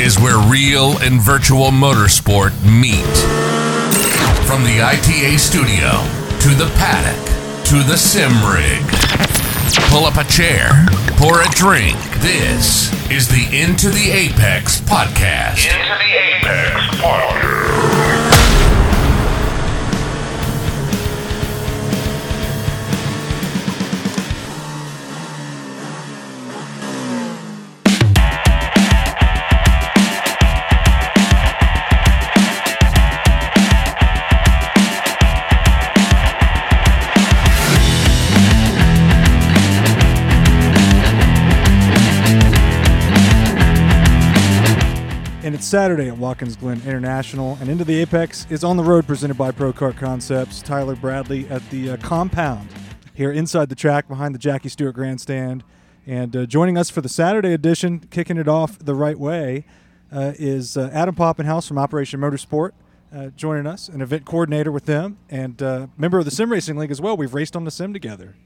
is where real and virtual motorsport meet. From the ITA studio to the paddock to the sim rig. Pull up a chair, pour a drink. This is the Into the Apex podcast. Into the Apex Podcast. and it's Saturday at Watkins Glen International. And Into the Apex is on the road, presented by Pro Kart Concepts. Tyler Bradley at the uh, compound here inside the track, behind the Jackie Stewart Grandstand, and uh, joining us for the Saturday edition, kicking it off the right way, uh, is uh, Adam Poppenhouse from Operation Motorsport. Uh, joining us, an event coordinator with them, and uh, member of the Sim Racing League as well. We've raced on the sim together.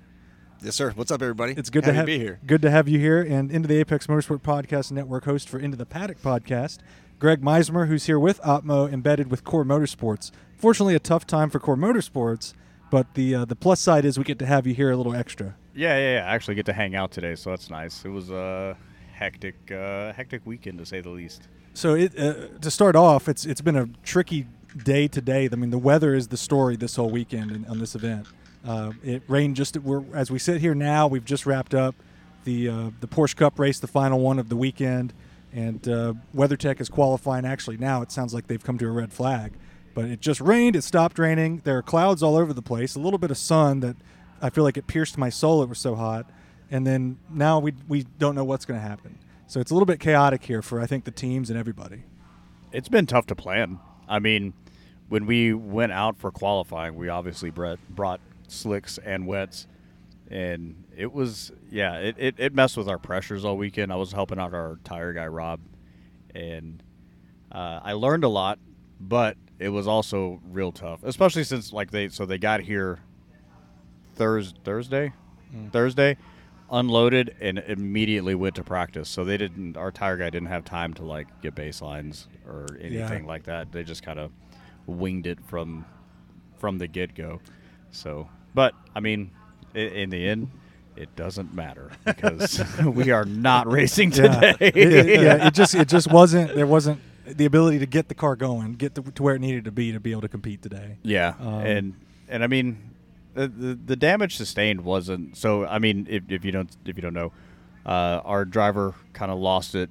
Yes, sir. What's up, everybody? It's good Happy to have be here. Good to have you here, and into the Apex Motorsport Podcast Network host for Into the Paddock Podcast, Greg Meismer, who's here with Otmo, embedded with Core Motorsports. Fortunately, a tough time for Core Motorsports, but the uh, the plus side is we get to have you here a little extra. Yeah, yeah, yeah. I actually get to hang out today, so that's nice. It was a hectic, uh, hectic weekend to say the least. So it, uh, to start off, it's it's been a tricky day today. I mean, the weather is the story this whole weekend in, on this event. Uh, it rained just we're, as we sit here now. We've just wrapped up the uh, the Porsche Cup race, the final one of the weekend, and uh, WeatherTech is qualifying. Actually, now it sounds like they've come to a red flag, but it just rained. It stopped raining. There are clouds all over the place. A little bit of sun that I feel like it pierced my soul. It was so hot, and then now we we don't know what's going to happen. So it's a little bit chaotic here for I think the teams and everybody. It's been tough to plan. I mean, when we went out for qualifying, we obviously brought, brought slicks and wets, and it was yeah, it, it, it messed with our pressures all weekend. I was helping out our tire guy Rob, and uh, I learned a lot, but it was also real tough, especially since like they so they got here Thursday, Thursday, Mm. Thursday, unloaded and immediately went to practice. So they didn't. Our tire guy didn't have time to like get baselines or anything like that. They just kind of winged it from from the get go. So, but I mean, i in the end. It doesn't matter because we are not racing Yeah. today. it, it- yeah, it just it just wasn't there wasn't the ability to get the car going, get to, to where it needed to be to be able to compete today. Yeah, Um, and and I mean, the, the the damage sustained wasn't so. I mean, if, if you don't if you don't know, uh, our driver kind of lost it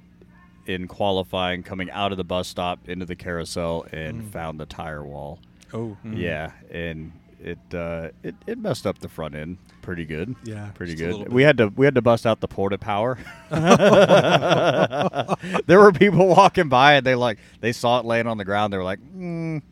in qualifying, coming out of the bus stop into the carousel Mm. and found the tire wall. Oh, Yeah, and it uh, it it messed up the front end pretty good. Yeah, pretty just a little good. bit. We had to we had to bust out the porta power. there were people walking by and they like they saw it laying on the ground. They were like. Mm,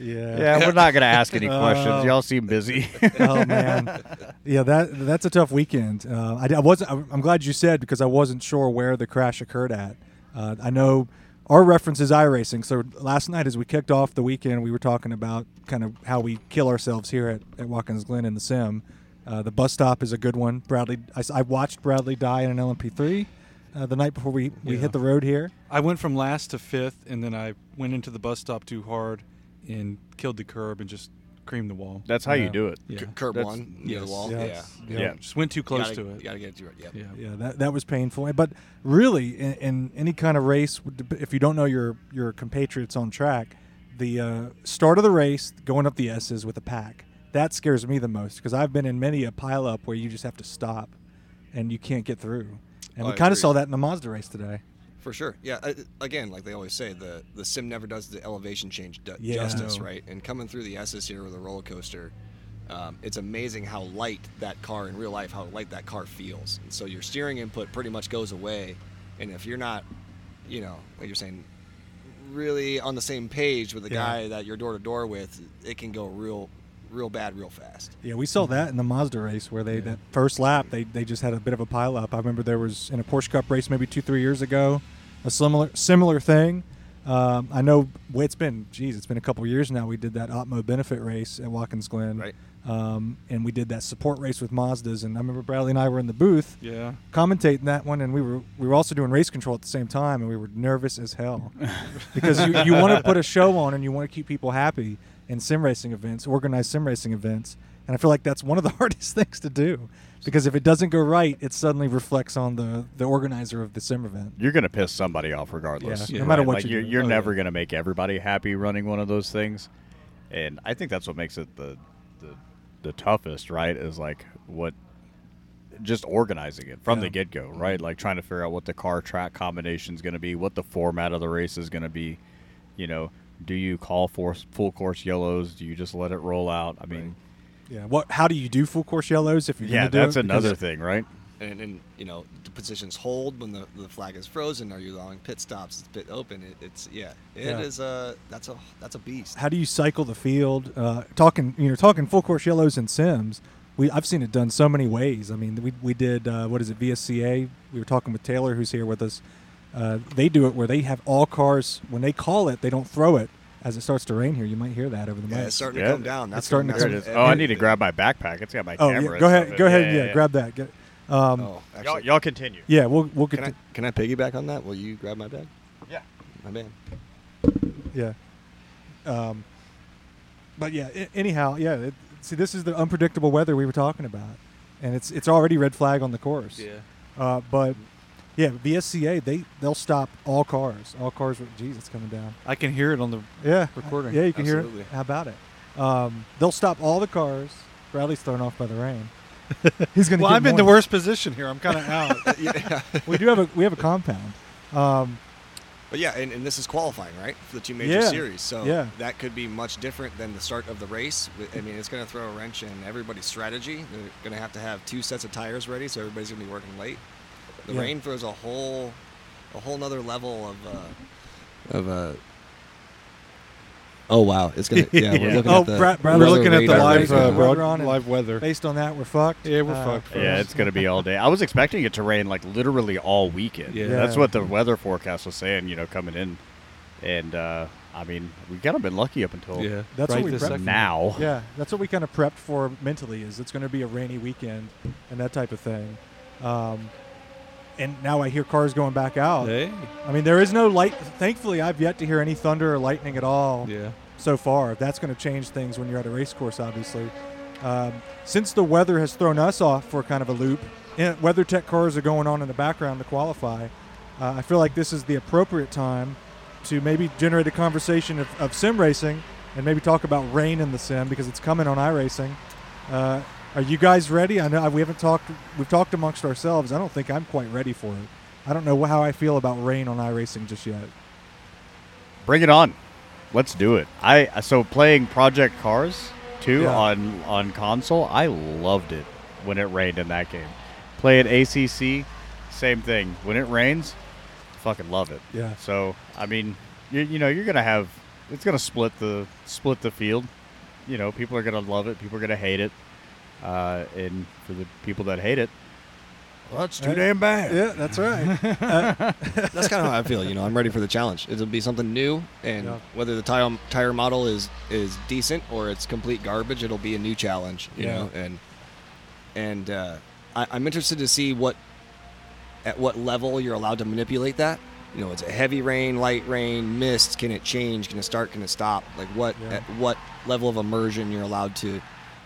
yeah, yeah, we're not gonna ask any Oh. Uh, questions. Y'all seem busy. oh man, yeah that that's a tough weekend. Uh, I, I wasn't. I'm I'm glad you said because I wasn't sure where the crash occurred at. Uh, I know our reference is iRacing. So last night, as we kicked off the weekend, we were talking about kind of how we kill ourselves here at, at Watkins Glen in the sim. Uh, the bus stop is a good one. Bradley, I, s- I watched Bradley die in an LMP3 uh, the night before we, we Yeah. hit the road here. I went from last to fifth, and then I went into the bus stop too hard and killed the curb and just creamed the wall. That's how you do it. yeah. C- curb That's- one, near the yes. wall. Yeah. Yeah. Yeah. Just went too close Gotta- to it. You gotta get it to it. Yeah. yeah. Yeah, that, that was painful. But really, in, in any kind of race, if you don't know your your compatriots on track, the uh, start of the race, going up the S's with a pack, that scares me the most because I've been in many a pileup where you just have to stop and you can't get through. And we I kind of agree. saw that in the Mazda race today. For sure. Yeah. I, again, like they always say, the the sim never does the elevation change du- Yeah. justice, No. right? And coming through the S's here with a roller coaster, um, it's amazing how light that car in real life, how light that car feels. And so your steering input pretty much goes away, and if you're not, you know, like you're saying, really on the same page with the Yeah. guy that you're door to door with, it can go real, real bad, real fast. Yeah, we saw that in the Mazda race where they that first lap they, they just had a bit of a pileup. I remember there was in a Porsche Cup race maybe two three years ago, a similar similar thing. Um, I know well, it's been geez, it's been a couple years now. We did that Otmo benefit race at Watkins Glen Right. Um, and we did that support race with Mazdas, and I remember Bradley and I were in the booth Yeah. commentating that one, and we were we were also doing race control at the same time, and we were nervous as hell because you, you want to put a show on and you want to keep people happy in sim racing events, organized sim racing events, and I feel like that's one of the hardest things to do because if it doesn't go right, it suddenly reflects on the the organizer of the sim event. You're gonna piss somebody off regardless. Yeah, no matter what like you you're, do. you're Oh, never gonna make everybody happy running one of those things, and I think that's what makes it the the, the toughest. Right? Is like what just organizing it from the Yeah. get go. Right? Like trying to figure out what the car track combination is gonna be, what the format of the race is gonna be. You know, do you call for s- full course yellows? Do you just let it roll out? I mean, Yeah, what? How do you do full course yellows if you're yeah, gonna do that's it? Because- another thing, right? and, and you know the positions hold when the, the flag is frozen. Are you allowing pit stops? Is the pit open? It, it's yeah, it is Yeah. a that's a that's a beast. how do you cycle the field? Uh, talking, you know, talking full course yellows and sims. We I've seen it done so many ways. I mean, we we did uh, what is it VSCA? We were talking with Taylor, who's here with us. Uh, they do it where they have all cars when they call it, they don't throw it as it starts to rain here. You might hear that over the Yeah, mic. it's starting Yeah. to come down. That's It's starting to what- There it that's is. what- Oh, I need to grab my backpack. It's got my oh, camera. yeah. go and ahead, stuff. go ahead, yeah, yeah. grab that. Get- um, Oh, Y'all, actually, y'all continue. Yeah, we'll we'll get. can I to- can I piggyback on that? Will you grab my bag? Yeah. My man. Yeah. Um, but yeah. a- anyhow, yeah. It, see, this is the unpredictable weather we were talking about, and it's it's already red flag on the course. Uh, but yeah, VSCA they they'll stop all cars. All cars with geez, it's coming down. I can hear it on the. Yeah, Recording. Yeah, you can Absolutely. hear it. How about it? Um, they'll stop all the cars. Bradley's thrown off by the rain. He's gonna. Well, get I'm in the more. worst position here. I'm kind of out. yeah. We do have a we have a compound. Um, But yeah, and, and this is qualifying, right? For the two major Yeah. series. So Yeah. that could be much different than the start of the race. I mean, it's going to throw a wrench in everybody's strategy. They're going to have to have two sets of tires ready, so everybody's going to be working late. The Yeah. rain throws a whole, a whole nother level of, uh, of uh. Oh wow, it's gonna. Yeah, we're Yeah. looking Oh, at the. Brad- Brad- We're Weather looking at the radar live right uh, now. broad, We're on it. live weather. based on that, we're fucked. Yeah, we're Uh, fucked. For Yeah, us. it's gonna be all day. I was expecting it to rain like literally all weekend. Yeah. that's Yeah. what the weather forecast was saying. You know, coming in, and uh, I mean, we kind of been lucky up until Yeah, That's what right we this prepped second. now. Yeah, that's what we kind of prepped for mentally. Is it's going to be a rainy weekend and that type of thing. Um, and now I hear cars going back out. Hey, I mean, there is no light. Thankfully, I've yet to hear any thunder or lightning at all yeah. so far. That's going to change things when you're at a race course, obviously. Um, since the weather has thrown us off for kind of a loop, and weather tech cars are going on in the background to qualify. Uh, I feel like this is the appropriate time to maybe generate a conversation of, of sim racing and maybe talk about rain in the sim because it's coming on iRacing. Uh, are you guys ready? I know uh, we haven't talked. We've talked amongst ourselves. I don't think I'm quite ready for it. I don't know how I feel about rain on iRacing just yet. Bring it on. Let's do it. I so playing Project Cars two Yeah. on on console. I loved it when it rained in that game. Playing ACC, same thing. When it rains, fucking love it. Yeah. So I mean, you, you know, you're gonna have it's gonna split the split the field. You know, people are gonna love it. People are gonna hate it. Uh, and for the people that hate it, well, that's too damn bad. Yeah, that's right. That's kind of how I feel. You know, I'm ready for the challenge. It'll be something new, and Yeah. whether the tire tire model is is decent or it's complete garbage, it'll be a new challenge. You Yeah. know, and and uh, I, I'm interested to see what at what level you're allowed to manipulate that. You know, it's a heavy rain, light rain, mist. Can it change? Can it start? Can it stop? Like what Yeah. at what level of immersion you're allowed to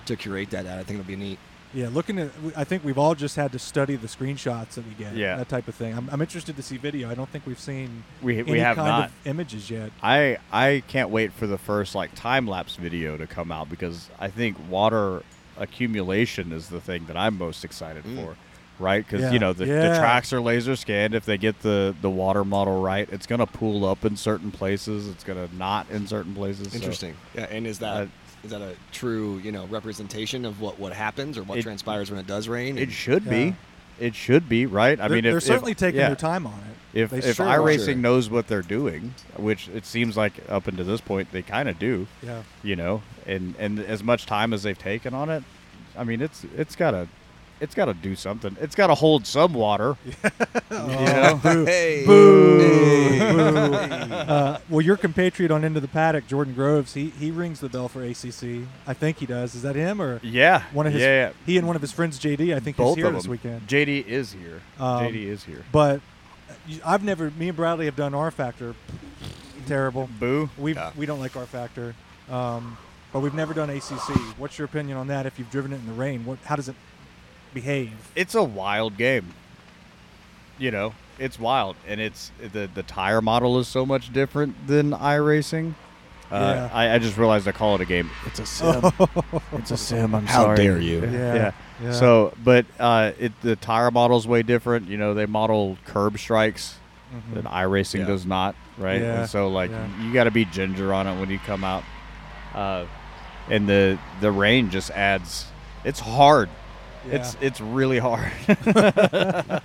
to curate that at? I think it'll be neat. Yeah, looking at, I think we've all just had to study the screenshots that we get, Yeah. that type of thing. I'm, I'm interested to see video. I don't think we've seen We any we have kind not. of images yet. I I can't wait for the first like time lapse video to come out because I think water accumulation is the thing that I'm most excited for, right? Because Mm. Yeah. you know the, the Yeah. tracks are laser scanned. If they get the the water model right, it's gonna pool up in certain places. It's gonna not in certain places. so- Interesting. Yeah, and is that is Uh, that a true you know representation of what what happens or what It- transpires when it does rain? It And- should Yeah. be. It should be right. I they're, mean, if, they're if- certainly taking yeah. their time on it. If They if sure are. iRacing Sure. knows what they're doing, which it seems like up until this point they kind of do, Yeah, you know, and and as much time as they've taken on it, I mean, it's it's got a it's got to do something. It's got to hold some water. Hey. Uh, well, your compatriot on Into the Paddock, Jordan Groves, he he rings the bell for ACC. I think he does. Is that him or Yeah. one of his? yeah, yeah. He and one of his friends, JD. I think Both he's here of this them. weekend. JD is here. Um, JD is here. But you- I've never. Me and Bradley have done R Factor. Terrible. Boo. We Yeah. we don't like R Factor, um, but we've never done ACC. What's your opinion on that? If you've driven it in the rain, what how does it behave? It's a wild game. You know, it's wild, and it's the the tire model is so much different than iRacing. Uh, Yeah. I, I just realized I call it a game. It's a sim. it's a sim. I'm How sorry. dare you. Yeah. Yeah, yeah. So, but uh, it the tire model's way different. You know, they model curb strikes that iRacing Yeah. does not, right? Mm-hmm. Yeah, And so, like, yeah. you got to be ginger on it when you come out. Uh, and the the rain just adds. It's hard. It's it's really hard.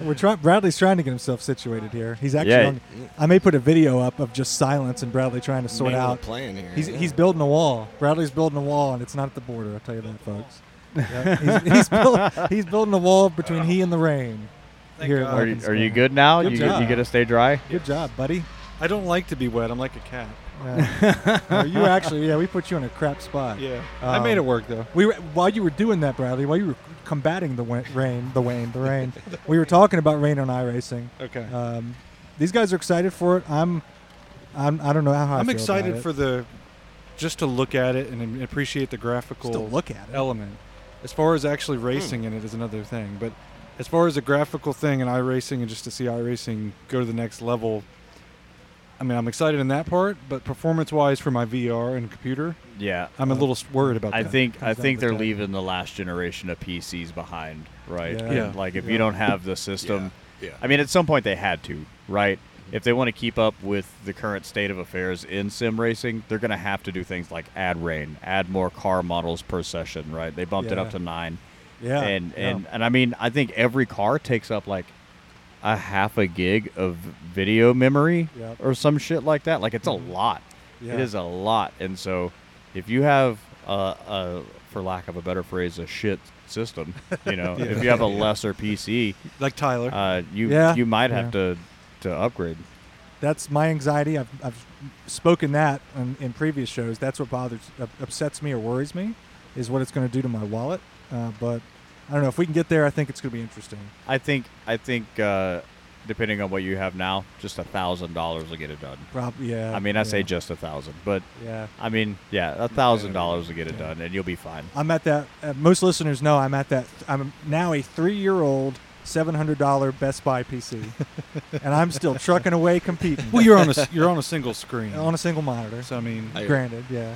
We're trying. Bradley's trying to get himself situated here. He's actually. Yeah. On, I may put a video up of just silence and Bradley trying to sort Man, out. Playing here. He's yeah. he's building a wall. Bradley's building a wall, and it's not at the border. I'll tell you that, folks. Yep. he's, he's, build, he's building a wall between he and the rain. Here at are, you, Watkins are you Glen. good now? Good you get- you job. get to stay dry. Good job, buddy. I don't like to be wet. I'm like a cat. Yeah. No, you actually, yeah, we put you in a crap spot. Yeah. I made Um, it work though. We were, while you were doing that, Bradley, while you were combating the wa- rain, the rain, the rain, we were talking about rain on iRacing. Okay. Um, these guys are excited for it. I'm, I'm I don't know how I I'm feel excited about for the just to look at it and appreciate the graphical it. to look at it. element. As far as actually Hmm. racing in it is another thing, but as far as a graphical thing and iRacing and just to see iRacing go to the next level, I mean, I'm excited in that part, but performance-wise for my VR and computer, Yeah. I'm a Uh, little s- worried about I that. think I Comes down think to they're that. leaving the last generation of PCs behind, right? Yeah. And, Yeah. Like if Yeah. you don't have the system, Yeah. I mean, at some point they had to, right? If they want to keep up with the current state of affairs in sim racing, they're going to have to do things like add rain, add more car models per session, right? They bumped it Yeah. up to nine, Yeah, and yeah. and and I mean, I think every car takes up like a half a gig of video memory Yep. Mm-hmm. or some shit like that. Like it's a lot. Yeah. It is a lot, and so if you have a, a for lack of a better phrase, a shit system, you know, if you have a lesser PC, like Tyler, uh, you Yeah. you might have Yeah. to to upgrade. That's my anxiety. I've, I've spoken that in, in previous shows. That's what bothers, up- upsets me or worries me, is what it's going to do to my wallet. Uh, but I don't know if we can get there. I think it's going to be interesting. I think I think uh, depending on what you have now, just a thousand dollars will get it done. Probably, yeah. I mean, I say yeah, just a thousand, but yeah. I mean, yeah, a thousand dollars will get it done, and you'll be fine. I'm at that. Uh, most listeners know I'm at that. I'm now a three-year-old, seven hundred dollar Best Buy PC, and I'm still trucking away competing well, you're on a s- you're on a single screen, on a single monitor. so I mean, I- Granted, yeah,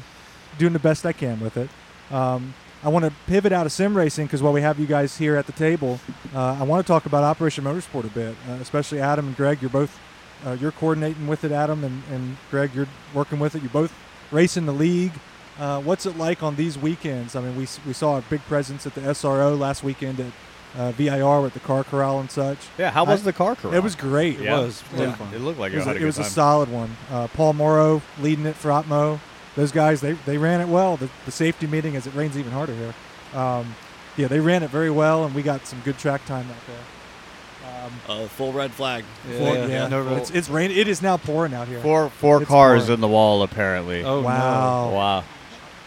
doing the best I can with it. Um, I want to pivot out of sim racing because while we have you guys here at the table, uh, I want to talk about Operation Motorsport a bit, uh, especially Adam and Greg. You're both uh, you're coordinating with it, Adam, and, and Greg, you're working with it. You both race in the league. Uh, what's it like on these weekends? I mean, we, s- we saw a big presence at the SRO last weekend at uh, VIR with the car corral and such. Yeah, how was I- the car corral? It was great. Yeah. was It, really fun. it looked like It was, you had a, a it good was a time. solid one. Uh, Paul Morrow leading it for Otmo. Those guys, they, they ran it well. The, the safety meeting, as it rains even harder here. Um, yeah, they ran it very well, and we got some good track time out there. Um, Uh, full red flag. for- yeah, yeah, no real- it's, it's rain. It is now pouring out here. Four four It's cars boring. in the wall apparently. oh wow. wow.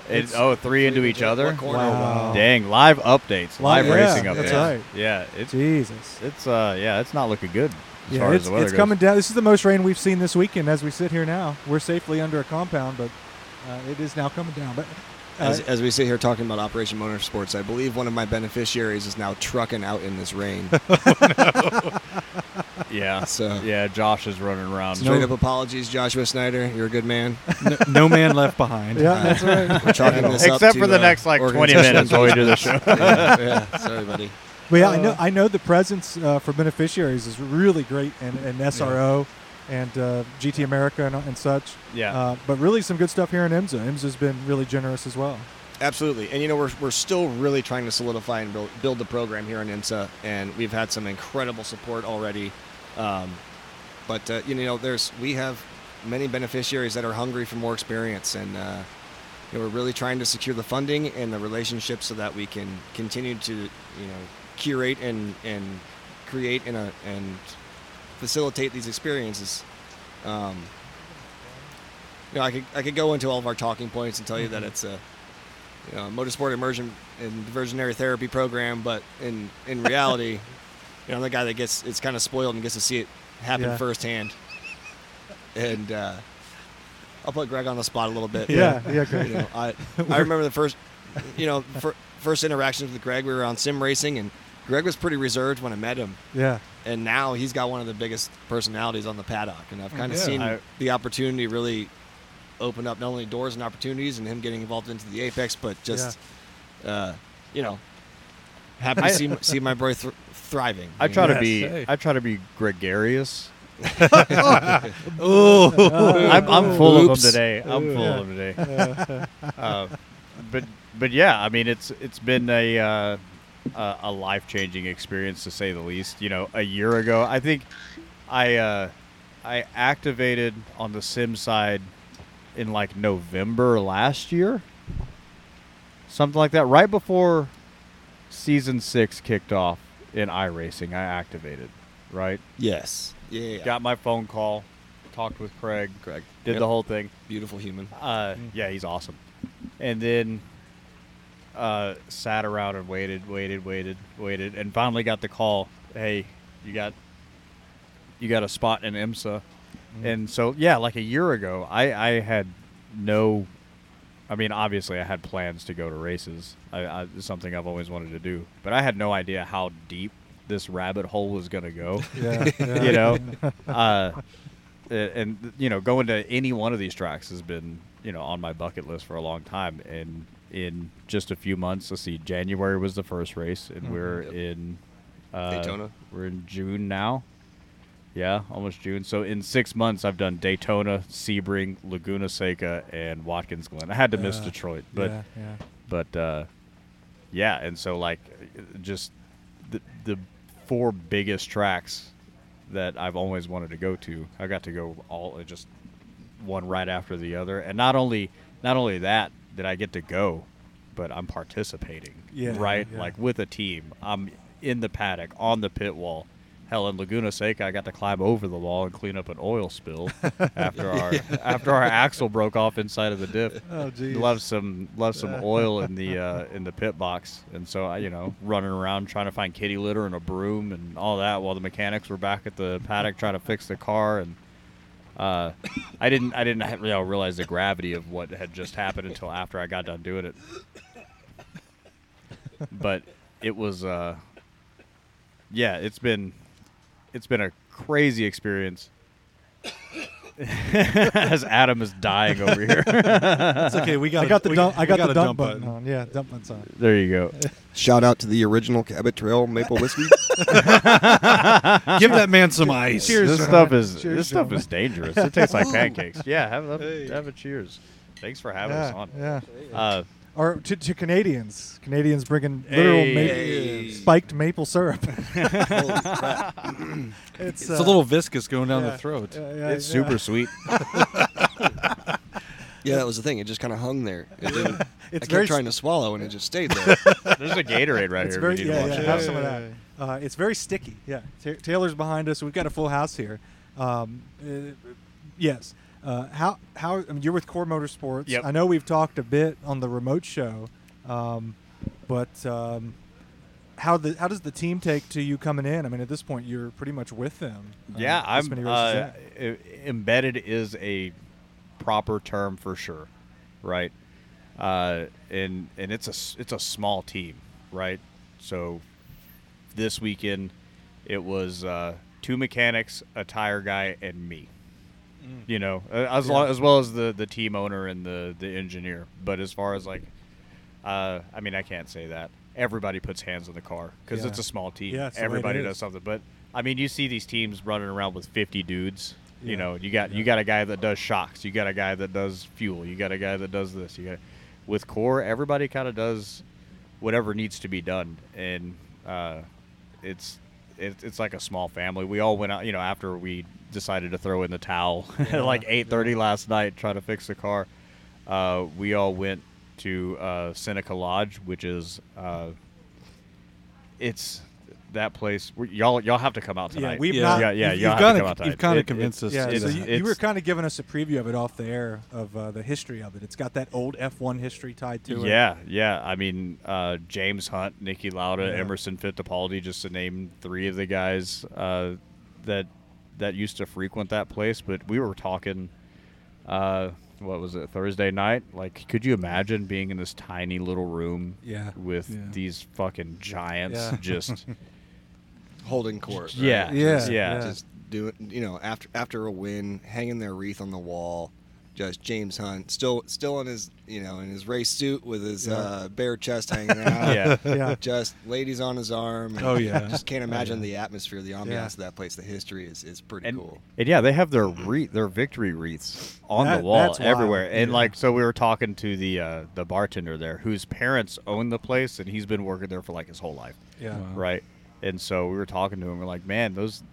It, oh, three into each other. What corner? Wow. Dang, live updates, Live- live yeah, racing updates. that's right. Yeah, it's Jesus. it's uh yeah, it's not looking good as yeah, far it's, as the weather it's goes. coming down. This is the most rain we've seen this weekend as we sit here now. We're safely under a compound, but uh, it is now coming down. But uh, As, as we sit here talking about Operation Motorsports, I believe one of my beneficiaries is now trucking out in this rain. Yeah. So- yeah, Josh is running around. Straight up apologies, Joshua Snyder. You're a good man. no, no man left behind. yeah, that's right. We're chalking this up Except to, for the uh, next like 20 organization minutes while we do the show. yeah, yeah. sorry, buddy. But yeah, I know I know the presence uh, for beneficiaries is really great and, and SRO and uh, GT America and, and such. Yeah. Uh, but really some good stuff here in IMSA. IMSA's been really generous as well. Absolutely. And you know, we're, we're still really trying to solidify and build, build the program here in IMSA, and we've had some incredible support already. Um, but uh, you know, there's we have many beneficiaries that are hungry for more experience, and uh, You know, we're really trying to secure the funding and the relationships so that we can continue to, you know, curate and and create and uh, and facilitate these experiences. Um, you know, I could I could go into all of our talking points and tell you that it's a you know, motorsport immersion and diversionary therapy program, but in in reality, you know, I'm the guy that gets it's kind of spoiled and gets to see it happen Yeah. firsthand. And uh, I'll put Greg on the spot a little bit. Yeah, yeah, You know, I I remember the first, you know, fir- first interactions with Greg. We were on sim racing, and Greg was pretty reserved when I met him Yeah. and now he's got one of the biggest personalities on the paddock. And I've kind of Yeah. seen I- the opportunity really open up not only doors and opportunities, and him getting involved into the apex, but just uh, you know, happy to I- see see my boy thr thriving. I you try know? to Yes, be hey. I try to be gregarious. I'm, I'm full of Oops. them today. I'm full of them today. Uh, but but yeah, I mean it's it's been a uh, a, a life changing experience to say the least. You know, a year ago, I think I uh, I activated on the sim side in like November last year, something like that. Right before season six kicked off in iRacing, I activated. Right, yes, yeah, yeah, yeah. got my phone call, talked with Craig, Greg did Yep. the whole thing. beautiful human. Uh, yeah, he's awesome. And then uh, sat around and waited, waited, waited, waited, and finally got the call. Hey, you got you got a spot in IMSA. And so yeah, like a year ago, I I had no. I mean, obviously, I had plans to go to races. I, I, it's something I've always wanted to do, but I had no idea how deep this rabbit hole was going to go Yeah. yeah. you know uh, and you know going to any one of these tracks has been you know on my bucket list for a long time and in just a few months let's see january was the first race and we're Yep. in uh, Daytona. we're in june now yeah almost june so in six months i've done daytona sebring laguna seca and watkins glen i had to miss Yeah. detroit but yeah, yeah. but uh, yeah, and so like just the the four biggest tracks that I've always wanted to go to. I got to go all just one right after the other, and not only not only that did I get to go, but I'm participating. Yeah, right, yeah. like with a team. I'm in the paddock on the pit wall. Hell, in Laguna Seca, I got to climb over the wall and clean up an oil spill after our after our axle broke off inside of the diff Oh, geez. love some love some oil in the uh, in the pit box, and so I you know running around trying to find kitty litter and a broom and all that while the mechanics were back at the paddock trying to fix the car and. Uh, I didn't. I didn't have- you know, realize the gravity of what had just happened until after I got done doing it. But it was. Uh, yeah, it's been, it's been a crazy experience. As Adam is dying over here. It's okay. We got. I got the we, dump. I we got, got the a dump, button. on. Yeah, dump button's on. There you go. Shout out to the original Cabot Trail Maple Whiskey. Give that man some ice. This stuff is Cheers, this stuff is dangerous. It tastes like pancakes. Yeah, have a, have a cheers. Thanks for having us Yeah, on. yeah. Uh, Or to, to Canadians, Canadians bringing literal Hey. maple, spiked maple syrup. Holy crap! It's, It's uh, a little viscous going down the throat. it's super sweet. Yeah, that was the thing. It just kind of hung there. It didn't, I kept very trying to swallow, and it just stayed there. There's a Gatorade right It's here. very if you need yeah, to watch yeah, it. have some of that. Uh, it's very sticky. Yeah, Ta Taylor's behind us. We've got a full house here. Um, uh, yes. Uh, how how I mean, you're with Core Motorsports? Yep. I know we've talked a bit on the remote show, um, but um, how the how does the team take to you coming in? I mean, at this point, you're pretty much with them. uh, Yeah, this many I'm races uh, e- embedded is a proper term for sure, right? Uh, and and it's a s- it's a small team, right? So this weekend it was uh, two mechanics, a tire guy, and me. You know, uh, as lo- as well as the the team owner and the the engineer. But as far as like, uh, I mean, I can't say that. Everybody puts hands on the car because Yeah. it's a small team. Yeah, it's the way it Everybody is. does something. But I mean, you see these teams running around with 50 dudes. Yeah. You know, you got you got a guy that does shocks. You got a guy that does fuel. You got a guy that does this. You got with core, everybody kind of does whatever needs to be done, and uh, it's it, it's like a small family. We all went out. You know, after we decided to throw in the towel at like 8:30 last night, try to fix the car. uh, we all went to uh, Seneca Lodge, which is uh, it's that place. Where y'all y'all have to come out tonight. Yeah, we've Yeah. not. yeah, yeah, You've- y'all you've have gotta- to come out tonight. you've kinda It- it- convinced us. Yeah, it so is- you, you it's- were kind of giving us a preview of it off the air of uh, the history of it. It's got that old F1 history tied to it. Yeah, yeah. I mean, uh, James Hunt, Nicky Lauda, Yeah. Emerson Fittipaldi, just to name three of the guys uh, that that used to frequent that place. But we were talking, uh, what was it, Thursday night? Like, could you imagine being in this tiny little room Yeah. with Yeah. these fucking giants Yeah. just holding court. right? yeah, Yeah, just- yeah, yeah. just doing you know after after a win hanging their wreath on the wall just james hunt still still in his you know in his race suit with his uh, bare chest hanging out yeah. Yeah. just ladies on his arm Oh, yeah. just can't imagine the atmosphere the ambiance Yeah. of that place the history is is pretty and, cool and yeah, they have their wreath, their victory wreaths on That- the wall that's wild. everywhere. And Yeah. like, so we were talking to the uh, the bartender there, whose parents own the place, and he's been working there for like his whole life, Yeah. Wow. right? And so we were talking to him. We're like, man, those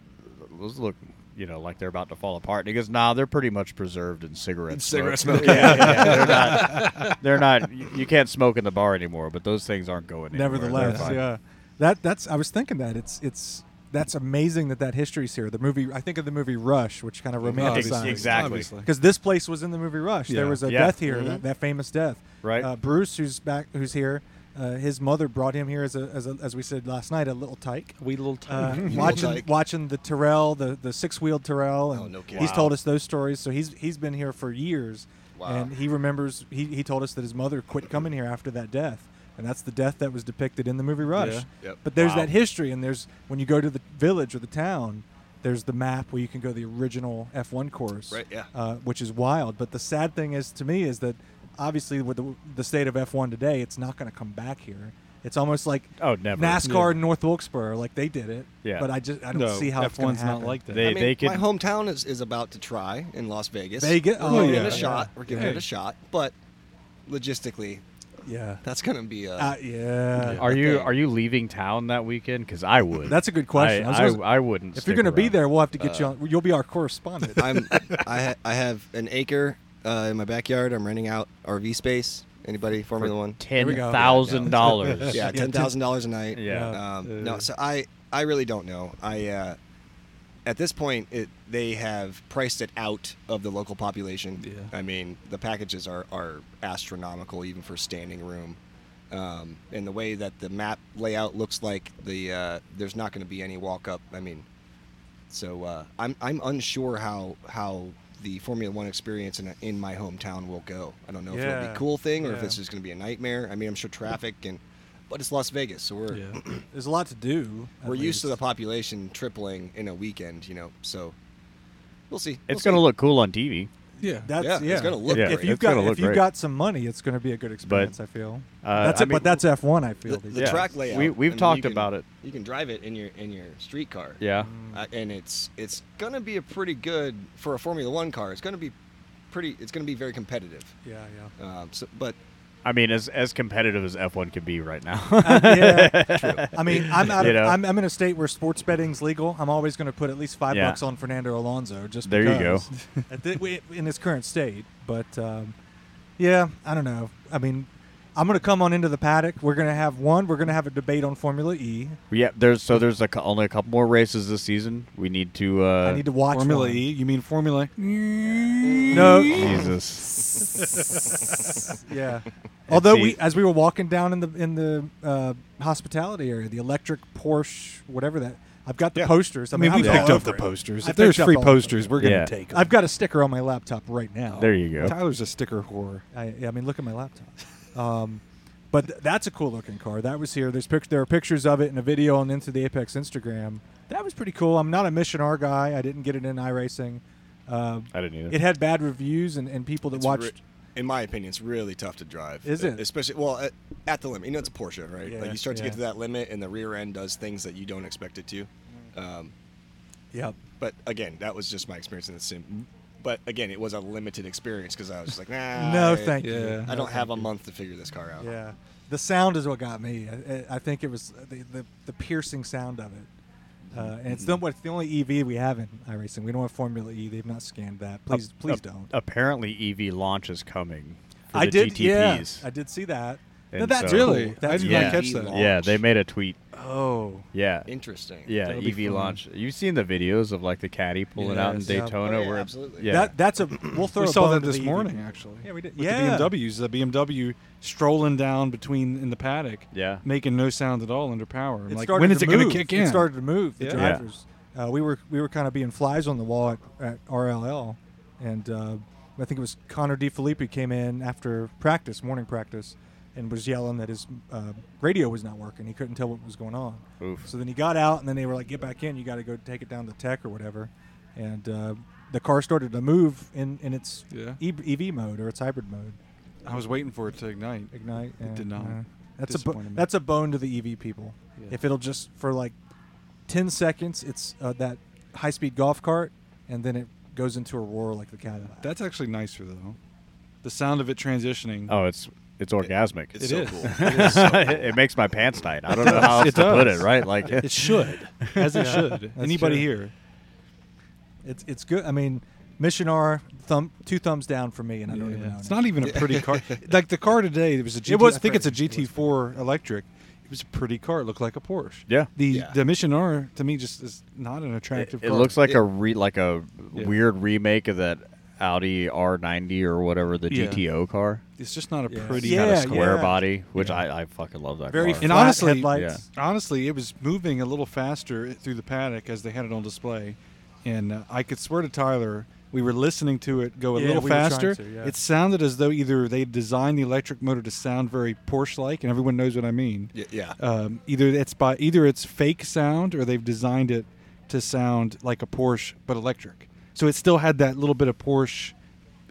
those look, you know, like they're about to fall apart. And he goes, nah, they're pretty much preserved in cigarette cigarette smoke. Yeah, yeah, they're not. They're not. You you can't smoke in the bar anymore, but those things aren't going anywhere. They're Nevertheless, fine. yeah. That that's I was thinking that it's it's that's amazing that that history's here. The movie I think of the movie Rush, which kind of Ex- romanticized exactly. Obviously. because this place was in the movie Rush. There Yeah. was a Yeah. Mm-hmm. death here, that, that famous death. Right. Uh, Bruce, who's back, who's here. Uh, his mother brought him here as a, as a as we said last night, a little tyke. We little Uh, time. watching tyke. watching the Terrell, the, the six wheeled Terrell, and Oh, no kidding. he's Wow. told us those stories. So he's he's been here for years, Wow. and he remembers. He, he told us that his mother quit coming here after that death, and that's the death that was depicted in the movie Rush. Yeah. Yep. But there's Wow. that history, and there's when you go to the village or the town, there's the map where you can go to the original F1 course, Right, yeah. uh, which is wild. But the sad thing is to me is that obviously with the, the state of F1 today, it's not going to come back here. It's almost like Oh, never. NASCAR in North Wilkesboro, like they did it. Yeah. But I just I don't No, see how it's gonna F1's not happen. like that. They- I mean, could- my hometown is, is about to try in las vegas They get- we're oh, giving yeah. it a shot Yeah. we're giving it Hey. a shot but logistically Yeah. that's gonna be a Uh, yeah. Are you Okay. are you leaving town that weekend? Because I would. That's a good question. I was I, I, gonna- I wouldn't. If you're stick gonna be around. Uh, there, we'll have to get you on. You'll be our correspondent. I'm I, ha- I have an acre uh, in my backyard. I'm renting out RV space. Anybody Formula One? we ten go. thousand dollars. yeah, ten thousand dollars a night. Yeah. Um, no, so I I really don't know. I uh, at this point it they have priced it out of the local population. Yeah. I mean the packages are are astronomical even for standing room. Um, and the way that the map layout looks like the uh, there's not going to be any walk up. I mean, so uh, I'm I'm unsure how how the Formula One experience in, in my hometown will go. I don't know if it'll be Yeah. a cool thing or if Yeah. it's just going to be a nightmare. I mean, I'm sure traffic and, but it's Las Vegas, so we're Yeah. There's a lot to do. at we're used to the least. population tripling in a weekend, you know. So we'll see. It's gonna look cool on TV. Yeah. That's Yeah, yeah. it's gonna look Yeah, if great. you've it's gonna got look if you've great. got some money, it's going to be a good experience. I feel. Uh, that's I it, but mean- that's F1. I the, feel. the Yeah. track layout. We- I we've mean, talked you can- about it. You can drive it in your in your street car. Yeah. Uh, and it's it's gonna be a pretty good for a Formula One car. It's gonna be pretty. It's gonna be very competitive. yeah, yeah. Um, so, but I mean, as as competitive as F one can be right now. yeah. I mean, I'm out You of, know? I'm, I'm in a state where sports betting's legal. I'm always going to put at least five Yeah. bucks on Fernando Alonso. Just There you go. because. At thi- we- in his current state, but um, yeah, I don't know. I mean, I'm going to come on into the paddock. We're going to have one. We're going to have a debate on Formula E. yeah. There's so there's a, cou- only a couple more races this season. We need to. Uh, I need to watch Formula one. E? You mean Formula? No, Jesus. yeah. Although we, e- as we were walking down in the in the uh, hospitality area, the electric Porsche, whatever that, I've got the posters. I I mean, mean, we I'm all picked up over the it. posters. I If there's picked up free all of them. posters, we're gonna Yeah. take them. I've got a sticker on my laptop right now. There you go. Tyler's a sticker whore. I, I mean, look at my laptop. Um, but th- that's a cool looking car. That was here. There's pic- there are pictures of it and a video on Into the Apex Instagram. That was pretty cool. I'm not a Mission R guy. I didn't get it in iRacing. Uh, I didn't either. it had bad reviews and, and people that It's watched. re- in my opinion, it's really tough to drive. Is it? Especially well at, at the limit. You know, it's a Porsche, right? Yeah, like you start to yeah. get to that limit, and the rear end does things that you don't expect it to. Um, Yep. but again, that was just my experience in the sim. But again, it was a limited experience because I was just like, nah. No, I- thank you. yeah. I don't have a month to figure this car out. Yeah. The sound is what got me. I- I, I think it was the, the, the piercing sound of it. Uh, and it's the, Mm-hmm. it's the only EV we have E. in iRacing. We don't have Formula E. They've not scanned that. Please, please Ap- don't. Apparently, EV launch is coming for I the did. Yeah, GTPs. I did see that. No, And that's so- cool. Really? I That's did yeah. not catch that. Yeah. Yeah, they made a tweet. Oh, Yeah, Interesting. yeah, That'll be EV fun. launch. You've seen the videos of like the caddy pulling out in Yes. Yeah. Daytona. Oh, yeah, where, absolutely. Yeah, that that's a. We'll throw. we a saw bone that to this the E EV. morning actually. Yeah, we did. With Yeah. the BMWs, the BMW strolling down between in the paddock, yeah. making no sound at all under power. I'm It like, started when is to it going move. to kick in? It started to move. The Yeah. Yeah. drivers. Uh, we were we were kind of being flies on the wall at, at RLL, and uh, I think it was Connor DiFilippi came in after practice, morning practice, and was yelling that his uh, radio was not working. He couldn't tell what was going on. Oof. So then he got out, and then they were like, "Get back in! You got to go take it down to tech or whatever." And uh, the car started to move in in its Yeah. E- EV mode or its hybrid mode. I was waiting for it to ignite. Ignite. It did and, not. uh, that's a bo- Disappointed me. that's a bone to the EV people. Yeah. If it'll just for like ten seconds, it's uh, that high speed golf cart, and then it goes into a roar like the Cadillac. That's actually nicer though. The sound of it transitioning. Oh, it's it's orgasmic. It's It so is. cool. It, makes my pants tight. I don't know how else It to put it. does. Right? Like It should, as it should. Anybody true. here? it's it's good. I mean, Mission R thumb two thumbs down for me, and I don't even know. It's any- not even a pretty car. like the car today, it was a GT. It was I think it's a pretty. It was GT4 electric. It was a pretty car. It looked like a Porsche. Yeah. The Yeah. the Mission R to me just is not an it, attractive. it car. looks like Yeah. a re, like a Yeah. weird remake of that Audi R90 or whatever the Yeah. Uh, GTO car. it's just not a Yeah. pretty. It's got Yeah, a square yeah. body, which I, I fucking love that very car. flat honestly- headlights. Honestly, it was moving a little faster through the paddock as they had it on display, and uh, I could swear to Tyler. We were listening to it go a Yeah, little we were trying faster. to, yeah. It sounded as though either they designed the electric motor to sound very Porsche-like, and everyone knows what I mean. Y- yeah. Oh, um, either it's by either it's fake sound or they've designed it to sound like a Porsche but electric. So it still had that little bit of Porsche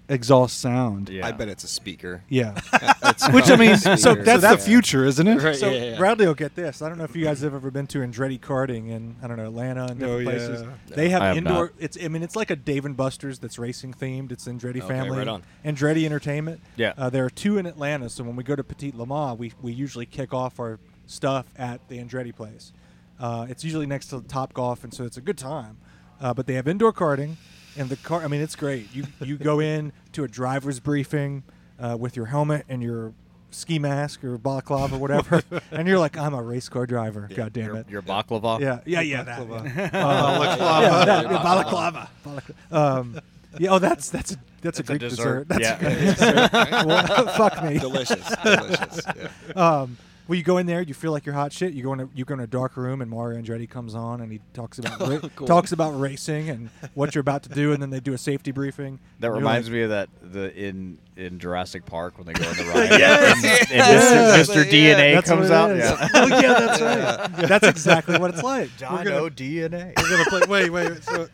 exhaust sound. Yeah. I bet it's a speaker. Yeah. That's Which I probably mean, a so that's, speaker. the Yeah. future, isn't it? Right. So yeah, yeah. Bradley will get this. I don't know if you guys have ever been to Andretti karting in I don't know Atlanta and different Oh, yeah. places. They have, I have indoor. not. It's I mean it's like a Dave and Buster's that's racing themed. It's Andretti Okay, family, right on. Andretti Entertainment. Yeah. uh, there are two in Atlanta. So when we go to Petit Le Mans, we we usually kick off our stuff at the Andretti place. Uh, it's usually next to the Top Golf, and so it's a good time. Uh, but they have indoor karting, and the car. I mean, it's great. You you go in to a driver's briefing uh, with your helmet and your ski mask or balaclava or whatever, and you're like, I'm a race car driver. God damn your, it. your baklava. yeah, yeah, yeah. that, yeah. Uh, Balaclava. Yeah, that- yeah, balaclava. Balaclava. Um, yeah, oh, that's that's a that's, a Greek dessert. That's Yeah. a Greek dessert. well, fuck me. Delicious. Delicious. Yeah. Um, well, you go in there, you feel like you're hot shit. You go in a, you go in a dark room, and Mario Andretti comes on, and he talks about ra- Cool. talks about racing and what you're about to do, and then they do a safety briefing. That and you're reminds like, me of that the in in Jurassic Park when they go on the ride. and, and Yes. Mr. Mr. Yeah. DNA That's what comes it out. is. Yeah. oh yeah, that's right. That's exactly what it's like. We're gonna- DNA. wait, wait. wait. So,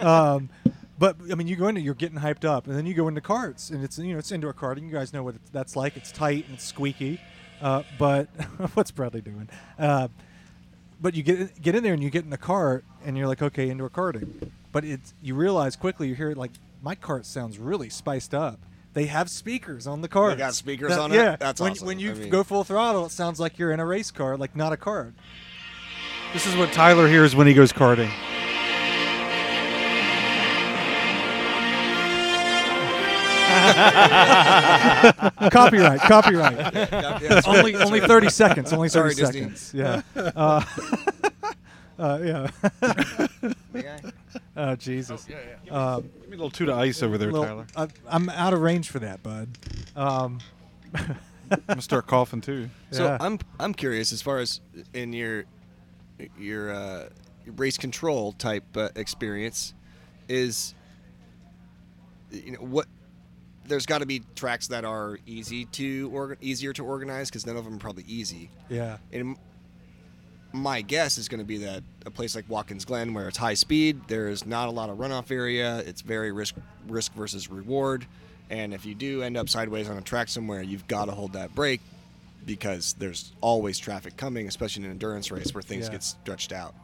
um, but I mean, you go into you're getting hyped up, and then you go into carts, and it's you know it's indoor karting. You guys know what it's, that's like. It's tight and it's squeaky. Uh, but what's Bradley doing? Uh, but you get get in there and you get in the cart, and you're like, okay, indoor karting. But it's you realize quickly you hear like my cart sounds really spiced up. They have speakers on the cart. got speakers on it? Yeah, That's when, awesome. When you I mean- go full throttle, it sounds like you're in a race car, like not a cart. this is what Tyler hears when he goes karting. copyright, copyright. Yeah, yeah, that's only right. only 30 seconds. Only 30 Sorry, Disney. seconds. Yeah. Uh, uh, yeah. oh, Jesus. Um, Give me a little two to ice over there, little- Tyler. I, I'm out of range for that, bud. Um, I'm gonna start coughing too. So Yeah. I'm I'm curious as far as in your your uh, race control type uh, experience is you know what there's got to be tracks that are easy to org- easier to organize because none of them are probably easy. yeah. And my guess is going to be that a place like Watkins Glen, where it's high speed, there's not a lot of runoff area. It's very risk risk versus reward. And if you do end up sideways on a track somewhere, you've got to hold that brake because there's always traffic coming, especially in an endurance race where things Yeah. get stretched out.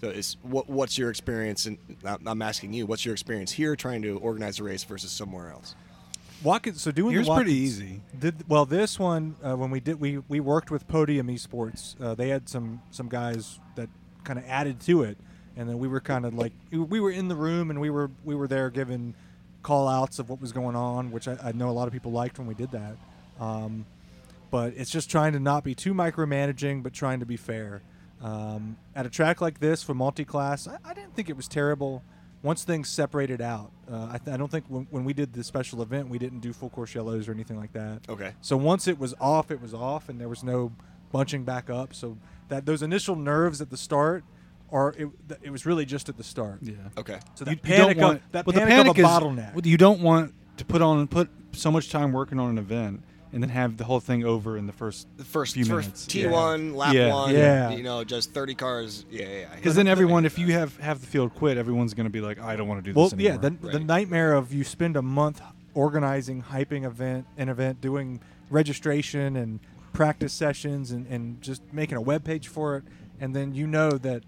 So, it's what what's your experience? And I'm asking you, what's your experience here trying to organize a race versus somewhere else? Watkins. So doing Yours the pretty Watkins- easy. Did, well, this one uh, when we did we we worked with Podium Esports. Uh, they had some some guys that kind of added to it, and then we were kind of like we were in the room and we were we were there giving call outs of what was going on, which I, I know a lot of people liked when we did that. Um, but it's just trying to not be too micromanaging, but trying to be fair. Um, at a track like this for multi-class, I, I didn't think it was terrible. Once things separated out, uh, I, th- I don't think when, when we did the special event, we didn't do full course yellows or anything like that. Okay. So once it was off, it was off, and there was no bunching back up. So that those initial nerves at the start, are it, th- it was really just at the start. Yeah. Okay. So that You panic, don't want, of, that well, panic, the panic of a is, bottleneck. well, You don't want to put on put so much time working on an event and then have the whole thing over in the first The first, few minutes. first T1, lap Yeah. one, Yeah. you know, just 30 cars. Yeah, yeah. yeah. Because then everyone, if you have half the field quit, everyone's going to be like, I don't want to do Well, this yeah, anymore. the, the Right. nightmare of you spend a month organizing, hyping event, an event, doing registration and practice sessions, and, and just making a web page for it, and then you know that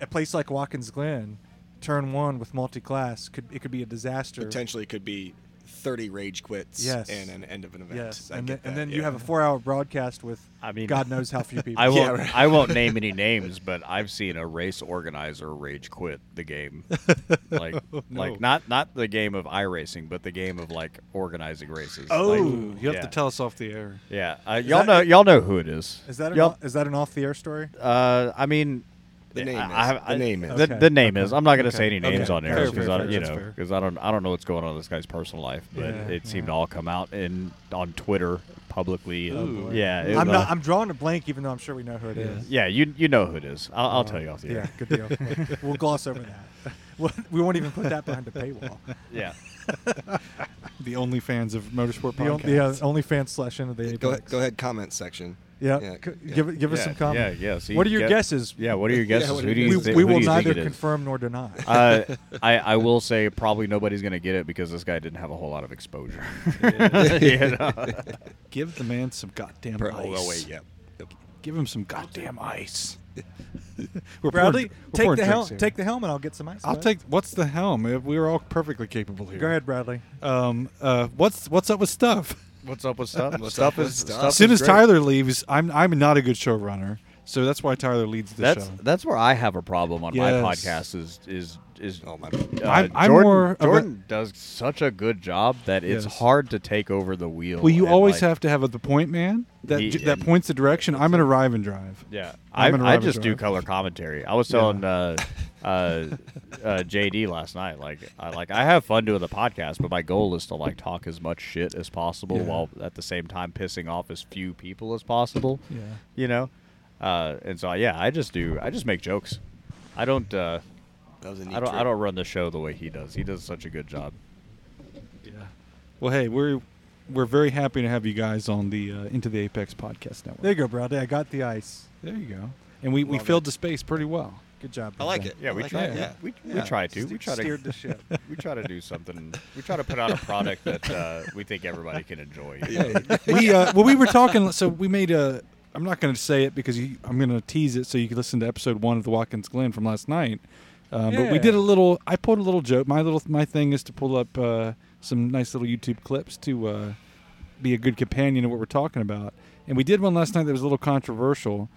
a place like Watkins Glen, turn one with multi-class could it could be a disaster. potentially could be 30 rage quits Yes. and an end of an event. Yes, I and then, get and that, then yeah. you have a four-hour broadcast with I mean- God knows how few people. I won't. right. I won't name any names, but I've seen a race organizer rage quit the game, Oh, like like not not the game of iRacing, but the game of like organizing races. Oh. Like, Ooh, you have yeah. to tell us off the air. Yeah, uh, y'all that- know y'all know who it is. Is that an, Y'all- is that an off-the-air story? Uh, I mean, The name I, is. I have- The I- name is. The, Okay. the name is. I'm not going to say any Okay. names on Fair, air fair, because fair. I don't, you That's know, fair. because I don't, I don't know what's going on in this guy's personal life, but Yeah, it seemed yeah. to all come out and on Twitter publicly. and- yeah, it I'm was, not. uh, I'm drawing a blank, even though I'm sure we know who it is. yeah, you you know who it is. I'll, I'll tell you off the Yeah, air. good deal. We'll- we'll gloss over that. We'll- We won't even put that behind a paywall. Yeah. The only fans of motorsport The on- podcast. the, uh, OnlyFans slash into the Go Apex. ahead, go ahead, comment section. Yeah, Yeah, c- yeah. give it- give us Yeah, some comments. Yeah, yeah. see, What are your get- guesses? Yeah, what are your guesses? what are who do your you We, thi- we who do will you think neither it is? confirm nor deny. Uh, I, I will say probably nobody's going to get it because this guy didn't have a whole lot of exposure. You know? Give the man some goddamn Per- ice. oh, well, wait, yeah. Yep. Give him some goddamn ice. we're Bradley, pouring- we're take pouring the drinks helm. here. Take the helmet. I'll get some ice. I'll bud. take. What's the helm? Uh, We're all perfectly capable here. Go ahead, Bradley. Um, uh, what's what's up with stuff? What's up with stuff? What's up with stuff? As soon as Tyler leaves, I'm I'm not a good showrunner, so that's why Tyler leads the That's show. that's where I have a problem on my Yes. podcast is is is Oh, my. uh, I'm- I'm Jordan, more of a- Jordan does such a good job that it's Yes. hard to take over the wheel. Well, you and, always like- have to have a, the point man that He- j- that and- points the direction. I'm gonna arrive and drive. Yeah, I, I'm gonna I rub it just do dry. color commentary. I was telling uh, uh, uh, JD last night, like I like I have fun doing the podcast, but my goal is to like talk as much shit as possible Yeah. while at the same time pissing off as few people as possible. Yeah. you know, uh, and so yeah, I just do. I just make jokes. I don't. Uh, That was a neat I don't. I trick. don't run the show the way he does. He does such a good job. Well, hey, we're we're very happy to have you guys on the uh, Into the Apex podcast network. There you go, Bradley. I got the ice. There you go. And we, we Love filled the space pretty well. Good job. I like Bradley. it. Yeah, I we like try. it, Yeah. We, we, Yeah. try to. We try to Steered the ship. We try to do something. We try to put out a product that uh, we think everybody can enjoy. we uh, well, we were talking. So we made a. I'm not going to say it because you, I'm going to tease it so you can listen to episode one of the Watkins Glen from last night. Um, But we did Yeah. a little. I pulled a little joke. My little my thing is to pull up uh, some nice little YouTube clips to uh, be a good companion to what we're talking about. And we did one last night that was a little controversial.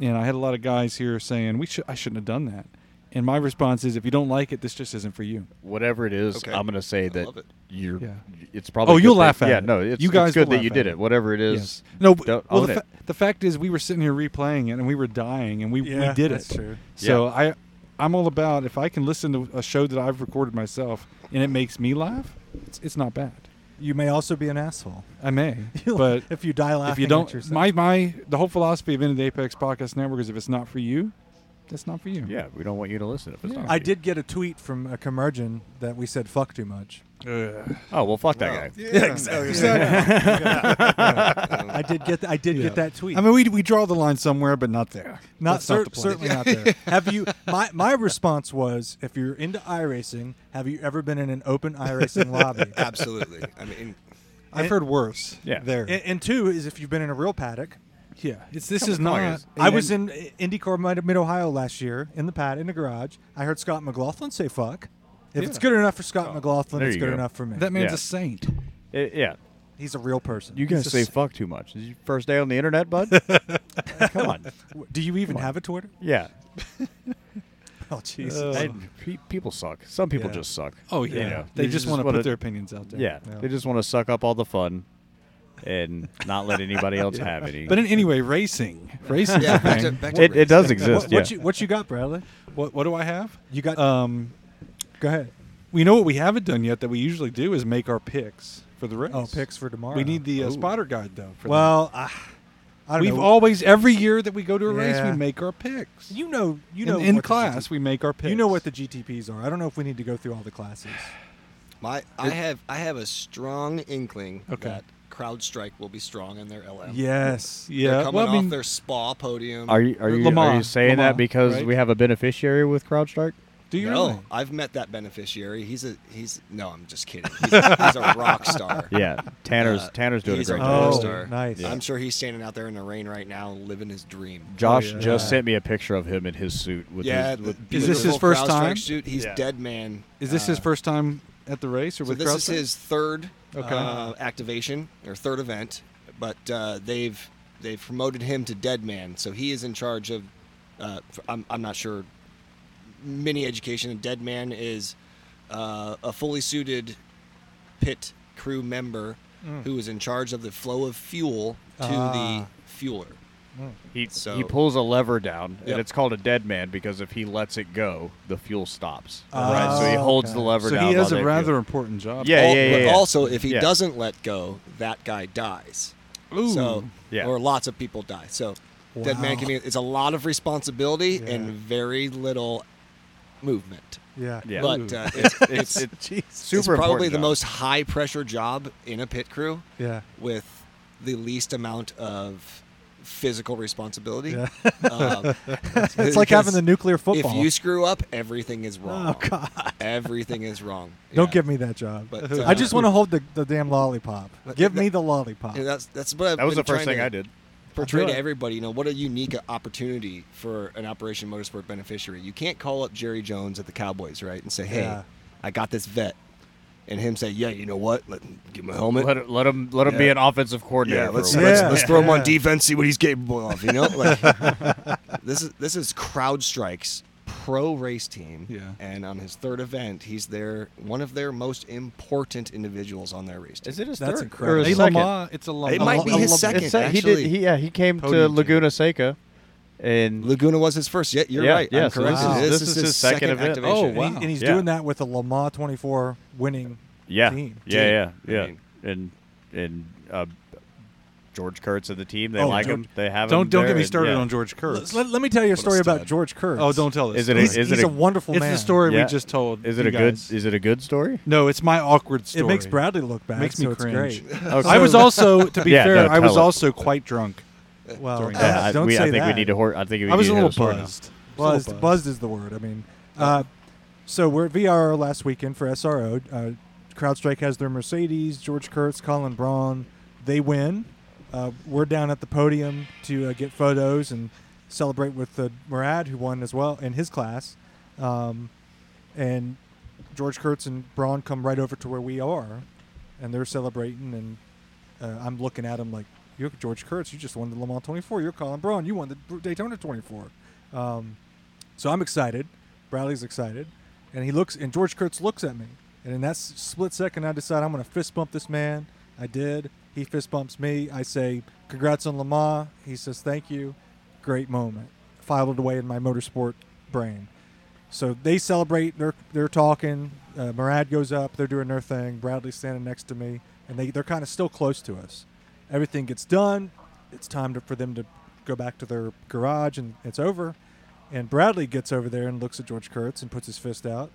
And I had a lot of guys here saying we should I shouldn't have done that. And my response is, if you don't like it, this just isn't for you. Whatever it is, Okay. I'm going to say that love it. you're. Yeah. It's probably. Oh, a you'll good laugh thing. at yeah, it. no, it's, You guys it's good will that you laugh did at it. it. Whatever it is. Yes. No. b- Don't well, own the, it. fa- the fact is, we were sitting here replaying it, and we were dying, and we, Yeah, we did that's it. true. So I, I'm all about if I can listen to a show that I've recorded myself and it makes me laugh, it's, it's not bad. You may also be an asshole, I may, but if you die laughing if you at don't, yourself. my my the whole philosophy of Into the Apex Podcast Network is if it's not for you, that's not for you. Yeah, we don't want you to listen if it's Yeah. not. I for you. did get a tweet from a commercian that we said fuck too much. Oh well, fuck that guy. Yeah, exactly. Oh. I did get th- I did Yeah. get that tweet. I mean, we, we draw the line somewhere, but not there. not, That's cer- the point. certainly not there. Have you? My my response was, if you're into iRacing, have you ever been in an open iRacing lobby? Absolutely. I mean, I've heard worse. Yeah. there. And, and two is if you've been in a real paddock. yeah, it's this Come is on, not. guys. I was in IndyCar Mid- Mid Ohio last year in the pad in the garage. I heard Scott McLaughlin say "fuck." If it's Yeah. good enough for Scott McLaughlin, there it's you good go. enough for me. That man's Yeah. a saint. It- yeah. He's a real person. You guys say fuck too much. Is your first day on the internet, bud? Come on. Do you even have a Twitter? Yeah. Oh, Jesus. I- pe- people suck. Some people Yeah. just suck. Oh You yeah, know, they, just, want to wanna- put their opinions out there. Yeah, they just want to suck up all the fun and not let anybody else have any. But in, anyway, racing, racing. Yeah, back to- thing. back to it, it race. does what, exist. what yeah. you what you got, Bradley? What what do I have? You got? Um, go ahead. we know what we haven't done yet that we usually do is make our picks for the race. Oh, picks for tomorrow. We need the uh, spotter guide though. For Well, I, I that. don't we've know. always every year that we go to a race, Yeah. we make our picks. you know you And know in what the class, GT we make our picks. you know what the GTPs are. I don't know if we need to go through all the classes. My, I have I have a strong inkling Okay. that CrowdStrike will be strong in their LM. Yes. yeah. They're coming well, I mean, off their spa podium. Are you are you, Lamar, are you saying Lamar, that because right? we have a beneficiary with CrowdStrike? do you no, really? I've met that beneficiary. He's a he's no, I'm just kidding. He's a, he's a rock star. Yeah, Tanner's Uh, Tanner's doing a he's great rock job. Oh, star. nice. I'm sure he's standing out there in the rain right now, living his dream. Josh yeah. just Yeah. sent me a picture of him in his suit with yeah, his, with, the Is this his beautiful first CrowdStrike time? Suit. He's Yeah. dead man. Is this his Uh, first time at the race or So with this is CrowdStrike? his third Okay. uh, activation or third event, but uh, they've they've promoted him to dead man, so he is in charge of. Uh, f- I'm I'm not sure. Mini education. Dead man is uh, a fully suited pit crew member Hmm. who is in charge of the flow of fuel to Ah. the fueler. he so- he pulls a lever down Yep. and it's called a dead man because if he lets it go, the fuel stops. Oh, right, so he holds okay. the lever so down. he while has they a fuel. rather important job. Yeah, Al- yeah, yeah, but yeah. also, if he Yeah. doesn't let go, that guy dies. Ooh. So, Yeah. or lots of people die. So, dead man Wow. can be, it's a lot of responsibility Yeah. and very little movement. yeah. Yeah. But uh, it's, it's, it's Jeez. super it's probably important the job. most high pressure job in a pit crew Yeah. with the least amount of physical responsibility. Yeah. Um, It's like having the nuclear football. If you screw up, everything is wrong. Oh, God. Everything is wrong. Don't Yeah. give me that job. But, uh, I just want to hold the, the damn lollipop. But Give uh, that- me the lollipop. Yeah, that's that's what I've That was been the first trying thing to I did. portray do to it. everybody, you know, what a unique opportunity for an Operation Motorsport beneficiary. You can't call up Jerry Jones at the Cowboys, right, and say, "Hey, Yeah. I got this vet," and him say, "Yeah, you know what? Let give him a helmet. Let it- let him let him be Yeah. an offensive coordinator. yeah, for let's a while. let's, Yeah. let's throw him on Yeah. defense, see what he's capable of." You know, like this is this is CrowdStrike's pro race team, Yeah. and on his third event, he's their one of their most important individuals on their race team. Is it his That's third? Or incredible. Or a his second? Lamar, it's a Lamar. It might be I his love- second. It's sec- he actually. did. He, yeah, he came to Podium team. Laguna Seca, and Laguna was his first. Yeah, you're Yeah, right. yeah, I'm so correct. this is- this is his second event. activation. Oh, and, he- wow. and he's Yeah. doing that with a Lamar 24 winning yeah, team. yeah, Team. yeah, I yeah, mean- and and uh, George Kurtz and the team. They Oh, like George- him. They have Don't him. don't there, get me and- started yeah. on George Kurtz. Let, let me tell you a story about stud. George Kurtz. oh, don't tell us. Is it a- He's, is it he's a- a wonderful it's Oh, man. the story Yeah. we just told. Is it you a good? guys. Is it a good story? no, it's my awkward story. It makes Bradley look bad. Makes me so it's cringe. great. Okay. I was also, to be Yeah, fair, no, I tell was us. also quite drunk. Well, During uh, Yeah, I- don't we- say I think that. we need to. Hor- I think we I was need a to hit little horse now. buzzed. Buzzed, Little buzzed is the word. I mean, uh, so we're at VRR last weekend for SRO. Uh, CrowdStrike has their Mercedes, George Kurtz, Colin Braun. They win. Uh, we're down at the podium to uh, get photos and celebrate with uh, Murad, who won as well in his class. Um, and George Kurtz and Braun come right over to where we are, and they're celebrating. And uh, I'm looking at him like, "You're George Kurtz. You just won the Le Mans 24. You're Colin Braun. You won the Daytona 24." Um, so I'm excited. Bradley's excited, and he looks and George Kurtz looks at me, and in that s- split second, I decide I'm going to fist bump this man. I did. He fist bumps me. I say, "Congrats on Lamar." He says, "Thank you." Great moment. Filed away in my motorsport brain. So they celebrate. They're they're talking. Uh, Murad goes up. They're doing their thing. Bradley's standing next to me, and they they're kind of still close to us. Everything gets done. It's time to, for them to go back to their garage, and it's over. And Bradley gets over there and looks at George Kurtz and puts his fist out.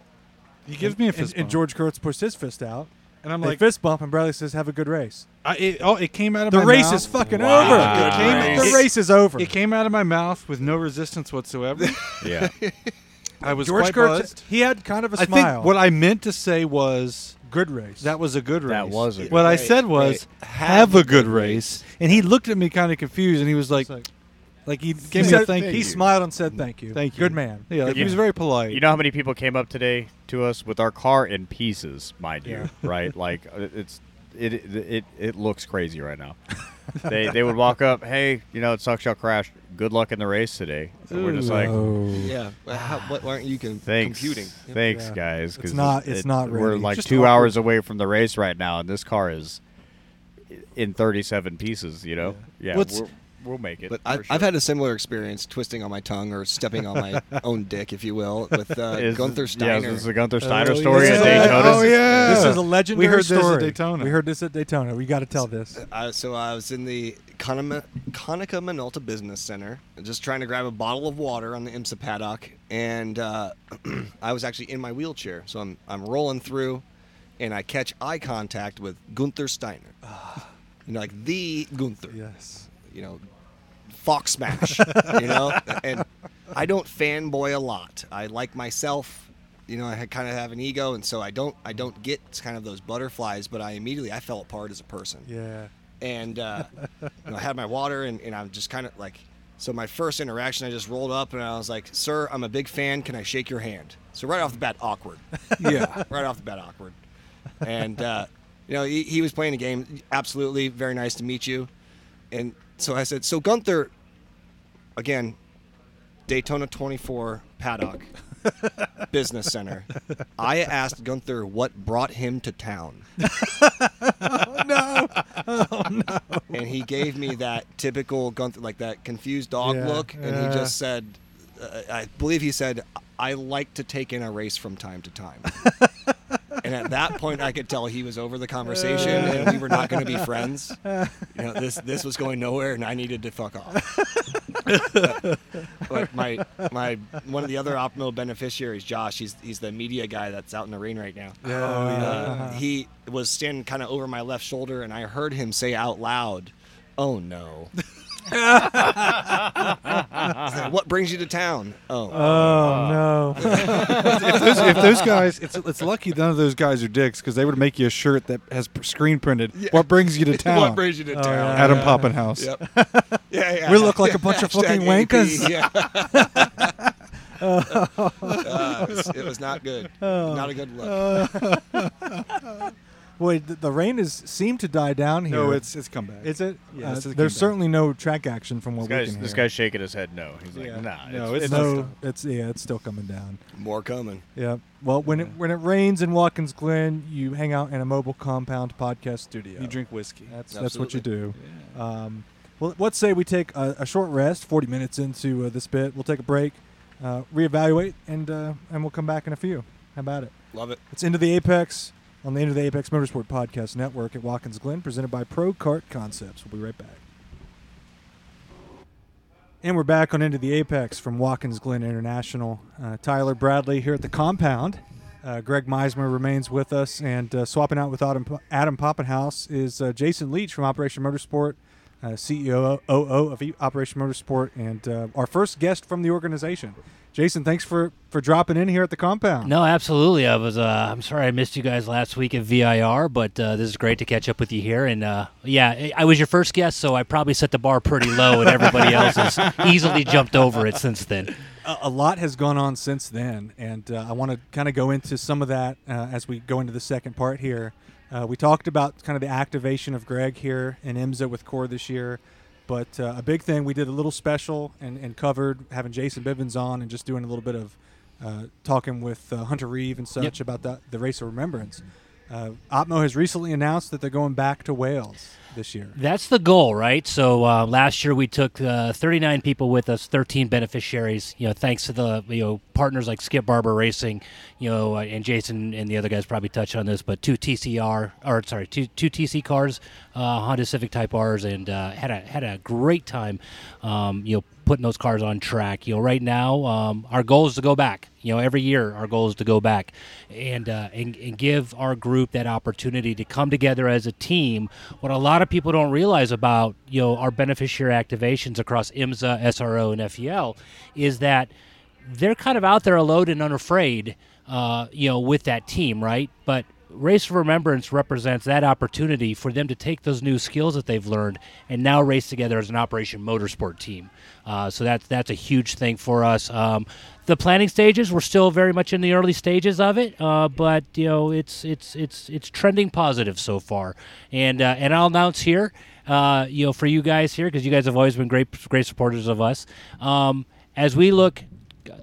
buzzed. He gives me a And- fist and, bump. George Kurtz puts his fist out. and I'm They like, fist bump, and Bradley says, "Have a good race." I, it, oh, it came out of The my race mouth. is fucking Wow. over. Good It came- the it- race is over. It came out of my mouth with no resistance whatsoever. Yeah, I was George quite Kurtz, buzzed. he had kind of a I smile. think what I meant to say was good race. that was a good race. That was a good what I race. said was Right. have a good race, and he looked at me kind of confused, and he was like, It's like- like he gave He, me said- a thank he you. smiled and said thank you. Thank you. Good man. Yeah, like, he You- was very polite. you know how many people came up today to us with our car in pieces, mind you, right? Like uh, it's it it it, it looks crazy right now. they they would walk up, hey, you know, it sucks y'all crashed. Good luck in the race today. And we're just like, Yeah. Well, how, what, why aren't you com- thanks, computing? thanks Yeah. guys. 'cause not- it's not We're ready. like Just two awkward. hours away from the race right now, and this car is in 37 pieces. You know, yeah, What's- we're, we'll make it. But for I, sure. I've had a similar experience twisting on my tongue or stepping on my own dick, if you will, with uh, Is- Gunther Yeah, Steiner. is this the Gunther Steiner yeah. story at Daytona. Oh, yeah. This is a legendary We heard this at story. Daytona. We heard this at Daytona. We got to tell this. I, so I was in the Conema- Conica Minolta Business Center, just trying to grab a bottle of water on the IMSA paddock, and uh, I was actually in my wheelchair. So I'm I'm rolling through, and I catch eye contact with Gunther Steiner, you know, like the Gunther, Yes. you know, Fox Smash, you know, and I don't fanboy a lot. I like myself. You know, I kind of have an ego, and so I don't, I don't get kind of those butterflies. But I immediately, I fell apart as a person Yeah. and uh, you know, I had my water, and, and I'm just kind of like, so my first interaction, I just rolled up and I was like, "Sir, I'm a big fan. Can I shake your hand?" So right off the bat, awkward. Yeah. right off the bat, awkward. And uh, you know, he, he was playing the game. Absolutely, very nice to meet you. And so I said, "So Gunther, again, Daytona 24 paddock." business center. I asked Gunther what brought him to town. and he gave me that typical Gunther, like that confused dog Yeah, look, and yeah. he just said, uh, I believe he said, I like to take in a race from time to time. and at that point, I could tell he was over the conversation, and we were not going to be friends. You know, this this was going nowhere, and I needed to fuck off. but my my one of the other optimal beneficiaries, Josh, he's he's the media guy that's out in the rain right now. Yeah, Uh-huh. he was standing kind of over my left shoulder, and I heard him say out loud, "Oh no." what brings you to town? Oh, Oh no. if, those, if those guys, it's, it's lucky none of those guys are dicks because they would make you a shirt that has p- screen printed. What brings you to town? what brings you to town? Adam Poppenhouse. Yep. Yeah, yeah. Oh, We look like a bunch of Hashtag fucking AP, wankers. Yeah. Uh, it, was, it was not good. Oh. Not a good look. Uh, Boy, th- the rain has seemed to die down here. No, it's it's come back. Is it? Yeah, Uh, it's a there's comeback. certainly no track action from what This guy's, we can this hear. guy's shaking his head no. He's like, nah. No, it's, it's no. no, it's yeah, it's still coming down. More coming. Yeah. Well, when it when it rains in Watkins Glen, you hang out in a mobile compound podcast studio. You drink whiskey. That's that's what you do. Um, well, let's say we take a, a short rest, 40 minutes into uh, this bit. We'll take a break, uh, reevaluate, and uh, and we'll come back in a few. How about it? Love it. It's Into the Apex on the Into the Apex Motorsport Podcast Network at Watkins Glen, presented by Pro Kart Concepts. We'll be right back. And we're back on Into the Apex from Watkins Glen International. Uh, Tyler Bradley here at the compound. Uh, Greg Meismer remains with us, and uh, swapping out with Adam, Adam Poppenhaus is uh, Jason Leach from Operation Motorsport, uh, CEO OO of E- Operation Motorsport, and uh, our first guest from the organization. Jason, thanks for, for dropping in here at the compound. No, absolutely. I was. Uh, I'm sorry I missed you guys last week at VIR, but uh, this is great to catch up with you here. And uh, yeah, I- I was your first guest, so I probably set the bar pretty low, and everybody else has easily jumped over it since then. a, a lot has gone on since then, and uh, I want to kind of go into some of that uh, as we go into the second part here. Uh, we talked about kind of the activation of Greg here in IMSA with Core this year, but uh, a big thing we did a little special and, and covered having Jason Bivens on and just doing a little bit of uh, talking with uh, Hunter Reeve and such about the, the race of remembrance. Uh, Opmo has recently announced that they're going back to Wales this year. That's the goal, right? So uh, last year we took uh, 39 people with us, 13 beneficiaries. You know, thanks to the you know partners like Skip Barber Racing, you know, uh, and Jason and the other guys probably touched on this, but two TCR or sorry, two two TC cars, uh, Honda Civic Type R's, and uh, had a had a great time. Um, you know, putting those cars on track. You know, right now um, our goal is to go back. You know, every year our goal is to go back and, uh, and and give our group that opportunity to come together as a team. What a lot of people don't realize about you know our beneficiary activations across IMSA, SRO, and FEL is that they're kind of out there alone and unafraid. Uh, you know, with that team, right? But Race of Remembrance represents that opportunity for them to take those new skills that they've learned and now race together as an Operation Motorsport team. Uh, so that's that's a huge thing for us. Um, the planning stages we're still very much in the early stages of it, uh, but you know it's it's it's it's trending positive so far. And uh, and I'll announce here uh, you know, for you guys here because you guys have always been great, great supporters of us. Um, as we look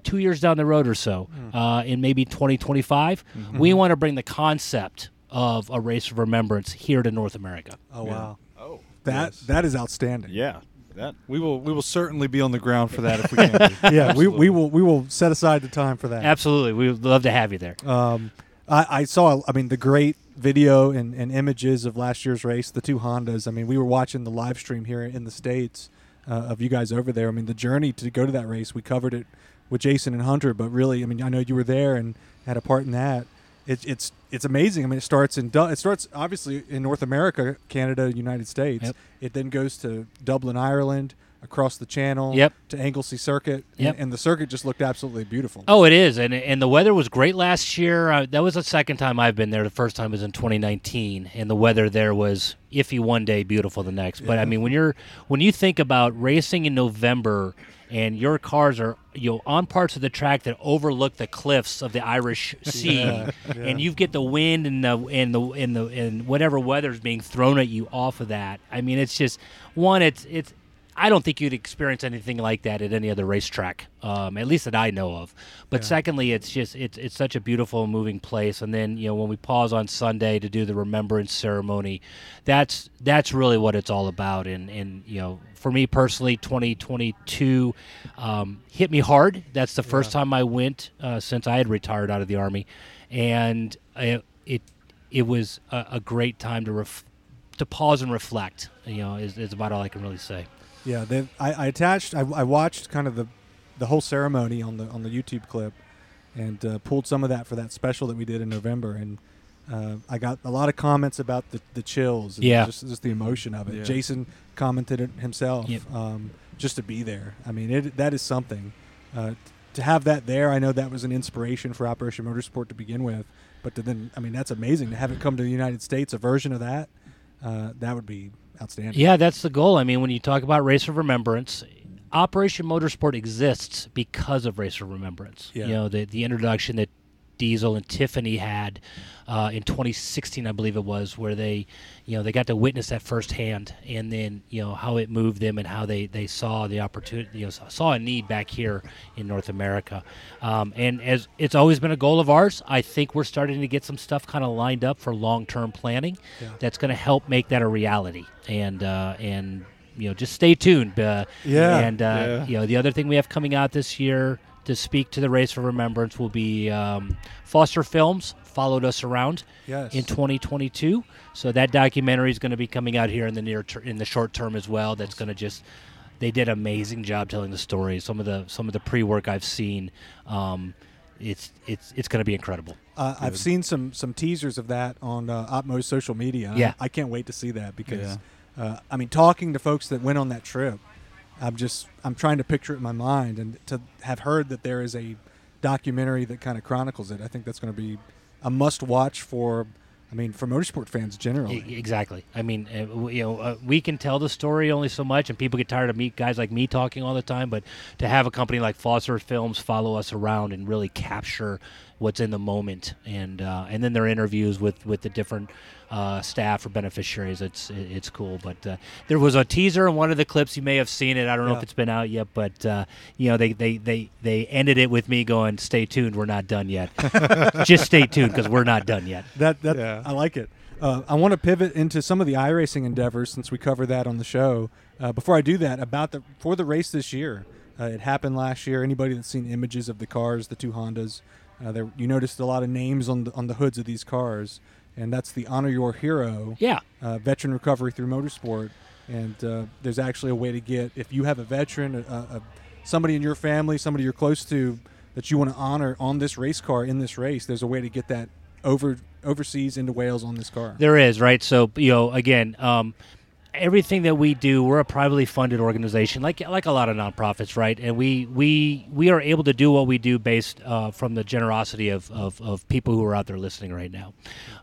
two years down the road or so, uh, in maybe 2025, we want to bring the concept of a race of remembrance here to North America. Oh wow. Oh, That that is outstanding. yeah. That We will we will certainly be on the ground for that if we can. be. Yeah, we, we will we will set aside the time for that. Absolutely, we would love to have you there. Um, I, I saw, I mean, the great video and, and images of last year's race, the two Hondas. I mean, we were watching the live stream here in the States uh, of you guys over there. I mean, the journey to go to that race, we covered it with Jason and Hunter, but really, I mean, I know you were there and had a part in that. It, it's it's amazing. I mean, it starts in Du- it starts obviously in North America, Canada, United States. Yep. It then goes to Dublin, Ireland, across the Channel, Yep. to Anglesey Circuit, Yep. and, and the circuit just looked absolutely beautiful. Oh, it is, and and the weather was great last year. Uh, that was the second time I've been there. The first time was in 2019, and the weather there was iffy one day, beautiful the next. But I mean, when you're when you think about racing in November, and your cars are you know, on parts of the track that overlook the cliffs of the Irish Sea, and you get the wind and the and the and the and whatever weather's being thrown at you off of that. I mean, it's just one. It's it's I don't think you'd experience anything like that at any other racetrack, um, at least that I know of. But secondly, it's just it's it's such a beautiful, and moving place. And then you know when we pause on Sunday to do the remembrance ceremony, that's that's really what it's all about. And and you know for me personally, 2022 um, hit me hard. That's the first time I went uh, since I had retired out of the army, and it it, it was a, a great time to ref- to pause and reflect. You know, is, is about all I can really say. Yeah, they, I, I attached. I, I watched kind of the the whole ceremony on the on the YouTube clip, and uh, pulled some of that for that special that we did in November. And uh, I got a lot of comments about the, the chills. And Yeah. just, just the emotion of it. Yeah. Jason commented it himself. Yep. Um, just to be there. I mean, it, that is something. Uh, to have that there, I know that was an inspiration for Operation Motorsport to begin with. But to then, I mean, that's amazing to have it come to the United States. A version of that, uh, that would be outstanding. Yeah, that's the goal. I mean, when you talk about Race of Remembrance, Operation Motorsport exists because of Race of Remembrance. Yeah. You know, the, the introduction that Diesel and Tiffany had uh, in 2016, I believe it was, where they, you know, they got to witness that firsthand, and then you know how it moved them and how they they saw the opportunity, you know, saw- saw a need back here in North America. Um, and as it's always been a goal of ours, I think we're starting to get some stuff kind of lined up for long term planning that's going to help make that a reality. And uh, and you know, just stay tuned. Uh, Yeah. And uh, you know, the other thing we have coming out this year to speak to the race for remembrance will be um, Foster Films followed us around Yes. in 2022. So that documentary is going to be coming out here in the near ter- in the short term as well. That's going to just they did an amazing job telling the story. Some of the some of the pre work I've seen, um, it's it's it's going to be incredible. Uh, I've seen some some teasers of that on uh, Opmo's social media. Yeah. I, I can't wait to see that because uh, I mean, talking to folks that went on that trip, I'm just I'm trying to picture it in my mind, and to have heard that there is a documentary that kind of chronicles it, I think that's going to be a must watch for. I mean, for motorsport fans generally. E- Exactly. I mean, uh, w- you know, uh, we can tell the story only so much, and people get tired of me guys like me talking all the time. But to have a company like Foster Films follow us around and really capture what's in the moment, and uh, and then their interviews with with the different uh, staff or beneficiaries, it's it- it's cool. But uh, there was a teaser in one of the clips. You may have seen it. I don't know if it's been out yet, but uh, you know, they, they they they ended it with me going, "Stay tuned. We're not done yet. Just stay tuned because we're not done yet." That that Yeah. I like it. Uh, I want to pivot into some of the iRacing endeavors since we cover that on the show. Uh, before I do that, about the for the race this year, uh, it happened last year. Anybody that's seen images of the cars, the two Hondas, uh, there you noticed a lot of names on the on the hoods of these cars, and that's the Honor Your Hero Yeah. uh, veteran recovery through motorsport. And uh, there's actually a way to get if you have a veteran, a, a, somebody in your family, somebody you're close to that you want to honor on this race car in this race. There's a way to get that over overseas into Wales on this car. There is, right? So, you know, again, um, everything that we do, we're a privately funded organization, like like a lot of nonprofits, right? And we we we are able to do what we do based uh, from the generosity of, of of people who are out there listening right now.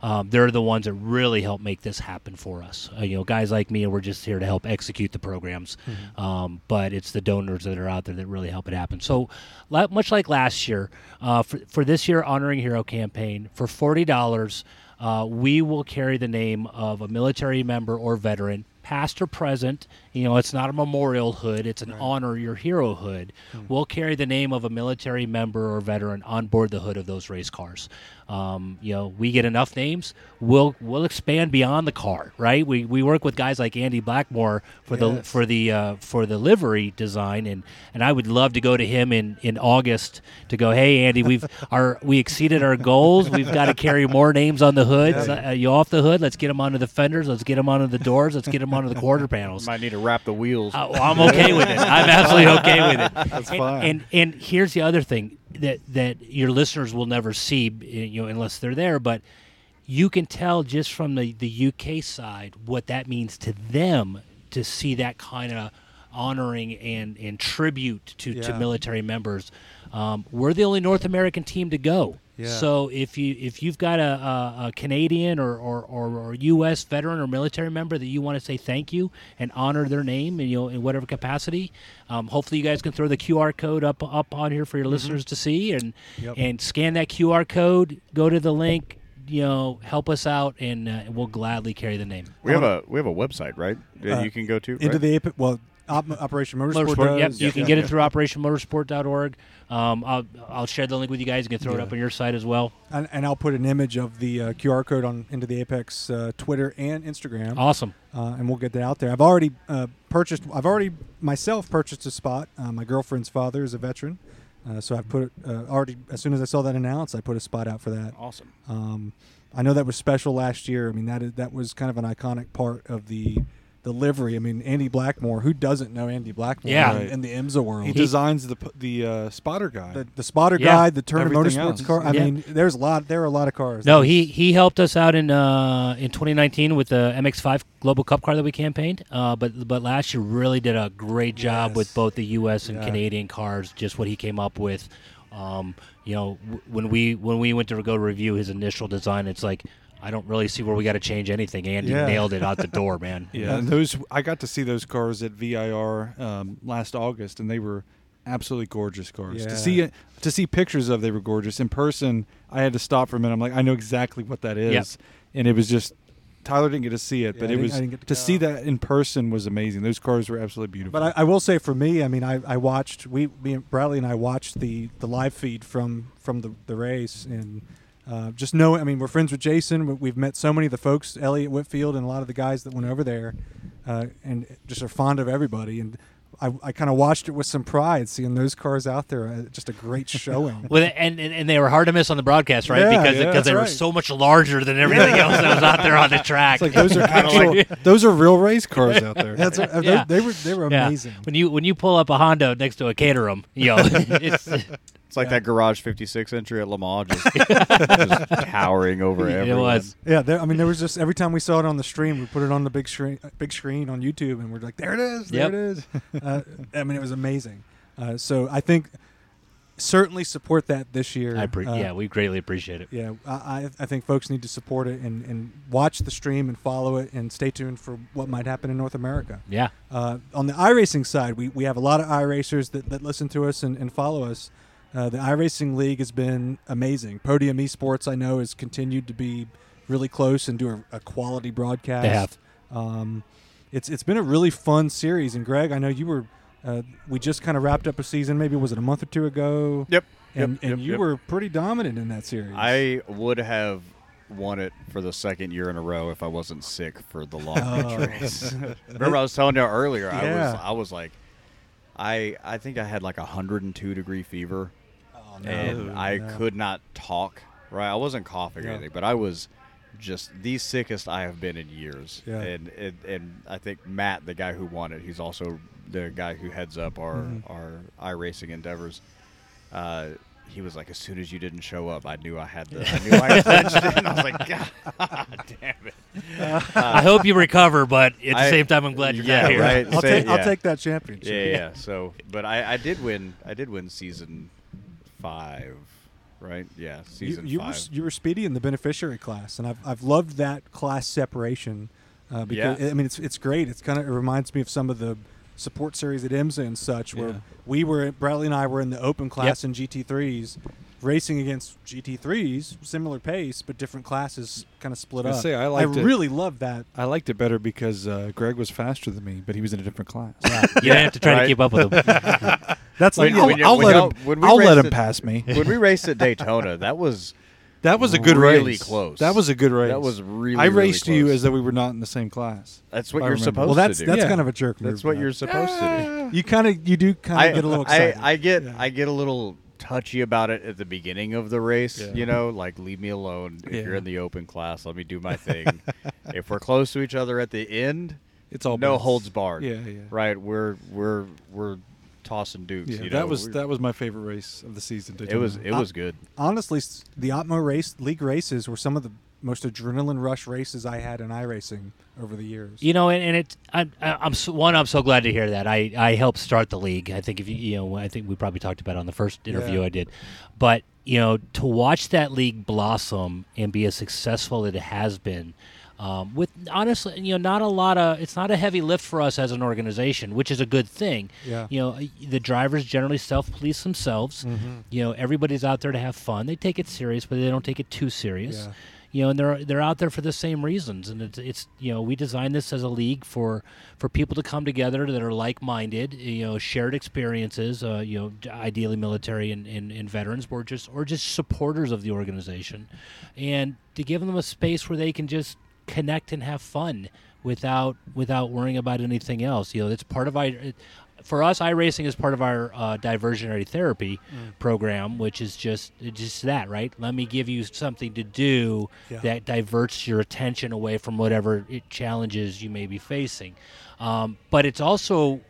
Um, they're the ones that really help make this happen for us. Uh, you know, guys like me, we're just here to help execute the programs, um, but it's the donors that are out there that really help it happen. So, li- much like last year, uh, for for this year honoring hero campaign for forty dollars. Uh, we will carry the name of a military member or veteran past or present. You know, it's not a memorial hood; it's an honor your hero hood. Will carry the name of a military member or veteran on board the hood of those race cars. Um, you know, we get enough names. We'll we'll expand beyond the car, right? We we work with guys like Andy Blackmore for the Yes. for for the uh, for the livery design and and I would love to go to him in in August to go hey Andy we've our we exceeded our goals we've got to carry more names on the hoods uh, you off the hood let's get them onto the fenders let's get them onto the doors let's get them onto the quarter panels Might need to wrap the wheels. uh, well, I'm okay with it. I'm absolutely okay with it. That's and, fine. And and here's the other thing that that your listeners will never see, you know, unless they're there. But you can tell just from the the UK side what that means to them to see that kind of honoring and and tribute to to Yeah. military members. Um, we're the only North American team to go. Yeah. So if you if you've got a, a, a Canadian or, or, or, or U.S. veteran or military member that you want to say thank you and honor their name and you know in whatever capacity, um, hopefully you guys can throw the QR code up up on here for your listeners to see and and scan that QR code. Go to the link. You know, help us out, and uh, we'll gladly carry the name. we have a we have a website, right? That you can go to. Uh, Into right? the api- well, op- Operation Motorsport. Motorsport. Yep, does. you can get it through OperationMotorsport.org. Um, I'll I'll share the link with you guys. You can throw it up on your site as well. and, and I'll put an image of the uh, QR code on into the Apex uh, Twitter and Instagram, Awesome. uh, and we'll get that out there. I've already uh, purchased. I've already myself purchased a spot. Uh, my girlfriend's father is a veteran, uh, so I've put uh, already. As soon as I saw that announced, I put a spot out for that. Awesome. Um, I know that was special last year. I mean, that is, that was kind of an iconic part of the the livery. I mean, Andy Blackmore. Who doesn't know Andy Blackmore? Yeah. in, in the IMSA world. He designs the p- the uh, spotter guy. the, the spotter Yeah. guy, the Turner Everything Motorsports else. car. I Yeah. mean, there's a lot. There are a lot of cars. No, he he helped us out in uh, in 2019 with the MX5 Global Cup car that we campaigned. Uh, but but last year really did a great job with both the U.S. and Canadian cars. Just what he came up with. Um, you know, w- when we when we went to go review his initial design, it's like I don't really see where we got to change anything. Andy Yeah. nailed it out the door, man. Yeah, and those I got to see those cars at VIR um, last August, and they were absolutely gorgeous cars. Yeah. To see it, to see pictures of, they were gorgeous. In person, I had to stop for a minute. I'm like, I know exactly what that is, and it was just Tyler didn't get to see it, but I it didn't- was I didn't get to, to see that in person was amazing. Those cars were absolutely beautiful. But I, I will say for me, I mean, I, I watched we me and Bradley and I watched the, the live feed from from the, the race and uh, just know. I mean, we're friends with Jason. We- We've met so many of the folks, Elliot Whitfield, and a lot of the guys that went over there, uh, and just are fond of everybody. And I, I kind of watched it with some pride, seeing those cars out there. Uh, just a great showing. Well, and, and and they were hard to miss on the broadcast, right? Yeah, because yeah, because that's they were right. so much larger than everything else that was out there on the track. like those are actual, those are real race cars out there. That's uh, Yeah. they, they were they were Yeah. amazing. When you when you pull up a Hondo next to a Caterham, yo, it's It's like that garage 56 entry at Lamar, just, just towering over it everyone. was. Yeah, there, I mean, there was just every time we saw it on the stream, we put it on the big screen, uh, big screen on YouTube, and we're like, "There it is, there Yep. it is." Uh, I mean, it was amazing. Uh, so I think certainly support that this year. I pre- Uh, yeah, we greatly appreciate it. yeah. I, I I think folks need to support it and and watch the stream and follow it and stay tuned for what might happen in North America. Yeah. Uh, on the iRacing side, we, we have a lot of iRacers that, that listen to us and, and follow us. Uh, the iRacing League has been amazing. Podium Esports, I know, has continued to be really close and do a, a quality broadcast. They have. Um, it's it's been a really fun series. And Greg, I know you were. Uh, we just kind of wrapped up a season. Maybe was it a month or two ago? Yep. And, yep, and yep, you yep. were pretty dominant in that series. I would have won it for the second year in a row if I wasn't sick for the long Oh. beach race. Remember, I was telling you earlier. I was Yeah. I was like, I I think I had like a 102 degree fever, Oh, and I could not talk. Right, I wasn't coughing or anything, but I was just the sickest I have been in years. Yeah. And, and and I think Matt, the guy who won it, he's also the guy who heads up our Mm-hmm. our iRacing endeavors uh, he was like, as soon as you didn't show up, I knew I had the. I knew I clinched it. And I was like, God damn it. I hope you recover, but at the I- same time, I'm glad you're yeah, not here. right. I'll, Say- take, I'll yeah. take that championship. Yeah, yeah, yeah. So, but I, I did win. I did win season five, right? Yeah, you, season you five. were you were speedy in the beneficiary class, and I've I've loved that class separation. Uh, because Yeah. I mean, it's it's great. It's kind of it reminds me of some of the support series at IMSA and such, where we were Bradley and I were in the open class in GT3s, racing against GT3s, similar pace but different classes, kind of split I up. say, I liked it. really love that. I liked it better because uh, Greg was faster than me, but he was in a different class. You didn't have to try to right. keep up with them. That's When- like I'll, when you- I'll when let y'all- him. when we I'll let raced him it- pass me. when we raced at Daytona, that was That was a good really race. close. That was a good race. That was really, I really raced you close. as though we were not in the same class. that's what I you're remember. supposed Well, that's to do. that's Yeah. kind of a jerk. That's move, what though. you're supposed to do. You kind of you do kind I of get a little I, excited. I get I get a little touchy about it at the beginning of the race. You know, like leave me alone. If you're Yeah. in the open class, let me do my thing. if we're close to each other at the end, It's all no bets. holds barred. Yeah, yeah. Right, we're we're we're tossing dukes. Yeah, you know? that was We're- that was my favorite race of the season. It Daytona. was it was good. honestly, s- the Otmo race league races were some of the most adrenaline rush races I had in iRacing over the years. You know, and, and it, I, I, I'm so, one. I'm so glad to hear that. I, I helped start the league. I think if you, you know, I think we probably talked about it on the first interview I did, but you know, to watch that league blossom and be as successful as it has been, um, with honestly, you know, not a lot of. It's not a heavy lift for us as an organization, which is a good thing. Yeah. You know, the drivers generally self-police themselves. Mm-hmm. You know, everybody's out there to have fun. They take it serious, but they don't take it too serious Yeah. you know, and they're they're out there for the same reasons. And it's it's you know, we designed this as a league for for people to come together that are like minded, you know, shared experiences, uh, you know, d- ideally military and, and, and veterans, or just or just supporters of the organization, and to give them a space where they can just connect and have fun without without worrying about anything else. You know, it's part of our. It, for us, iRacing is part of our uh, diversionary therapy program, which is just just that, right? Let me give you something to do that diverts your attention away from whatever it challenges you may be facing. Um, but it's also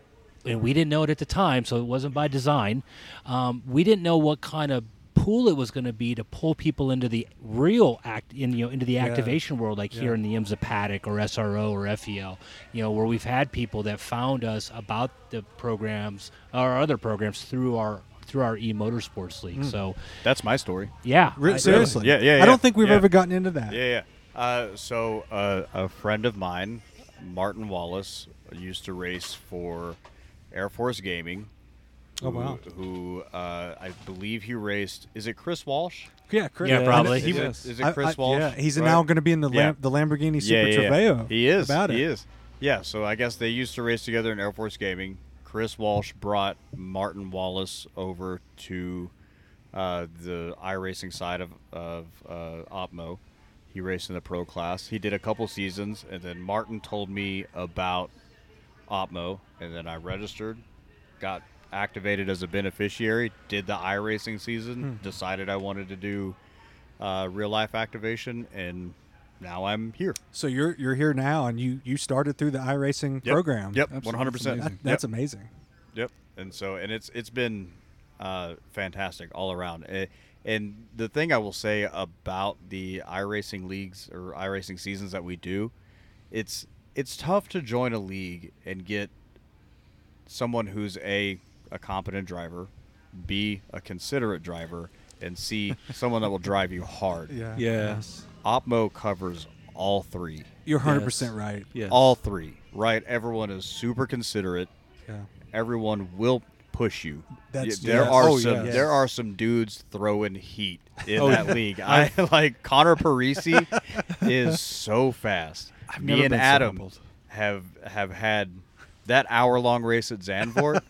and we didn't know it at the time, so it wasn't by design. Um, we didn't know what kind of pool it was going to be to pull people into the real act in you know into the activation world like here in the IMSA paddock or SRO or FEL you know where we've had people that found us about the programs or other programs through our through our e motorsports league so That's my story. yeah Re- I- seriously, Yeah, yeah, I yeah, don't think we've yeah. ever gotten into that. Yeah, yeah. Uh, so uh, a friend of mine, Martin Wallace, used to race for Air Force Gaming. Who, oh wow. Who uh, I believe he raced. Is it Chris Walsh? yeah, Chris, Yeah, probably. Is it- Yes. is it Chris Walsh? Yeah, he's Right. now going to be in the Yeah. Lam- the Lamborghini Yeah, Super yeah, yeah. Treveo. He is. about he it. is. Yeah. So I guess they used to race together in Air Force Gaming. Chris Walsh brought Martin Wallace over to uh, the iRacing side of of uh, Opmo. He raced in the pro class. He did a couple seasons, and then Martin told me about Opmo, and then I registered, got activated as a beneficiary, did the iRacing season, Hmm. decided I wanted to do uh, real life activation, and now I'm here. So you're you're here now, and you you started through the iRacing Yep. program. Yep, one hundred percent. That- that's amazing. Yep. And so, and it's it's been uh, fantastic all around. Eh, And the thing I will say about the iRacing leagues or iRacing seasons that we do, it's it's tough to join a league and get someone who's a a competent driver, b a considerate driver, and c someone that will drive you hard. Yeah, Yes. Opmo covers all three. you're 100 percent right. Yes. All three, right? Everyone is super considerate Yeah. everyone will push you. That's- Yeah, there yes. are Oh, some yes. there are some dudes throwing heat in Oh, that league. I like Connor Parisi is so fast. never Me and been so Adam humbled. have have had that hour long race at Zandvoort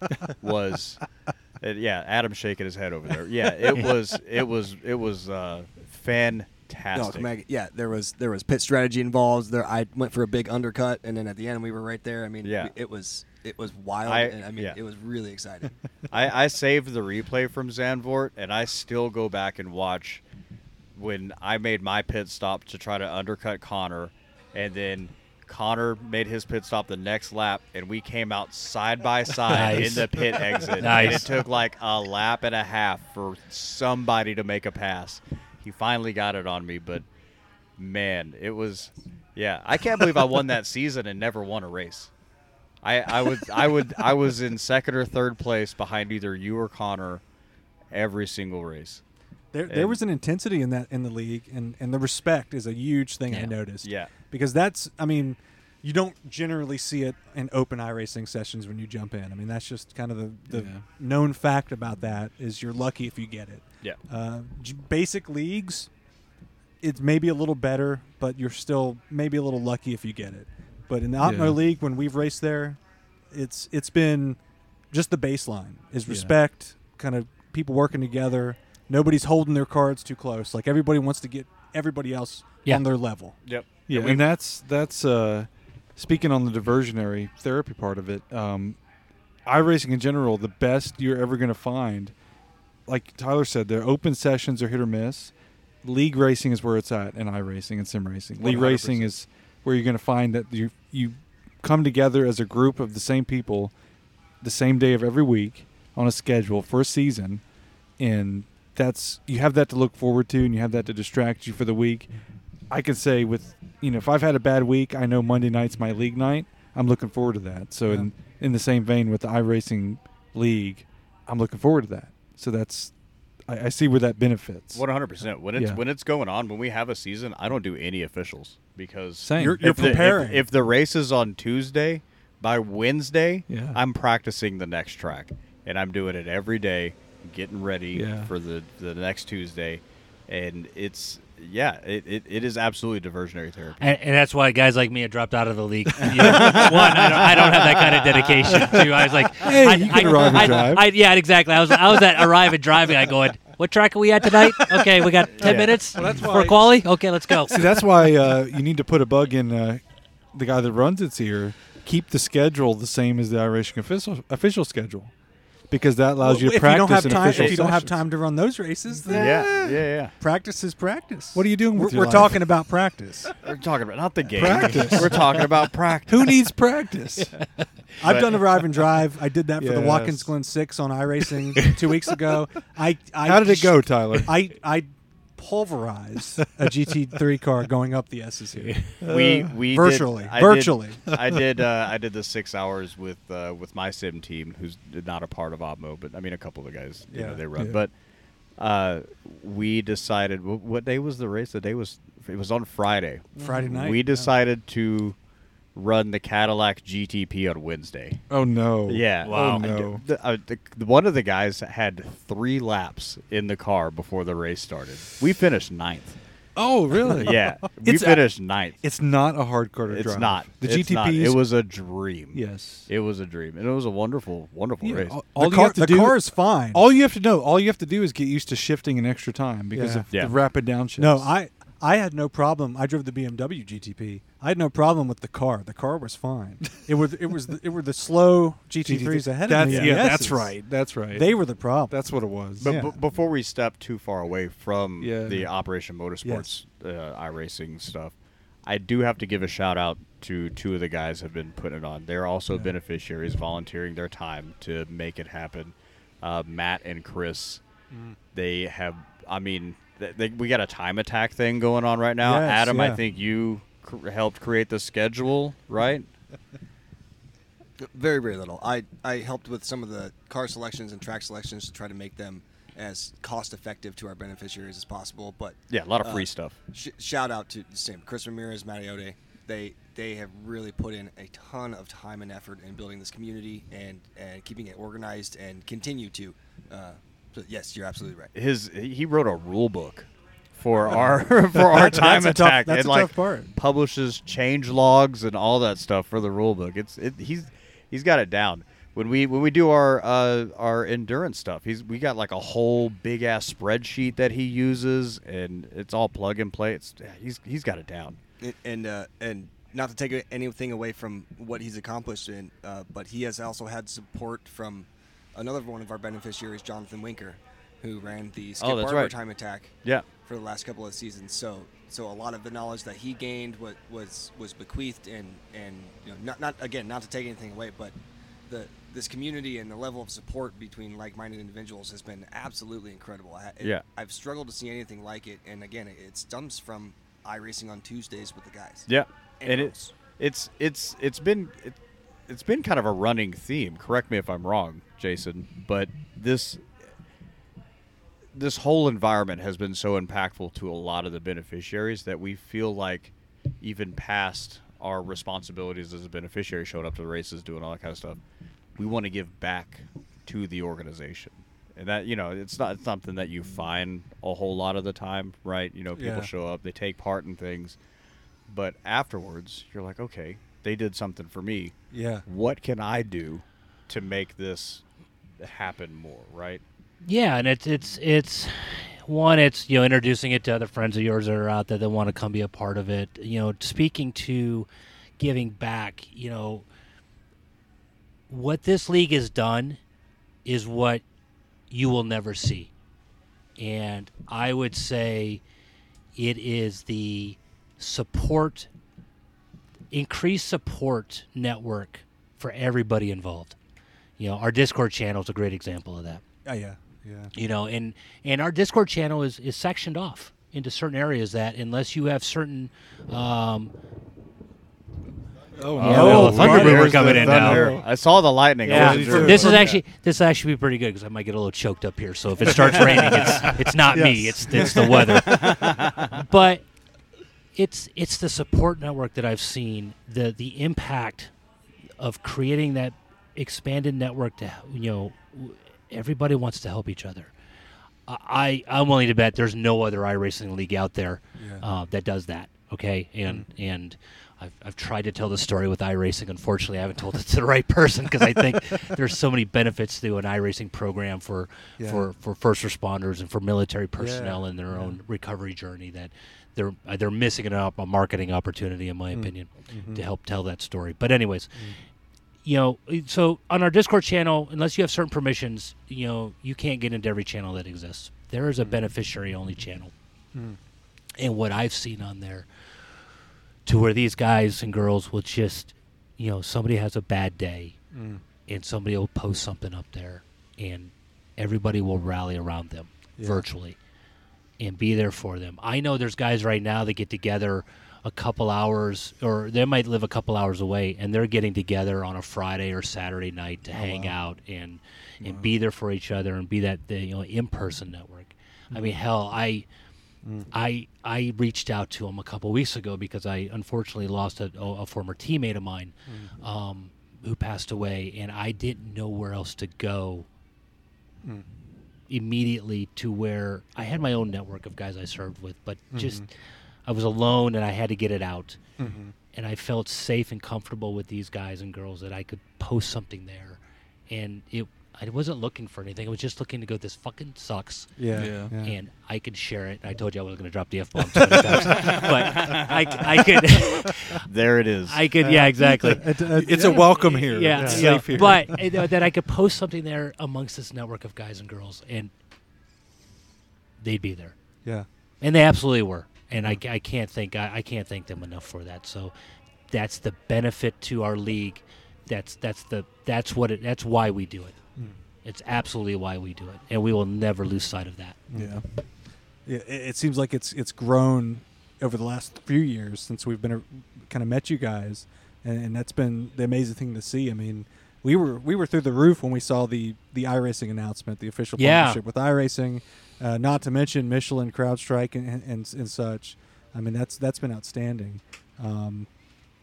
was uh, yeah, Adam shaking his head over there. Yeah, it was it was it was uh No, fantastic. Mag- yeah, there was there was pit strategy involved. There, I went for a big undercut, and then at the end we were right there. I mean, Yeah. it was it was wild, I- and I mean, yeah. it was really exciting. I, I saved the replay from Zandvoort, and I still go back and watch when I made my pit stop to try to undercut Connor, and then Connor made his pit stop the next lap, and we came out side by side Nice. in the pit exit. And Nice. it took like a lap and a half for somebody to make a pass. He finally got it on me, but man, it was yeah. I can't believe I won that season and never won a race. I, I would I would I was in second or third place behind either you or Connor every single race. There, there And- was an intensity in that in the league, and and the respect is a huge thing I Yeah. noticed. Yeah. because that's I mean, you don't generally see it in open iRacing sessions when you jump in. I mean, that's just kind of the, the Yeah. known fact about that is you're lucky if you get it. Yeah. Uh, j- basic leagues, it's maybe a little better, but you're still maybe a little lucky if you get it. But in the Otmo Yeah. League, when we've raced there, it's it's been just the baseline is respect, kind of people working together. Nobody's holding their cards too close. Like everybody wants to get everybody else Yeah. on their level. Yep. Yeah, and that's that's uh, speaking on the diversionary therapy part of it. Um, iRacing in general, the best you're ever going to find, like Tyler said, their open sessions are hit or miss. League racing is where it's at, and iRacing and sim racing. League racing 100%. is where you're going to find that you you come together as a group of the same people, the same day of every week on a schedule for a season, and that's you have that to look forward to, and you have that to distract you for the week. I can say with you know if I've had a bad week, I know Monday night's my league night. I'm looking forward to that. So in in the same vein with the iRacing league, I'm looking forward to that. So that's I, I see where that benefits. One hundred percent. When it's Yeah. when it's going on, when we have a season, I don't do any officials because Same. You're, If you're if the- if- preparing. if, the race is on Tuesday, by Wednesday, Yeah. I'm practicing the next track, and I'm doing it every day, getting ready Yeah. for the the next Tuesday, and it's yeah, it, it, it is absolutely diversionary therapy. And, and that's why guys like me have dropped out of the league. You know, one, I don't, I don't have that kind of dedication. Two, I was like, Hey, I, you I, can arrive and I- drive. I- yeah, exactly. I was, I was at arrive and driving. I going, what track are we at tonight? Okay, we got ten Yeah. minutes that's for why- quali. Okay, let's go. See, that's why uh, you need to put a bug in uh, the guy that runs it's here. Keep the schedule the same as the iRacing official official schedule, because that allows you Well, if to you practice don't have in time, if you official don't have sessions. time to run those races, then yeah, yeah, yeah. practice is practice. What are you doing We're, with your we're life? talking about practice. We're talking about not the game. Practice. We're talking about practice. Who needs practice? I've done arrive and drive. I did that for the Yes. Watkins Glen Six on iRacing two weeks ago. I, I How did it go, Tyler? I I pulverized a GT3 car going up the S's here. we we did- Uh, virtually, I virtually. Did, I did uh, I did the six hours with uh, with my sim team, who's not a part of Obmo, but I mean a couple of the guys. You Yeah. know, they run, Yeah. but uh, we decided wh- what day was the race? The day was it was on Friday. Friday night. we yeah. decided to run the Cadillac GTP on Wednesday. oh no! Yeah. Wow. Oh, no. The, uh, the, the- one of the guys had three laps in the car before the race started. We finished ninth. Oh really? Yeah. we It's a- finished ninth. It's not a hard car to It's drive. not. The It's not. GTPs. It was a dream. yes. It was a dream, and it was a wonderful, wonderful Yeah, race. all- The, all you car, have to the do, car is fine. All you have to know, all you have to do is get used to shifting an extra time because Yeah. of Yeah. the rapid downshifts. no, I I had no problem. I drove the BMW GTP. I had no problem with the car. The car was fine. It was it was the, it were the slow GT3s ahead that's, of me. on Yeah, the that's S's. right. That's right. They were the problem. that's what it was. but yeah. b- before we step too far away from Yeah. the Operation Motorsports uh, iRacing stuff, I do have to give a shout out to two of the guys who have been putting it on. They're also beneficiaries, volunteering their time to make it happen. Uh, Matt and Chris, Mm. they have. I mean, th- they, we got a time attack thing going on right now. Yes, Adam, I yeah. think you cr- helped create the schedule, right? Very, very little. I, I helped with some of the car selections and track selections to try to make them as cost effective to our beneficiaries as possible. But Yeah, a lot of Uh, free stuff. sh- shout out to the same Chris Ramirez, Mattiode. They they have really put in a ton of time and effort in building this community and and keeping it organized and continue to. Uh, so yes, you're absolutely right. his he wrote a rule book for our for our time a tough- attack that's and a like tough part. publishes change logs and all that stuff for the rule book. It's it, he's he's got it down. When we when we do our uh, our endurance stuff, he's we got like a whole big ass spreadsheet that he uses, and it's all plug and play. It's he's he's got it down. and and, uh, and not to take anything away from what he's accomplished in, uh, but he has also had support from another one of our beneficiaries, Jonathan Winker, who ran the Skip Oh, that's Barber right. time attack Yeah. for the last couple of seasons. So so a lot of the knowledge that he gained was was, was bequeathed and and you know not not again not to take anything away, but the this community and the level of support between like-minded individuals has been absolutely incredible. I, it- Yeah. I've struggled to see anything like it, and again, it, it stems from iRacing on Tuesdays with the guys. Yeah, and and girls. it's it's it's it's been it, it's been kind of a running theme. Correct me if I'm wrong, Jason, but this this whole environment has been so impactful to a lot of the beneficiaries that we feel like even past our responsibilities as a beneficiary showed up to the races doing all that kind of stuff we want to give back to the organization and that you know it's not something that you find a whole lot of the time right you know people Yeah. show up they take part in things but afterwards you're like okay they did something for me Yeah. what can i do to make this happen more right Yeah, and it's it's it's one. It's you know introducing it to other friends of yours that are out there that want to come be a part of it. You know, speaking to giving back. You know, what this league has done is what you will never see, and I would say it is the support, increased support network for everybody involved. You know, our Discord channel is a great example of that Oh, yeah. Yeah. you know and and our discord channel is is sectioned off into certain areas that unless you have certain um Oh, no. the Thunder River There's coming the in now. thunder. i saw the lightning I wasn't sure. this is actually this will actually be pretty good because i might get a little choked up here so if it starts raining it's it's not me it's it's the weather but it's it's the support network that i've seen the the impact of creating that expanded network to you know w- everybody wants to help each other I I'm willing to bet there's no other iRacing league out there uh, that does that. Okay, and and I've, I've tried to tell the story with iRacing. Unfortunately, I haven't told it to the right person because I think there's so many benefits to an iRacing program for for for first responders and for military personnel in their own recovery journey that they're uh, they're missing an op- a marketing opportunity, in my opinion, to help tell that story. But anyways you know, eh, so on our Discord channel, unless you have certain permissions, you know, you can't get into every channel that exists. There is a beneficiary only channel. And what I've seen on there to where these guys and girls will just, you know, somebody has a bad day and somebody will post something up there and everybody will rally around them virtually and be there for them. I know there's guys right now that get together a couple hours or they might live a couple hours away and they're getting together on a Friday or Saturday night to hang out and and be there for each other and be that you know in-person network. I mean hell, I I I reached out to him a couple weeks ago because I unfortunately lost a, a a former teammate of mine um, who passed away, and I didn't know where else to go immediately to where I had my own network of guys I served with, but just I was alone and I had to get it out, and I felt safe and comfortable with these guys and girls that I could post something there, and it. I wasn't looking for anything. I was just looking to go. This fucking sucks Yeah. Yeah. Yeah. and I could share it. I told you I wasn't going to drop the f bomb so many times, but I, I could, there it is I could, yeah, exactly, It- it- It's a welcome here. yeah, It's yeah. safe here. But uh, th- that I could post something there amongst this network of guys and girls, and they'd be there, yeah. and they absolutely were. And I, I can't thank I, I can't thank them enough for that. So that's the benefit to our league. That's that's the that's what it that's why we do it. Hmm. It's absolutely why we do it, and we will never lose sight of that. Yeah. Yeah, it, it seems like it's it's grown over the last few years since we've been a, kind of met you guys, and, and that's been the amazing thing to see. I mean, we were we were through the roof when we saw the the iRacing announcement, the official Yeah. partnership with iRacing, uh, not to mention Michelin, CrowdStrike, and, and and and such. I mean, that's that's been outstanding. Um,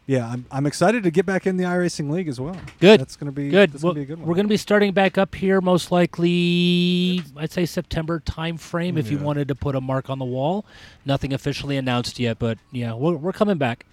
yeah, I'm, I'm excited to get back in the iRacing league as well. Good. That's gonna be Good. That's Well, gonna be a good one. We're going to be starting back up here most likely, I'd say September time frame if you wanted to put a mark on the wall. Nothing officially announced yet, but yeah, we're, we're coming back.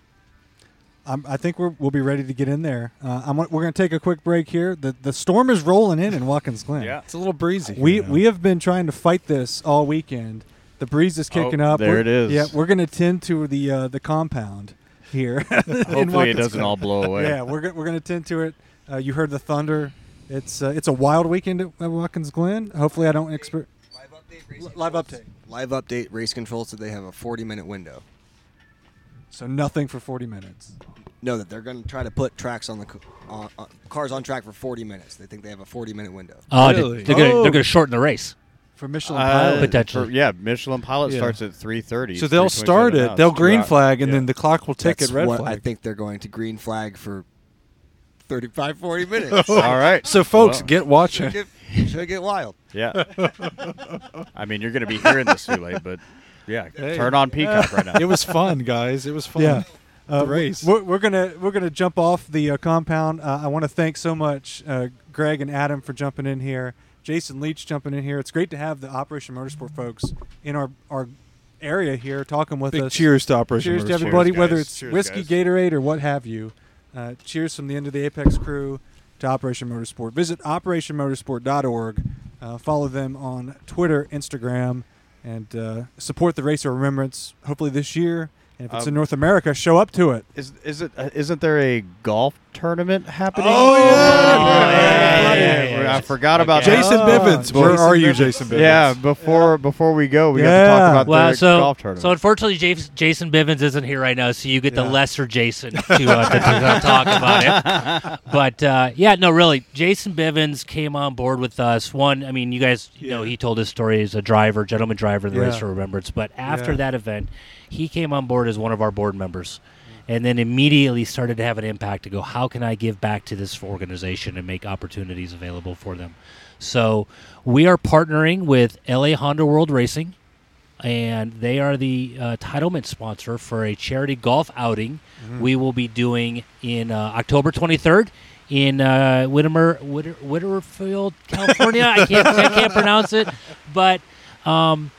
I'm, I think we're, we'll be ready to get in there. Uh, I'm, we're going to take a quick break here. The the storm is rolling in in Watkins Glen. Yeah. It's a little breezy. we here now. we have been trying to fight this all weekend. The breeze is kicking Oh, up. there We're- it is. Yeah, we're going to tend to the uh, the compound here. hopefully it doesn't all blow away yeah, we're go- we're going to tend to it. Uh, you heard the thunder. It's uh, it's a wild weekend at, at Watkins Glen. Hopefully, I don't expert Live update, race live update. Live update race control said they have a 40 minute window. So nothing for 40 minutes. Know that they're going to try to put tracks on the c- on, on, cars on track for 40 minutes. They think they have a 40 minute window. Oh, they- Really? They're going Oh. to shorten the race. For Michelin Uh, Pilot. Potentially. for- yeah, Michelin Pilot Yeah. starts at 3:30. so they'll 3:27 start now. uh, it. It's They'll two green hours. flag, and Yeah. then the clock will tick That's it red what flag. I think they're going to green flag for 35, 40 minutes. All right. So, folks, Well, get watching. should, get, should get wild. yeah. I mean, you're going to be hearing this too late, but yeah, Hey. turn on Peacock right now. it was fun, guys. It was fun. Yeah. Uh, race. We're, we're gonna we're gonna jump off the uh, compound. Uh, I want to thank so much uh, Greg and Adam for jumping in here. Jason Leach jumping in here. It's great to have the Operation Motorsport folks in our our area here talking with Big us. cheers to Operation Cheers to Motorsport. everybody, Cheers, whether guys. it's Cheers, whiskey, guys. Gatorade, or what have you. Uh, cheers from the end of the Apex crew to Operation Motorsport. Visit operationmotorsport.org. Uh, follow them on Twitter, Instagram, and uh, support the Racer Remembrance. Hopefully this year, and if it's in North America, show up to it. Is is it uh, isn't there a golf tournament happening? Oh, yeah. yeah, yeah, yeah, yeah, yeah. I forgot about that. Jason Oh, Bivens, where Jason are you, Bivens. Jason Bivens? Yeah, before before we go, we have to Yeah. talk about Well, the so golf tournament. so unfortunately, Jason, Jason Bivens isn't here right now, so you get the Yeah. lesser Jason to, uh, to, to talk about it. But uh, yeah, no, really, Jason Bivens came on board with us. One, I mean, you guys you know he told his story as a driver, gentleman driver in the Yeah. race for remembrance. But after Yeah. that event, he came on board as one of our board members. And then immediately started to have an impact to go, how can I give back to this organization and make opportunities available for them? So we are partnering with LA Honda World Racing, and they are the uh, titlement sponsor for a charity golf outing we will be doing in uh, October 23rd in uh, Whittimer, Whitter, Whitterfield, California. I can't I can't pronounce it, but um,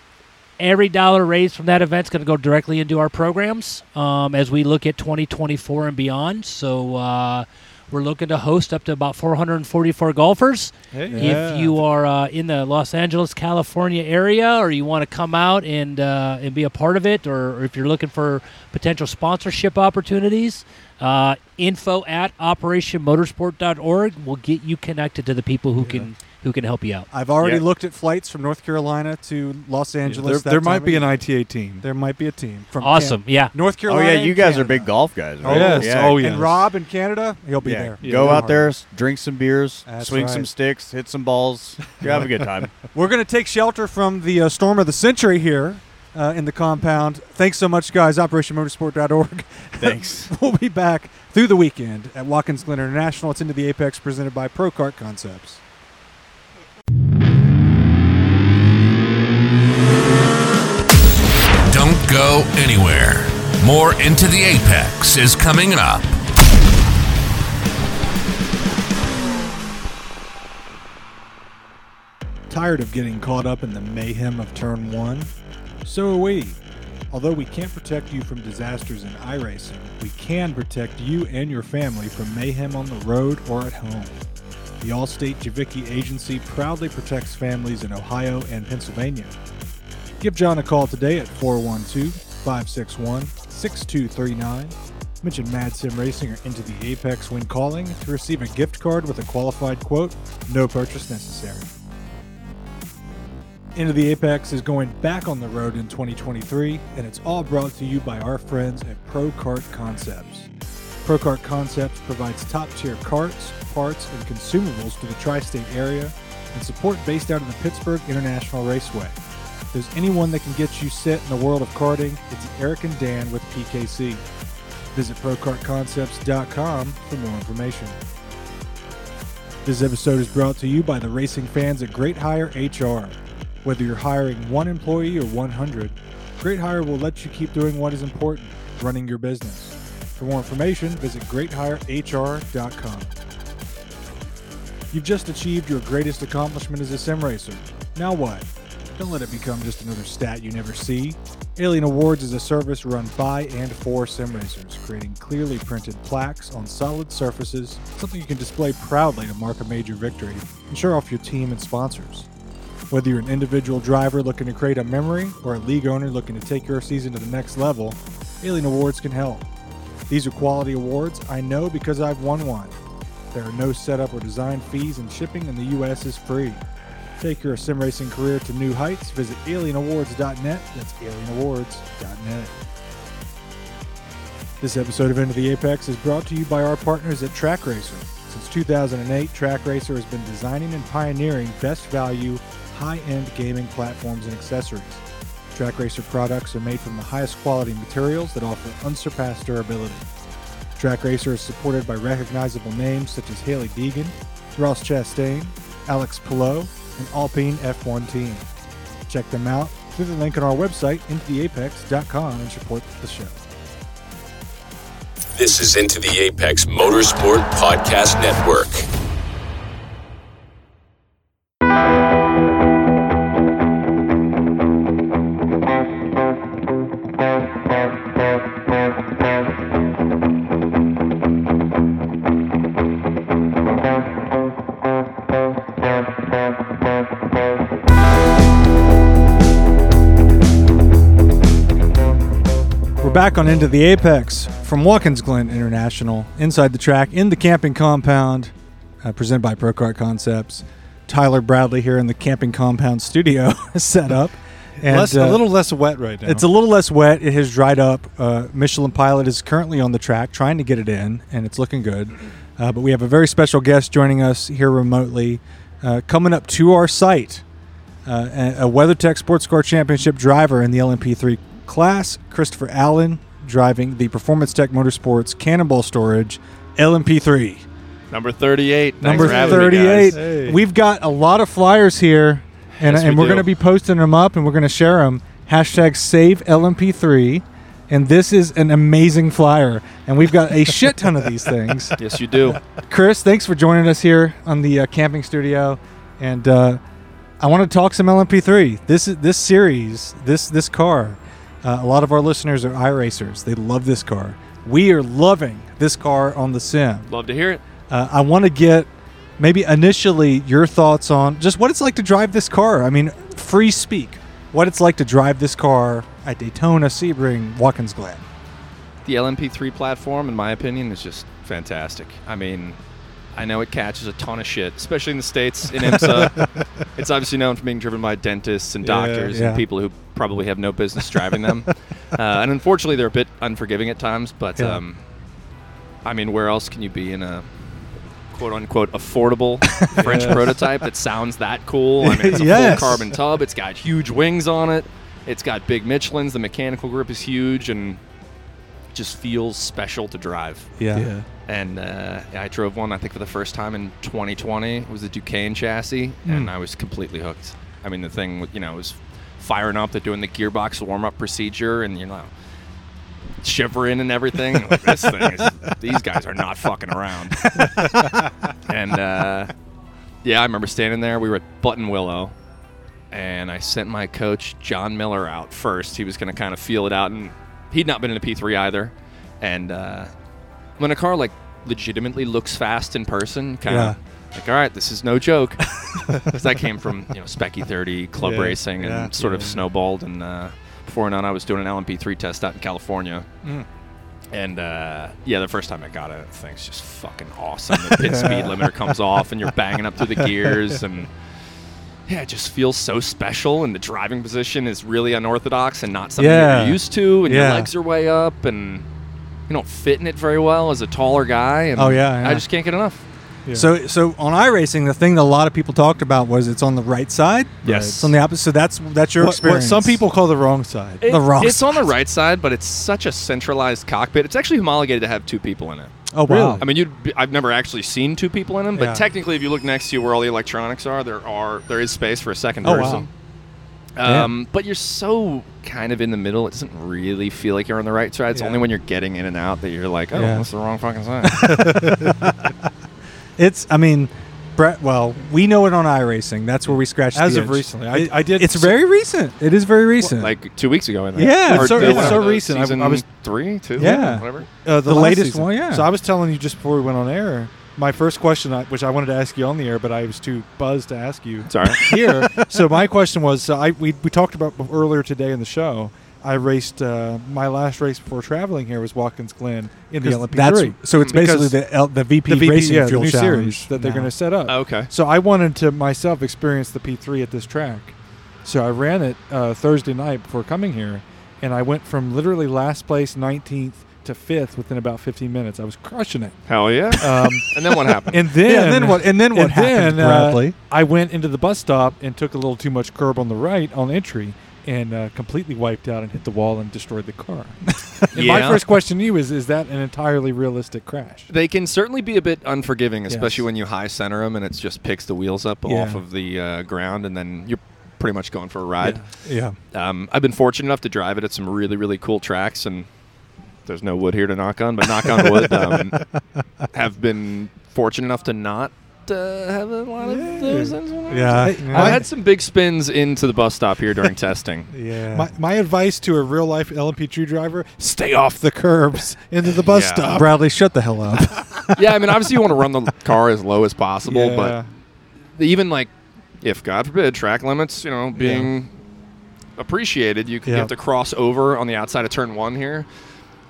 every dollar raised from that event is going to go directly into our programs um, as we look at 2024 and beyond. So. Uh, we're looking to host up to about 444 golfers. Yeah. If you are uh, in the Los Angeles, California area, or you want to come out and uh, and be a part of it, or, or if you're looking for potential sponsorship opportunities, uh, info at operationmotorsport.org will get you connected to the people who can who can help you out. I've already Yeah. looked at flights from North Carolina to Los There, Angeles. that there might time be of an year. ITA team. There might be a team from Awesome, Can- yeah. North oh Carolina. yeah, you and guys are Canada. big golf guys. Oh, Right? yes. Yeah. Oh, yes. And Rob in Canada, he'll be Yeah. there. Go Yeah. out there, s- drink some beers, That's swing some right. sticks, hit some balls. You have a good time. We're going to take shelter from the uh, storm of the century here uh, in the compound. Thanks so much, guys. OperationMotorsport.org. Thanks. we'll be back through the weekend at Watkins Glen International. It's into the Apex presented by Pro Kart Concepts. Don't go anywhere. More Into the Apex is coming up. Tired of getting caught up in the mayhem of turn one? So are we. Although we can't protect you from disasters in iRacing, we can protect you and your family from mayhem on the road or at home. The Allstate Javicki Agency proudly protects families in Ohio and Pennsylvania. Give John a call today at 412 561 6239. Mention Mad Sim Racing or Into the Apex when calling to receive a gift card with a qualified quote, no purchase necessary. Into the Apex is going back on the road in 2023, and it's all brought to you by our friends at Pro Kart Concepts. Pro Kart Concepts provides top tier carts, parts, and consumables to the tri state area and support based out of the Pittsburgh International Raceway. If there's anyone that can get you set in the world of karting, it's Eric and Dan with PKC. Visit ProKartConcepts.com for more information. This episode is brought to you by the racing fans at Great Hire HR. Whether you're hiring one employee or 100, Great Hire will let you keep doing what is important running your business. For more information, visit greathirehr.com. You've just achieved your greatest accomplishment as a sim racer. Now what? Don't let it become just another stat you never see. Alien Awards is a service run by and for sim racers, creating clearly printed plaques on solid surfaces, something you can display proudly to mark a major victory and show off your team and sponsors. Whether you're an individual driver looking to create a memory or a league owner looking to take your season to the next level, Alien Awards can help. These are quality awards I know because I've won one. There are no setup or design fees, and shipping in the U.S. is free. Take your sim racing career to new heights. Visit alienawards.net. That's alienawards.net. This episode of Into the Apex is brought to you by our partners at Track Racer. Since 2008, Track Racer has been designing and pioneering best value, high end gaming platforms and accessories. Track Racer products are made from the highest quality materials that offer unsurpassed durability. Track Racer is supported by recognizable names such as Haley Deegan, Ross Chastain, Alex Pillow, and Alpine F1 team. Check them out through the link on our website, intotheapex.com, and support the show. This is Into the Apex Motorsport Podcast Network. We're back on Into the Apex from Watkins Glen International, inside the track, in the camping compound, uh, presented by Procart Concepts. Tyler Bradley here in the camping compound studio set up. And, Less, uh, a little less wet right now. It's a little less wet. It has dried up. Uh, Michelin Pilot is currently on the track trying to get it in, and it's looking good. Uh, but we have a very special guest joining us here remotely, uh, coming up to our site, uh, a a WeatherTech Sports Car Championship driver in the LMP3 class, Christopher Allen, driving the Performance Tech Motorsports Cannonball Storage LMP3. Number 38. Thanks Number for having me, 38. guys. Hey. We've got a lot of flyers here, and, Yes, and we we're do. going to be posting them up and we're going to share them. Hashtag save LMP3. And this is an amazing flyer. And we've got a shit ton of these things. Yes, you do. Chris, thanks for joining us here on the uh, camping studio. And uh, I want to talk some LMP3. This is this series, this this car. Uh, a lot of our listeners are iRacers. They love this car. We are loving this car on the sim. Love to hear it. Uh, I want to get maybe initially your thoughts on just what it's like to drive this car. I mean, free speak, what it's like to drive this car at Daytona, Sebring, Watkins Glen. The LMP3 platform, in my opinion, is just fantastic. I mean, I know it catches a ton of shit, especially in the States, in IMSA. it's obviously known for being driven by dentists and doctors yeah. and people who probably have no business driving them. uh, and unfortunately, they're a bit unforgiving at times, but Yeah. um, I mean, where else can you be in a quote unquote affordable French prototype that sounds that cool? I mean, it's a Yes. full carbon tub, it's got huge wings on it, it's got big Michelins, the mechanical grip is huge, and just feels special to drive. Yeah. And uh, I drove one, I think, for the first time in 2020. It was a Duquesne chassis, and I was completely hooked. I mean, the thing, you know, was firing up. They're doing the gearbox warm up procedure, and, you know, shivering and everything. I'm like, this thing is, these guys are not fucking around. and, uh, yeah, I remember standing there. We were at Button Willow, and I sent my coach John Miller out first. He was going to kind of feel it out, and he'd not been in a P3 either. And uh, when a car like legitimately looks fast in person, kind of like, all right, this is no joke, because I came from you know Specky 30 club racing and yeah, sort of snowballed. And uh, before and on, I was doing an LMP3 test out in California. Mm. And uh, yeah, the first time I got it, the thing's just fucking awesome. The pit speed limiter comes off, and you're banging up through the gears, and yeah, it just feels so special. And the driving position is really unorthodox and not something Yeah. you're used to. And Yeah. your legs are way up, and you don't fit in it very well as a taller guy. And Oh, yeah, yeah. I just can't get enough. So, so on iRacing, the thing that a lot of people talked about was it's on the right side. Yes. It's on the opposite. So that's that's your What- what, experience. some people call the wrong side. The wrong It's on the right side, but it's such a centralized cockpit. It's actually homologated to have two people in it. Oh wow. I mean, you'd be, I've never actually seen two people in them, but Yeah. technically, if you look next to you where all the electronics are, there are there is space for a second Oh, wow. person. Um, but you're so kind of in the middle; it doesn't really feel like you're on the right side. It's only when you're getting in and out that you're like, "Oh, Yeah. that's the wrong fucking side." It's. I mean, Brett. Well, we know it on iRacing. That's where we scratched. As the of itch. recently, I, I did. It's very recent. It is very recent. like two weeks ago, I think. Yeah, Or it's so- the- it's one so of those, recent. I- I Season was- three, two, Yeah. whatever. Uh, The last latest season. one, yeah. So I was telling you just before we went on air, my first question, I- which I wanted to ask you on the air, but I was too buzzed to ask you Sorry. here. so my question was, so I we, we talked about bef- earlier today in the show. I raced uh, my last race before traveling here was Watkins Glen in the LMP3. That's so. It's basically Because the L, the VP the VP, racing yeah, the fuel new challenge series that they're now. going to set up. okay. So I wanted to myself experience the P3 at this track. So I ran it uh, Thursday night before coming here, and I went from literally last place, 19th, to fifth within about 15 minutes. I was crushing it. Hell yeah. Uh, Um, and then what happened? and then, Yeah, and then what- and then what happened, then, uh, Bradley? I went into the bus stop and took a little too much curb on the right on entry and uh, completely wiped out and hit the wall and destroyed the car. and my Yeah. first question to you is: Is that an entirely realistic crash? They can certainly be a bit unforgiving, Yes. especially when you high center them and it just picks the wheels up Yeah. off of the uh, ground, and then you're pretty much going for a ride. Yeah. Um, I've been fortunate enough to drive it at some really, really cool tracks, and there's no wood here to knock on, but knock on wood, um, have been fortunate enough to not uh, have a lot of those. Yeah. I had some big spins into the bus stop here during testing. Yeah. My, my advice to a real life LMP2 driver stay off the curbs into the bus Yeah. stop. Bradley, shut the hell up. yeah, I mean, obviously you want to run the car as low as possible, but the- even like, if God forbid, track limits, you know, being appreciated, you, c- you Yeah. have to cross over on the outside of turn one here.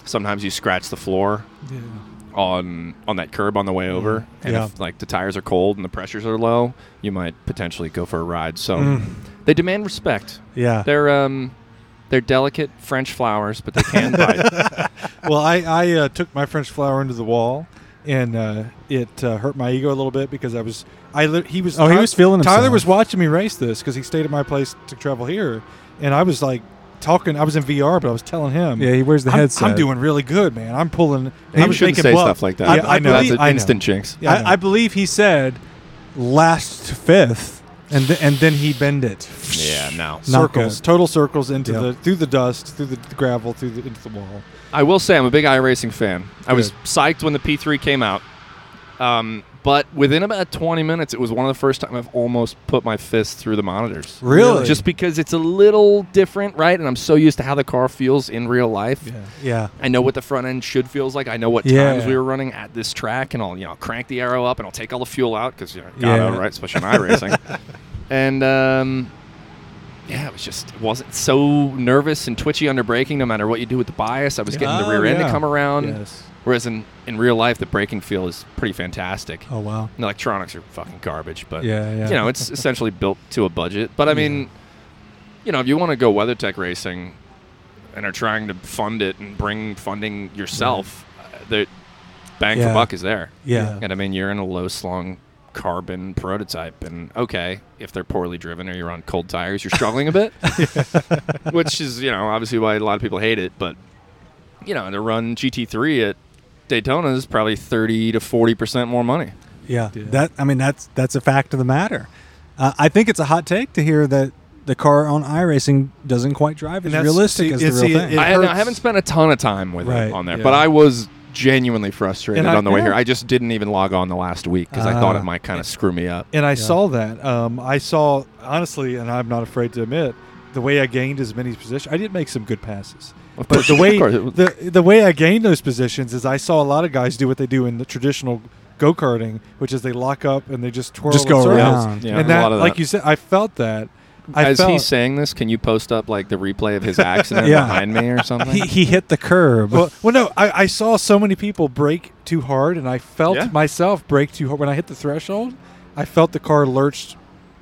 Sometimes you scratch the floor on on that curb on the way over, and Yeah. if like the tires are cold and the pressures are low, you might potentially go for a ride. So Mm. they demand respect. yeah. They're um, they're delicate French flowers, but they can bite. well, I, I uh, took my French flower into the wall, and uh, it uh, hurt my ego a little bit because I was I li- he was Oh, he Ty- was feeling Tyler himself. was watching me race this because he stayed at my place to travel here, and I was like talking. I was in VR, but I was telling him. Yeah, he wears the I'm, headset. I'm doing really good, man. I'm pulling. You I was shouldn't making say bluff. stuff like that. Yeah, I, know. That's an I know. instant jinx. Yeah, I know. I, I believe he said last fifth, and th- and then he bend it. Yeah, no. Not circles, good. total circles into Yeah. the through the dust, through the gravel, through the into the wall. I will say I'm a big iRacing fan. I was Good. psyched when the P3 came out. Um, but within about 20 minutes, it was one of the first time I've almost put my fist through the monitors. Really? Just because it's a little different, right? And I'm so used to how the car feels in real life. Yeah. I know what the front end should feels like. I know what Yeah. times we were running at this track, and I'll you know crank the arrow up, and I'll take all the fuel out because you know gotta Yeah. right, especially in iRacing. and um, yeah, it was just it wasn't so nervous and twitchy under braking. No matter what you do with the bias, I was getting the Oh, rear end to yeah. come around. Yes. Whereas in in real life, the braking feel is pretty fantastic. Oh wow. And the electronics are fucking garbage, but Yeah, yeah. you know, it's essentially built to a budget. But I mean, you know, if you want to go WeatherTech racing and are trying to fund it and bring funding yourself, uh, the bang Yeah. for buck is there. Yeah. And I mean, you're in a low slung carbon prototype, and okay, if they're poorly driven or you're on cold tires, you're struggling a bit, which is you know obviously why a lot of people hate it. But you know, to run GT3 at Daytona is probably 30 to 40 percent more money. Yeah. That I mean that's that's a fact of the matter. Uh, I think it's a hot take to hear that the car on iRacing doesn't quite drive as that's- realistic see, as the it's- real it- thing. it- I, haven't- I hurts. haven't spent a ton of time with Right, it on there, yeah. but I was genuinely frustrated And I- Ah. on the way yeah. here. I just didn't even log on the last week because I thought it might kind of screw me up. And I saw that. Um, I saw honestly, and I'm not afraid to admit, the way I gained as many positions. I did make some good passes, Of but course, the way of course, it was- the the way I gained those positions is I saw a lot of guys do what they do in the traditional go karting, which is they lock up and they just twirl Just in go circles. around. Yeah, and a that, lot of like that. you said, I felt that. I As felt, he's saying this, can you post up like the replay of his accident Yeah. behind me or something? he, he hit the curb. well, well, no, I, I saw so many people brake too hard, and I felt Yeah. myself brake too hard. When I hit the threshold, I felt the car lurched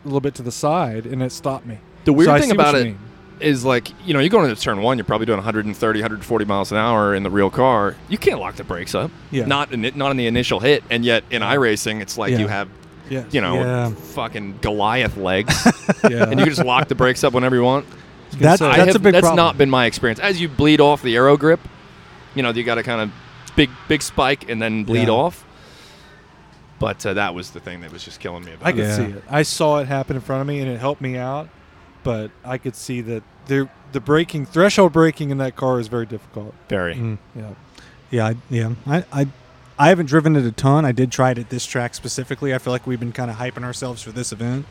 a little bit to the side, and it stopped me. The weird So I thing see what about you it mean. is like, you know, you're going into turn one, you're probably doing 130, 140 miles an hour in the real car. You can't lock the brakes up. Yeah. Not in, it- not in the initial hit. And yet in iRacing, it's like Yeah. you have, Yes. you know, Yeah. fucking Goliath legs. yeah. and you can just lock the brakes up whenever you want. That's I that's have- a big That's problem. not been my experience. As you bleed off the arrow grip, you know you got to kind of big big spike and then bleed Yeah. off. But uh, that was the thing that was just killing me about I it. could Yeah. see it. I saw it happen in front of me, and it helped me out. But I could see that there, the braking threshold braking in that car is very difficult. Very. Mm. Yeah. Yeah, I- yeah. I, I I haven't driven it a ton. I did try it at this track specifically. I feel like we've been kind of hyping ourselves for this event.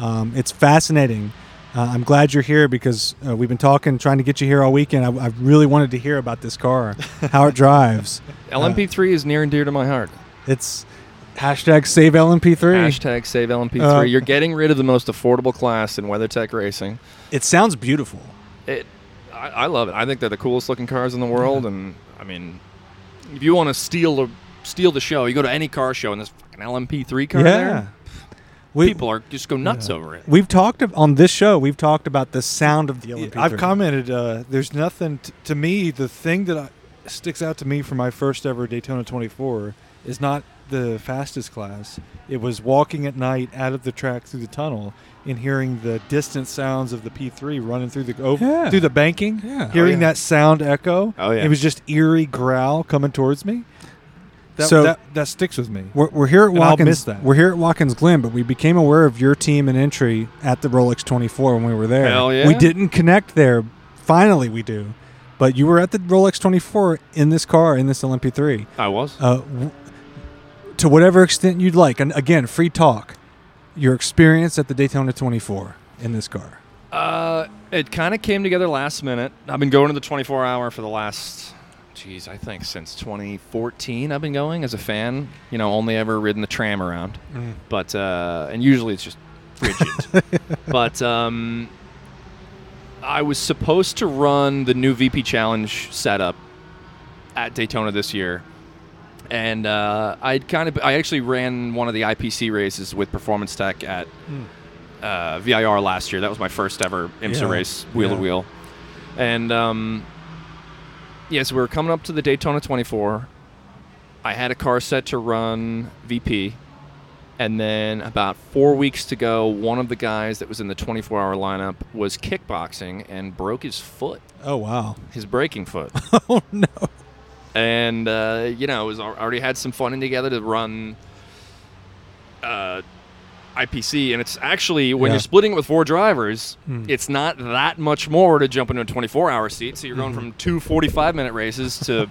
Um, it's fascinating. Uh, I'm glad you're here because uh, we've been talking, trying to get you here all weekend. I, I really wanted to hear about this car, how it drives. LMP3 is near and dear to my heart. It's hashtag save LMP3. Hashtag save LMP3. Uh, You're getting rid of the most affordable class in WeatherTech racing. It sounds beautiful. It, I, I love it. I think they're the coolest looking cars in the world, and I mean, if you want to steal the steal the show, you go to any car show and there's fucking LMP3 car there. We, People are just go nuts over it. We've talked of, on this show. We've talked about the sound of the LMP3. I've commented. Uh, there's nothing t- to me. The thing that I, sticks out to me from my first ever Daytona 24 is not the fastest class. It was walking at night out of the track through the tunnel and hearing the distant sounds of the P3 running through the over, Yeah. through the banking. Yeah. Hearing yeah. that sound echo. Oh, yeah. It was just eerie growl coming towards me. That, So- that, that sticks with me. We're, we're here at And I'll Watkins. miss that. We're here at Watkins Glen, but we became aware of your team and entry at the Rolex 24 when we were there. Hell yeah. We didn't connect there. Finally, we do. But you were at the Rolex 24 in this car in this LMP3. I was. Uh, w- to whatever extent you'd like, and again, free talk. Your experience at the Daytona 24 in this car. Uh, it kind of came together last minute. I've been going to the 24 hour for the last, geez, I think since 2014. I've been going as a fan. You know, only ever ridden the tram around, but uh, and usually it's just rigid. but um, I was supposed to run the new VP Challenge setup at Daytona this year. And uh, I'd kind of, I actually ran one of the IPC races with Performance Tech at Hmm. uh, VIR last year. That was my first ever IMSA Yeah. race, wheel to Yeah. wheel. And um, yes, we were coming up to the Daytona 24. I had a car set to run VP. And then about four weeks to go, one of the guys that was in the 24 hour lineup was kickboxing and broke his foot, Oh wow! his braking foot. Oh no! and, uh, you know, it was, al- already had some fun in together to run uh, IPC. And it's actually, when Yeah. Hmm. you're splitting it with four drivers, it's not that much more to jump into a 24 hour seat. So you're Mm-hmm. going from two 45 minute races to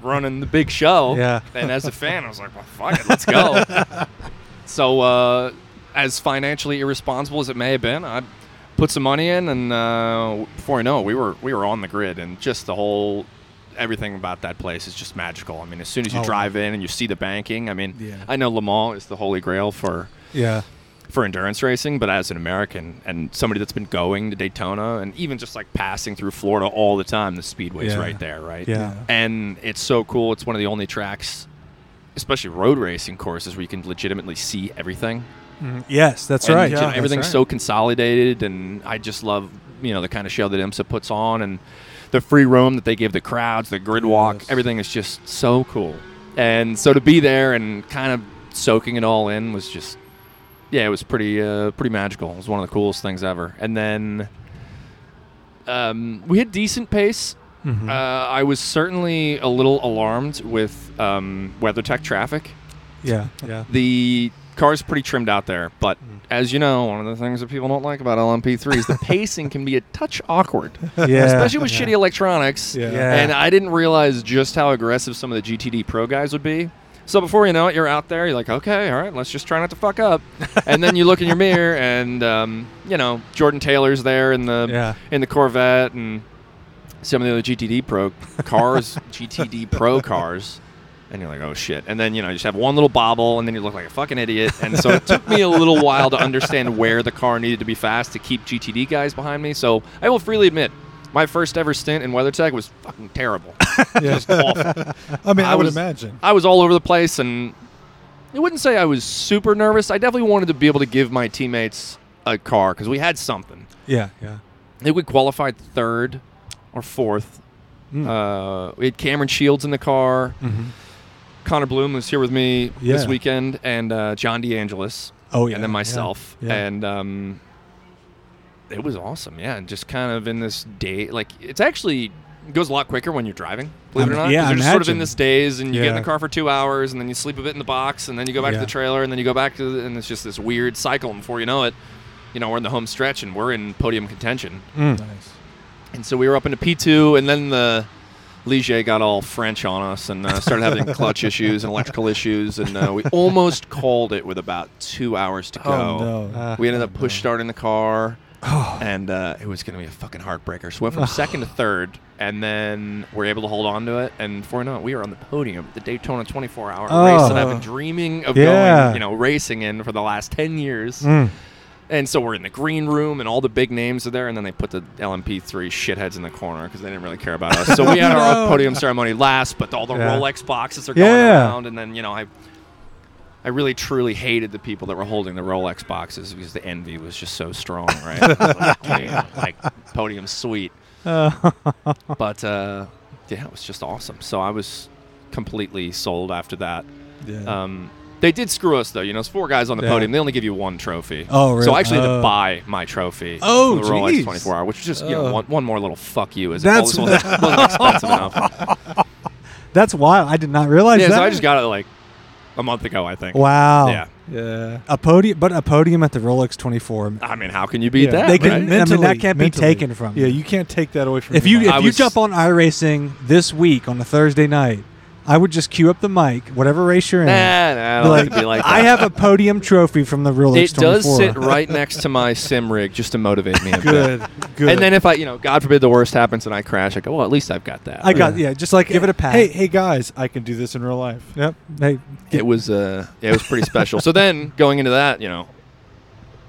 running the big show. Yeah. And as a fan, I was like, well, fuck it, let's go. So, uh, as financially irresponsible as it may have been, I put some money in, and uh, before I know it, we were we were on the grid, and just the whole everything about that place is just magical. I mean, as soon as you Oh. drive in and you see the banking, I mean, Yeah. I know Le Mans is the holy grail for Yeah, for endurance racing, but as an American and somebody that's been going to Daytona and even just like passing through Florida all the time, the speedway's Yeah. right there, right? Yeah. And it's so cool. It's one of the only tracks, especially road racing courses, where you can legitimately see everything. yes, that's And, right. you know, everything's so consolidated, and I just love you know the kind of show that IMSA puts on, and the free roam that they give the crowds, the grid walk, everything is just so cool. And so to be there and kind of soaking it all in was just, yeah, it was pretty uh, pretty magical. It was one of the coolest things ever. And then um, we had decent pace. Mm-hmm. Uh, I was certainly a little alarmed with um, WeatherTech traffic yeah, yeah. the car's pretty trimmed out there, but Mm. as you know, one of the things that people don't like about LMP3 is the pacing can be a touch awkward, Yeah. especially with shitty electronics. Yeah. Yeah. And I didn't realize just how aggressive some of the GTD Pro guys would be. So before you know it, you're out there. You're like, okay, all right, let's just try not to fuck up. And then you look in your mirror, and um, you know Jordan Taylor's there in the Yeah. in the Corvette, and some of the other GTD Pro cars, GTD Pro cars, and you're like, oh shit. And then, you know, you just have one little bobble, and then you look like a fucking idiot. And so it took me a little while to understand where the car needed to be fast to keep GTD guys behind me. So I will freely admit, my first ever stint in WeatherTech was fucking terrible. Just awful. I mean, I, I would was- imagine. I was all over the place, and I wouldn't say I was super nervous. I definitely wanted to be able to give my teammates a car because we had something. yeah, yeah. I think we qualified third or fourth. Hmm. Uh, we had Cameron Shields in the car. Connor Bloom was here with me this Mm-hmm. Yeah. weekend, and uh, John DeAngelis, Oh yeah. and then yeah, myself, yeah. and um, it was awesome. Yeah, and just kind of in this day, like it's actually it goes a lot quicker when you're driving. Believe it or I'm- not, yeah, 'cause I you're just sort of in imagine. this daze, and you get in the Yeah. car for two hours, and then you sleep a bit in the box, and then you go back Yeah. to the trailer, and then you go back to, the, and it's just this weird cycle. And before you know it, you know we're in the home stretch, and we're in podium contention. Nice. And so we were up into P2, and then the Ligier got all French on us and uh, started having clutch issues and electrical issues, and uh, we almost called it with about two hours to go. no. Oh. Ah, we ended up push starting the car, and uh, it was going to be a fucking heartbreaker. So we went from second to third, and then we are able to hold on to it. And before you know it, we were on the podium at the Daytona 24-hour race that I've been dreaming of Oh. Yeah. going, you know, racing in for the last 10 years. And so we're in the green room, and all the big names are there. And then they put the LMP3 shitheads in the corner because they didn't really care about us. So we had our podium ceremony last, but all the Yeah. Rolex boxes are going Yeah. around. And then you know, I, I really truly hated the people that were holding the Rolex boxes because the envy was just so strong, right? I was like, "Damn," like podium sweet. but uh, yeah, it was just awesome. So I was completely sold after that. Yeah. Um, they did screw us though. You know, it's four guys on the Yeah. podium. They only give you one trophy. Oh, really? So I actually had Oh. to buy my trophy. Oh, from the Rolex jeez. 24 hour, which was just you know Oh. one, one more little fuck you. As That's- That's it wasn't, wasn't expensive enough. That's wild. I did not realize Yeah, that. so I just got it like. a month ago, I think. Wow. Yeah. Yeah. A podium, but a podium at the Rolex 24. I mean, how can you beat that? They can- right? I mean, that can't be taken from Yeah, you. you can't take that away from If your you mind. if I you was- jump on iRacing this week on a Thursday night, I would just queue up the mic, whatever race you're in. Nah, nah, I be don't like to be like I that. have a podium trophy from the Rolex It 24. does sit right next to my sim rig just to motivate me. a bit. good, good. And then if I, you know, God forbid the worst happens and I crash, I go, well, at least I've got that. I got yeah, just like give it a pat. hey, hey guys, I can do this in real life. yep. Hey, it was uh, yeah, it was pretty special. So then going into that, you know,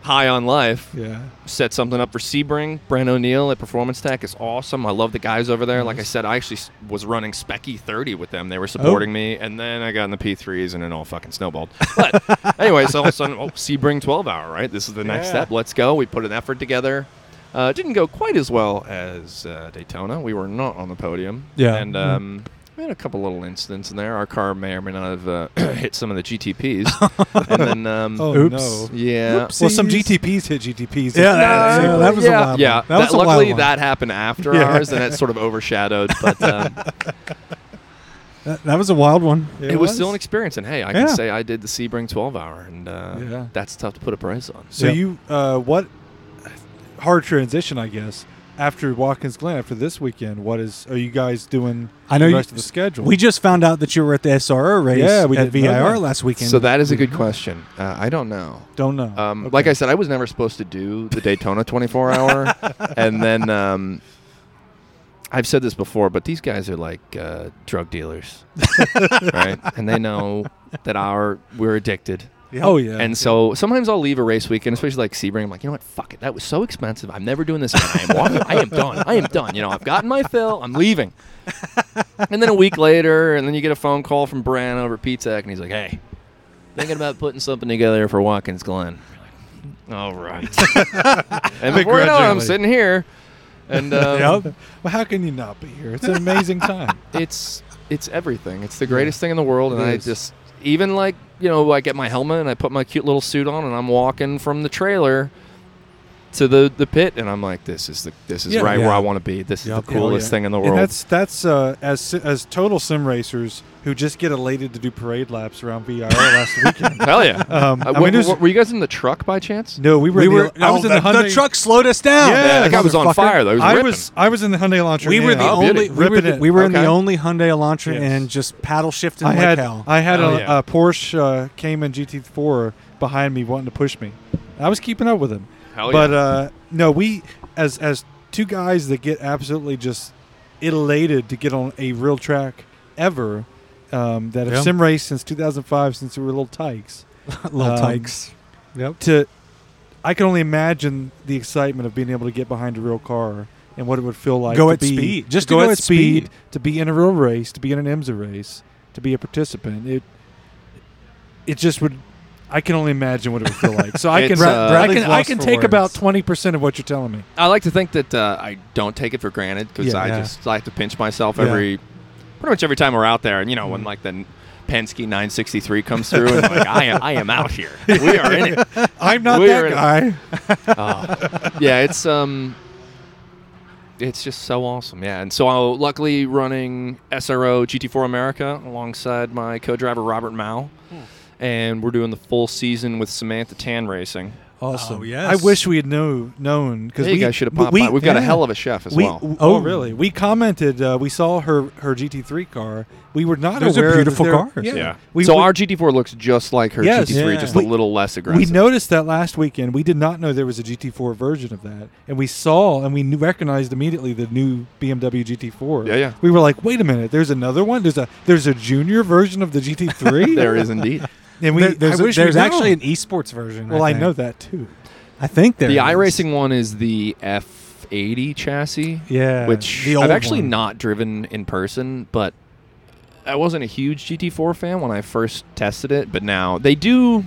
high on life, Yeah. set something up for Sebring. Brent O'Neill at Performance Tech is awesome. I love the guys over there. Like I said, I actually s- was running Specky 30 with them. They were supporting Oh. me, and then I got in the P3s, and it all fucking snowballed. But anyway, so all of a sudden, oh, Sebring 12 hour, right? This is the next Yeah. step. Let's go. We put an effort together. Uh, it didn't go quite as well as uh, Daytona. We were not on the podium. Yeah. And Mm-hmm. um, we had a couple little incidents in there. Our car may or may not have uh, hit some of the GTPs. and then, um, Oh Oops. no. yeah. Well, some Oopsies. GTPs hit GTPs. Yeah, that- yeah, that was a yeah. wild Yeah, one. That, was that- a wild luckily one. that happened after Yeah. ours, and that sort of overshadowed. But um, that that was a wild one. it, was still an experience, and hey, I can Yeah. say I did the Sebring 12 hour, and uh, Yeah. that's tough to put a price on. So Yep. you, uh, what hard transition, I guess, after Watkins Glen, after this weekend, what is, are you guys doing I know the you- rest of the schedule? We just found out that you were at the SRO race Yeah, we at didn't know VIR that. last weekend. So that is a good question. Uh, I don't know. don't know. Um, Like I said, I was never supposed to do the Daytona 24 hour, and then um, I've said this before, but these guys are like uh, drug dealers, right? And they know that our we're addicted. Oh, yeah. And so sometimes I'll leave a race weekend, especially like Sebring. I'm like, you know what? Fuck it. That was so expensive. I'm never doing this again. I am walking. I am done. I am done. You know, I've gotten my fill. I'm leaving. And then a week later, and then you get a phone call from Bran over at P-Tech, and he's like, hey, thinking about putting something together for Watkins Glen. All right. and before you know it, I'm Begrudgingly. sitting here, and um, Yep. Well, how can you not be here? It's an amazing time. it's it's everything. It's the greatest thing in the world, and It I is. just even like you know I get my helmet and I put my cute little suit on, and I'm walking from the trailer to the the pit, and I'm like, this is the this is Yeah. right Yeah. where I want to be. This Yeah, is the coolest yeah. thing in the And world. that's that's uh, as as total sim racers who just get elated to do parade laps around VIR last weekend. Hell yeah! Um, Uh, I were- mean, there's- were, were you guys in the truck by chance? No, we were. we in were. The, I was oh, in the, the, Hyundai. the truck slowed us down. that guy was on motherfucker. fire, though. He was I ripping. was I was in the Hyundai Elantra. We were and the Oh, only. beauty. We were, Ripping the, it. we were in the Okay. only Hyundai Elantra Yes. and just paddle shifting I like had hell. I had Oh, a, yeah. a Porsche uh, Cayman GT4 behind me wanting to push me. I was keeping up with him, Hell but yeah. uh, no, we as as two guys that get absolutely just elated to get on a real track ever um, that have Yeah. sim raced since 2005 since we were little tykes. Little um, tykes. Yep. To I can only imagine the excitement of being able to get behind a real car and what it would feel like Go to at be- speed. Just to go, at speed. to be in a real race, to be in an IMSA race, to be a participant. It it just would. I can only imagine what it would feel like. So I can. It's, uh, I can. I lost can for take about words. twenty percent of what you're telling me. I like to think that uh, I don't take it for granted because Yeah. I Yeah. just like to pinch myself Yeah. Mm. every, pretty much every time we're out there. And you know, when like the n- Penske 963 comes through, and I'm like I am, I am out here. We are in it. I'm not We are that in- guy. Oh. Yeah, it's um, it's just so awesome. Yeah, and so I'll luckily running SRO GT4 America alongside my co-driver Robert Mao, Hmm. and we're doing the full season with Samantha Tan Racing. Awesome. Oh, yes. I wish we had know, known because Hey, you we guys should have popped we, by. We've got a yeah. hell of a chef as We, well. oh, really? We commented. Uh, we saw her her GT3 car. We were not Those are aware. that beautiful there- cars. Yeah. Yeah. We, so we, our GT4 looks just like her Yes. GT3, Yeah. just We- a little less we aggressive. noticed that last weekend. We did not know there was a GT4 version of that, and we saw and we knew, recognized immediately the new BMW GT4. Yeah, yeah. We were like, wait a minute, there's another one. There's a there's a junior version of the GT3. there is indeed. And we There- there's I wish there's we'd actually known. an esports version. well, I, I think. know that too. I think there. The is. iRacing one is the F80 chassis, Yeah. which the I've old actually one. not driven in person, but I wasn't a huge GT4 fan when I first tested it, but now they do.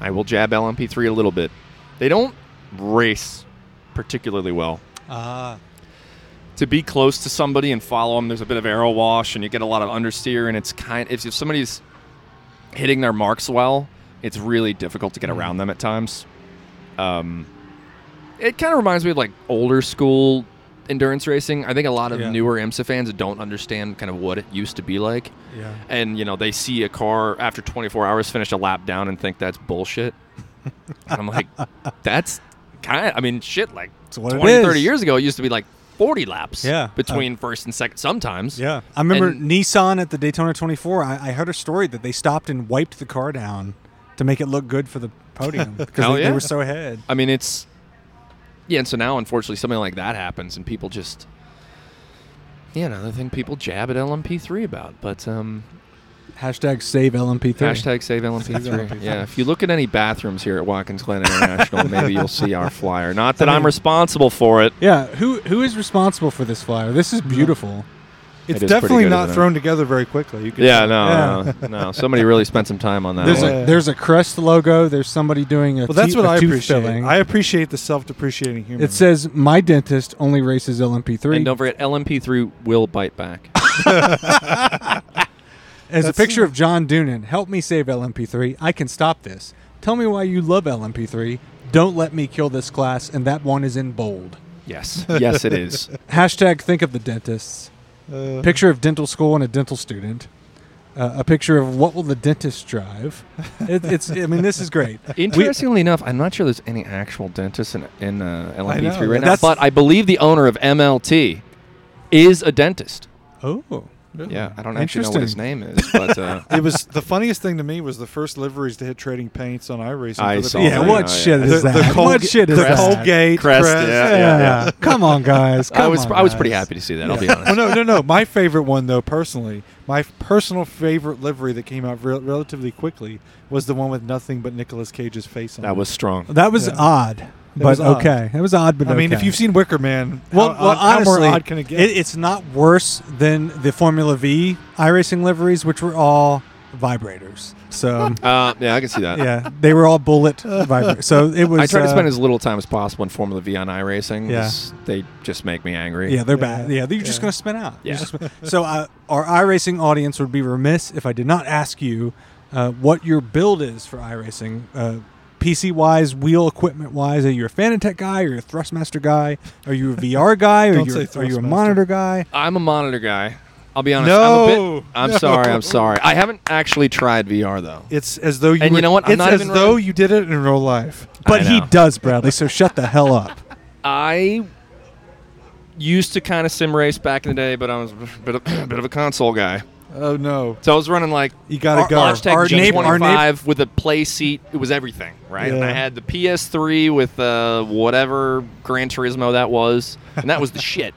I will jab LMP3 a little bit. They don't race particularly well. Ah, to be close to somebody and follow them, there's a bit of arrow wash and you get a lot of understeer. And it's kind if, if somebody's hitting their marks well, it's really difficult to get Mm-hmm. around them at times. Um, it kind of reminds me of like older school endurance racing. I think a lot of Yeah. newer IMSA fans don't understand kind of what it used to be like. Yeah. And you know, they see a car after 24 hours finish a lap down and think that's bullshit. and I'm like, that's kind of I mean, shit like It's what it 20 30 is. years ago it used to be like 40 laps Yeah. uh, between first and second sometimes. Yeah. I remember And- Nissan at the Daytona 24. I, I heard a story that they stopped and wiped the car down to make it look good for the podium because Hell they, they Oh, yeah. were so ahead. I mean, it's yeah. And so now, unfortunately, something like that happens, and people just yeah. Another thing people jab at LMP3 about, but um, Hashtag save LMP3. hashtag save LMP3. yeah, if you look at any bathrooms here at Watkins Glen International, maybe you'll see our flyer. Not that I am responsible for it. Yeah, who who is responsible for this flyer? This is beautiful. It's It is pretty definitely good, not isn't it? thrown together very quickly. You could Yeah, no, no, no. Somebody really spent some time on that. There's one. Yeah. a there's a crest logo. There's somebody doing a Well, that's te- what a I tooth appreciate. filling. I appreciate the self-depreciating humor. it says my dentist only races LMP3. and don't forget, LMP3 will bite back. As a That's- picture of John Doonan, help me save LMP3. I can stop this. Tell me why you love LMP3. Don't let me kill this class. And that one is in bold. yes, yes, it is. Hashtag think of the dentists. Uh, Picture of dental school and a dental student. Uh, a picture of what will the dentist drive? It, it's. I mean, this is great. Interestingly enough, I'm not sure there's any actual dentists in, in uh, LMP3 I know, right now, that's- but I believe the owner of MLT is a dentist. Oh, Yeah, I don't actually know what his Interesting. name is, but uh, it was the funniest thing to me was the first liveries to hit trading paints on iRacing. I for the saw people. yeah. that. What yeah. shit The, is Oh, the that? what Colga- shit is the that? Colgate Crest, crest. yeah, Yeah. Come on, guys. I Come was on, I was pretty guys. happy to see that. I'll be honest. Oh no, no, no! My favorite one, though, personally, my f- personal favorite livery that came out rel- relatively quickly was the one with nothing but Nicolas Cage's face on it. That was strong. That was Yeah. odd, but was odd. okay. That was odd, but I mean, if okay. you've seen Wicker Man, Well, how, well odd- how honestly, more odd can it get? it's not worse than the Formula V iRacing liveries, which were all vibrators. So, Uh, yeah, I can see that. yeah, they were all bullet vibrators. So it was. I try to uh, spend as little time as possible in Formula V on iRacing. Yeah. 'cause They just make me angry. Yeah, they're Yeah. bad. Yeah, you're just Yeah. going to spin out. You're Yeah. just spin- so, uh, our iRacing audience would be remiss if I did not ask you uh, what your build is for iRacing. Uh, PC wise, wheel equipment wise, are you a Fanatec guy? Are you a Thrustmaster guy? Are you a VR guy? Are Don't you say are you a Thrustmaster. monitor guy? I'm a monitor guy. I'll be honest. I'm, a No. bit, I'm No. sorry. I'm sorry. I haven't actually tried VR though. It's as though you And you were- know what? I'm It's not as even though wrong. you did it in real life. But he know. does, Bradley. So shut the hell up. I used to kind of sim race back in the day, but I was a bit of, bit of a console guy. Oh no, So I was running like you gotta Ar- go. Logitech Our G25 neighbor- our neighbor- with a play seat. It was everything, right? And I Yeah. had the PS3 with uh, whatever Gran Turismo that was, and that was the shit.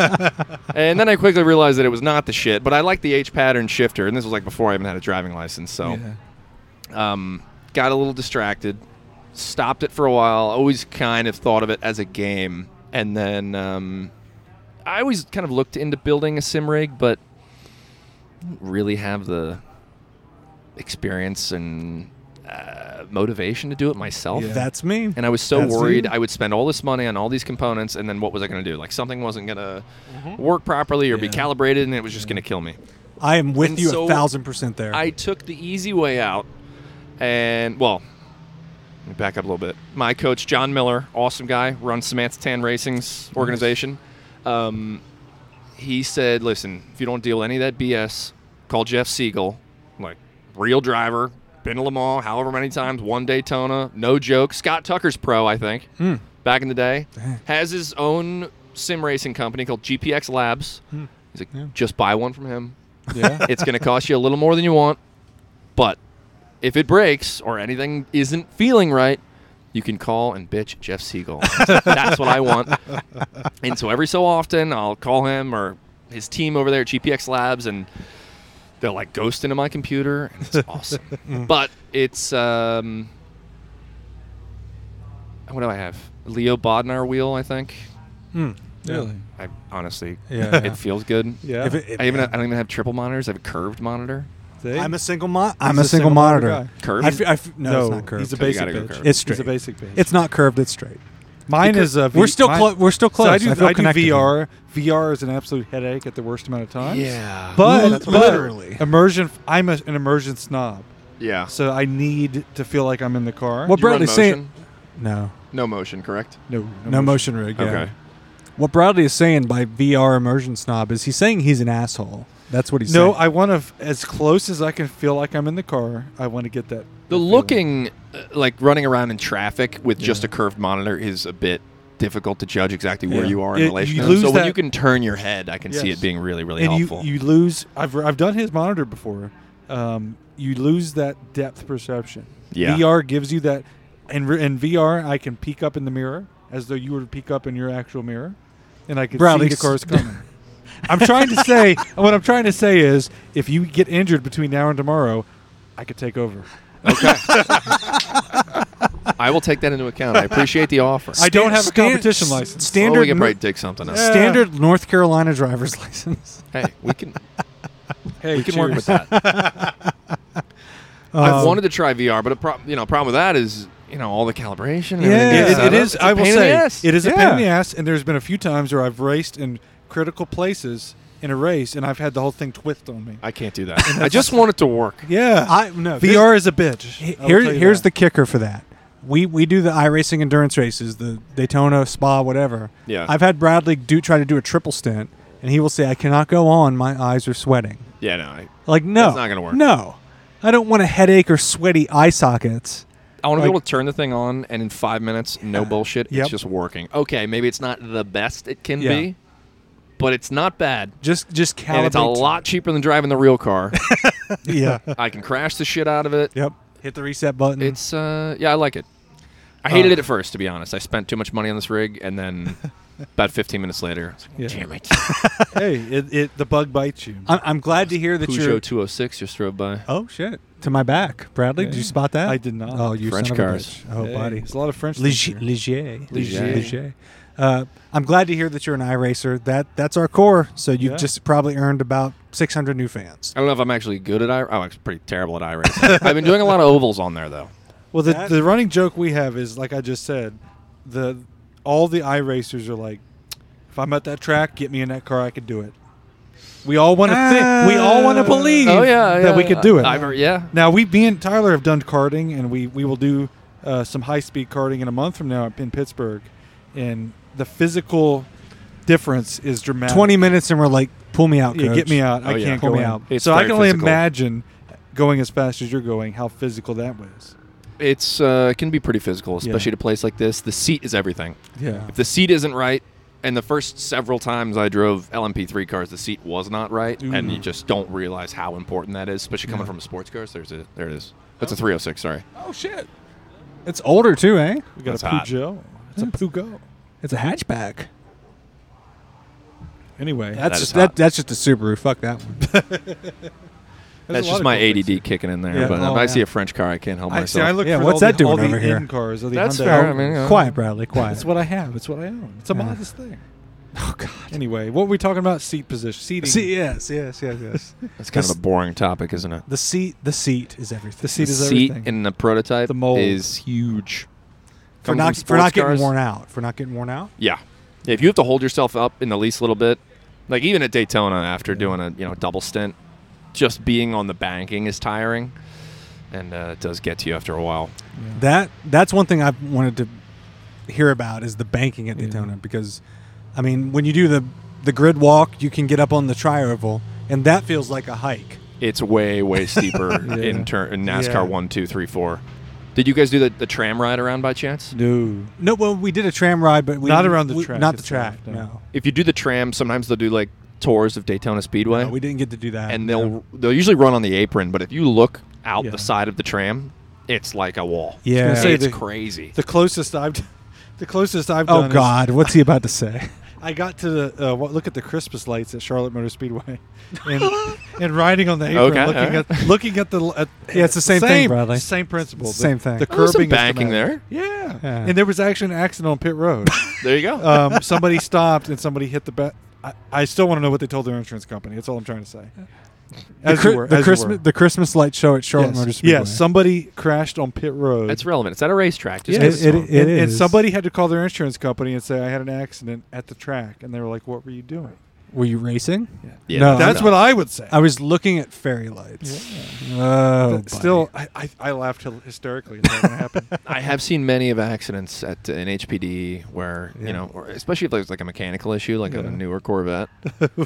and then I quickly realized that it was not the shit, but I liked the H pattern shifter, and this was like before I even had a driving license, so um, got a little distracted, stopped it for a while. Always kind of thought of it as a game, and then um, I always kind of looked into building a sim rig, but didn't really have the experience and uh, motivation to do it myself. That's me. and I was so That's worried you. I would spend all this money on all these components, and then what was I going to do? Like something wasn't going to work properly or be Mm-hmm. Yeah. calibrated, and it was just going to kill me. I am with And you so a thousand percent there. I took the easy way out, and well, let me back up a little bit. My coach, John Miller, awesome guy, runs Samantha Tan Racing's organization. Um, he said, "Listen, if you don't deal with any of that BS, call Jeff Siegel, like real driver, been to Le Mans however many times, one Daytona, no joke. Scott Tucker's pro, I think, back in the day, has his own sim racing company called GPX Labs. He's like, just buy one from him. Yeah. it's going to cost you a little more than you want, but if it breaks or anything isn't feeling right, you can call and bitch Jeff Siegel. That's what I want. And so every so often, I'll call him or his team over there at GPX Labs, and they'll like ghost into my computer, and it's awesome. but it's um, what do I have? Leo Bodnar wheel, I think. really? I honestly, Yeah. it feels good. Yeah. If it- if- I even I don't even have triple monitors. I have a curved monitor. See? I'm a single mo- I'm a a single, single monitor monitor. guy. Curved? I f- I f- no, no, it's not curved. He's a So you basic gotta go bitch. curved. It's He's a straight. basic bitch. it's not curved. It's straight. mine is a. V- we're still mine- clo- we're still close. So I I do, feel I do connected. VR. VR is an absolute headache at the worst amount of times. Yeah, But, Lit- but literally. immersion. I'm a, an immersion snob, yeah. so I need to feel like I'm in the Well, car. You run Bradley's saying motion? no, no motion, correct? No, no motion rig. Yeah. Okay. What Bradley is saying by VR immersion snob is he's saying he's an asshole. That's what he's No, saying. I want to, as close as I can feel like I'm in the car, I want to get that. The that feeling. looking, uh, like running around in traffic with just a curved monitor, is a bit difficult to judge exactly where Yeah. you are in It- you relation. to them. lose so when that- you can turn your head, I can see Yes. it being really, really and helpful. you you lose. I've I've done his monitor before. Um, you lose that depth perception. Yeah. VR gives you that, and re- in VR I can peek up in the mirror as though you were to peek up in your actual mirror, and I can Brownies. see the cars coming. I'm trying to say what I'm trying to say is if you get injured between now and tomorrow, I could take over. I will take that into account. I appreciate the offer. I don't have a Stan- competition s- license. oh, we can Standard, probably dig something up. Yeah. standard North Carolina driver's license. Hey, we can Hey, we can work with that. Um, Um, I've wanted to try VR, but a pro- you know problem with that is you know all the calibration. and Yeah, everything Yeah. gets it- set it up. is. It's a I will pain in the say, ass. it is a pain Yeah. in the ass, and there's been a few times where I've raced in critical places in a race, and I've had the whole thing twist on me. I can't do that. I just want it to work. Yeah, I no this- VR is a bitch. Here, here's the kicker for that. We we do the iRacing endurance races, the Daytona, Spa, whatever. Yeah. I've had Bradley do try to do a triple stint, and he will say, "I cannot go on. My eyes are sweating." Yeah, no. I, Like, no, That's not gonna work. No, I don't want a headache or sweaty eye sockets. I want to Like- be able to turn the thing on, and in five minutes, no bullshit, Yep. it's just working. Okay, maybe it's not the best it can Yeah. be, but it's not bad. Just just calibrate. And it's a lot cheaper than driving the real car. yeah. I can crash the shit out of it. Yep. Hit the reset button. It's uh, yeah, I like it. I hated it at first, to be honest. I spent too much money on this rig, and then about 15 minutes later, I was like, damn it, hey, it, it the bug bites you. I'm, I'm glad to hear that you're. Peugeot 206 just drove by. oh shit! To my back, Bradley. Did you spot that? I did not. Oh, you French son of a cars. bitch. Oh, Hey, buddy. there's a lot of French. things Ligier. here. Ligier. Ligier. Ligier. Uh, I'm glad to hear that you're an iRacer. That that's our core. So you've Yeah. just probably earned about 600 new fans. I don't know if I'm actually good at I. Oh, I'm pretty terrible at I racing. I've been doing a lot of ovals on there though. Well, the, That- the running joke we have is like I just said, the all the iRacers are like, if I'm at that track, get me in that car, I could do it. We all want to Ah. think. We all Oh, want to believe that we could do it. Oh, I've, yeah, Now we, me and Tyler, have done karting, and we we will do uh, some high speed karting in a month from now in Pittsburgh, and the physical difference is dramatic. 20 minutes and we're like, pull me out, yeah, coach. get me out. I Oh, yeah. can't Pull go me out. out. It's so I very can only physical. imagine going as fast as you're going, how physical that was. it's uh, it can be pretty physical, especially Yeah. at a place like this. The seat is everything. Yeah. If the seat isn't right, and the first several times I drove LMP3 cars, the seat was not right, and you just don't realize how important that is, especially coming from a sports car. So There's a there it is. That's a 306. Sorry, It's older too, eh? Oh, We got That's a hot. Peugeot. It's a Peugeot. It's a hatchback. Anyway, That's is just hot. that, that's just a Subaru. Fuck that one. there's that's a lot just of my cool things. ADD kicking in there. Yeah. But Oh, if I yeah. see a French car, I can't help I see. myself. I look Yeah, for what's all that the, doing all the over here? in cars. All the That's Hyundai fair. I Elevs. mean, yeah. Oh, Quiet, Bradley. Quiet. That's what I have. It's what I own. It's a Yeah. modest thing. Oh God. Anyway, what were we talking about? Seat position. Seating. See, yes, yes, yes, yes. That's kind of a boring topic, isn't it? the seat, the seat is everything. The seat The is seat everything. in the prototype The mold. is huge. for Coming from not for sports not getting cars, worn out. For not getting worn out. Yeah. If you have to hold yourself up in the least little bit, like even at Daytona after doing a you know double stint, just being on the banking is tiring, and uh, it does get to you after a while. That that's one thing I've wanted to hear about is the banking at Daytona because, I mean, when you do the the grid walk, you can get up on the trioval, and that feels like a hike. It's way way steeper in, turn in NASCAR one two three four. Did you guys do the, the tram ride around by chance? No. No, well, we did a tram ride, but we, Not around the we- track Not the itself, track. no. No, If you do the tram, sometimes they'll do like tours of Daytona Speedway. No, we didn't get to do that. and no. they'll they'll usually run on the apron. But if you look out Yeah. the side of the tram, it's like a wall. Yeah. say it's the- crazy. The closest I've, the closest I've Oh done. is God, what's he about to say? I got to the, uh, wa- look at the Christmas lights at Charlotte Motor Speedway, and, and riding on the apron, Okay, looking alright. at looking at the. l- At, Yeah, it's the same thing, Bradley. Same principle. It's the The- same thing. The There was some curbing is the banking matter. there. Yeah. Yeah. and there was actually an accident on pit road. There you go. um, somebody stopped and somebody hit the back. I, I still want to know what they told their insurance company. That's all I'm trying to say. As the, cri- you were, the as you Christmas were. the Christmas light show at Charlotte yes. Motor Speedway. Yes, somebody crashed on pit road. That's relevant. It's at a racetrack. Just Yeah. because It- it- it's on. and, and is. somebody had to call their insurance company and say I had an accident at the track, and they were like, "What were you doing?" Were you racing? Yeah. Yeah, No, That's what I would say. I was looking at fairy lights. Oh, But still, I, I, I laughed hy- hysterically at that when it happened. I have seen many of accidents at uh, an HPD where you know, or especially if there's like a mechanical issue, like on a newer Corvette, Oh,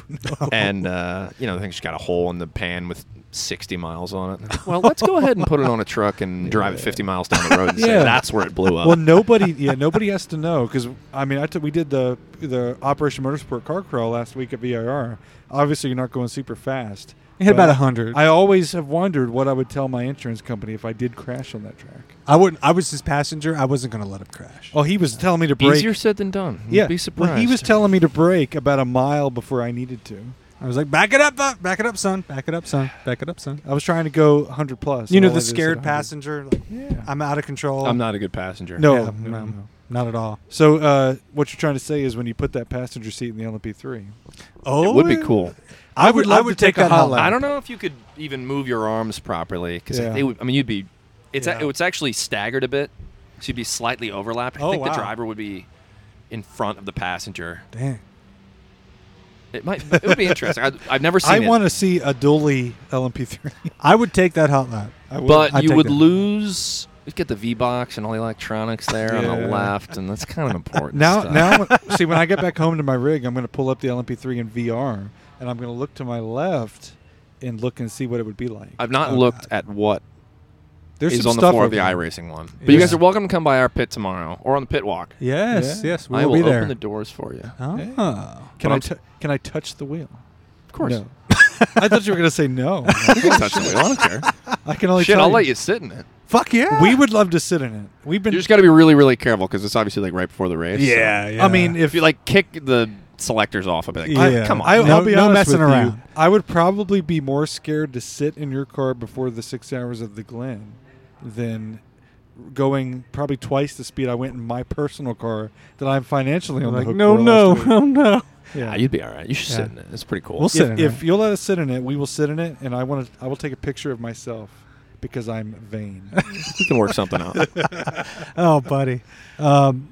and uh, you know, the thing's got a hole in the pan with 60 miles on it. Well, let's go ahead and put it on a truck and drive it 50 miles down the road and say Yeah. that's where it blew up. well, nobody, yeah, nobody has to know because I mean, I took we did the the Operation Motorsport Car Crawl last week at VIR. Obviously, you're not going super fast. You hit about but 100. I always have wondered what I would tell my insurance company if I did crash on that track. I wouldn't. I was his passenger. I wasn't going to let him crash. Oh, he was telling me to brake. Easier said than done. You'd yeah, be surprised. Well, he was telling me to brake about a mile before I needed to. I was like, back it up, bu- back it up, son. Back it up, son. Back it up, son. I was trying to go 100 plus. You and know all the I did is hit scared 100. passenger. Like, Yeah. I'm out of control. I'm not a good passenger. No, Yeah, no, no, no. not at all. So uh, what you're trying to say is when you put that passenger seat in the LMP3, Oh, It would be cool. I would. love I to would take take a that hot hot lap. lap. I don't know if you could even move your arms properly because Oh. Yeah. would I mean, you'd be. It's a, Yeah. it's actually staggered a bit, so you'd be slightly overlapped. I Oh, think wow. the driver would be in front of the passenger. Dang. It might. It would be interesting. I, I've never seen I it. want to see a dually LMP3. I would take that hot lap. I would. but I you take would that. lose. You'd get the V box and all the electronics there on the Yeah. left, and that's kind of important. now, stuff. now, see when I get back home to my rig, I'm going to pull up the LMP3 in VR, and I'm going to look to my left and look and see what it would be like. I've not looked at what uh, There's Uh, is some on the stuff floor of the over there. iRacing one. But you guys Yeah. are welcome to come by our pit tomorrow or on the pit walk. Yes, Yeah. yes, we I will be will open there. the doors for you. Of Ah. Can I But I'm- t- can I touch the wheel? course. No. I thought you were going to say no. You can touch the wheel. I don't care. I can only Shit, tell I'll let you sit in it. Fuck yeah. We would love to sit in it. We've been. You just got to be really, really careful because it's obviously like right before the race. yeah, yeah. I mean, If if you like kick the selectors off a bit, like, Yeah. I, come on. I, No- will be no honest messing with you, around. I would probably be more scared to sit in your car before the six hours of the Glen than going probably twice the speed I went in my personal car that I'm financially on like, the hook no, for no, last week. no, no. Ah, Yeah. you'd be all right. You should Yeah. sit in it. It's pretty cool. We'll sit in if, if it. you'll let us sit in it, we will sit in it, and I want to. I will take a picture of myself because I'm vain. we can work something out. Oh, buddy. Um,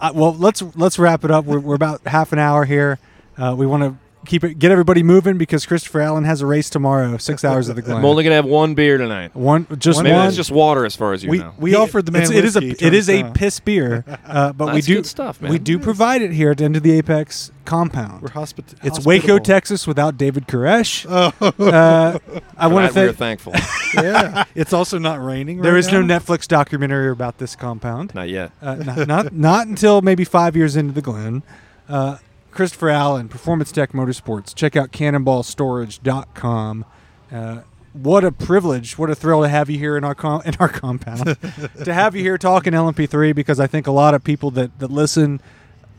I, well, let's let's wrap it up. We're, we're about half an hour here. Uh, we want to keep it, get everybody moving because Christopher Allen has a race tomorrow. Six hours of the Glen. I'm only gonna have one beer tonight. one, just Maybe one. that's just water, as far as you we know. we He- offered the man. it's- It is whiskey, a it turned is us a down. piss beer, uh, but we That's do good stuff, man. we do provide it here at the end of the Apex compound. We're hospita- it's Waco, hospitable. Oh. Texas, without David Koresh. Uh, I For want that, we are to thank. thankful. yeah, it's also not raining. There right is now. no Netflix documentary about this compound. Not yet. Uh, not, not not until maybe five years into the Glen. Uh, Christopher Allen, Performance Tech Motorsports. Check out CannonballStorage.com. Uh, what a privilege! What a thrill to have you here in our com- in our compound. to have you here talking LMP3 because I think a lot of people that that listen,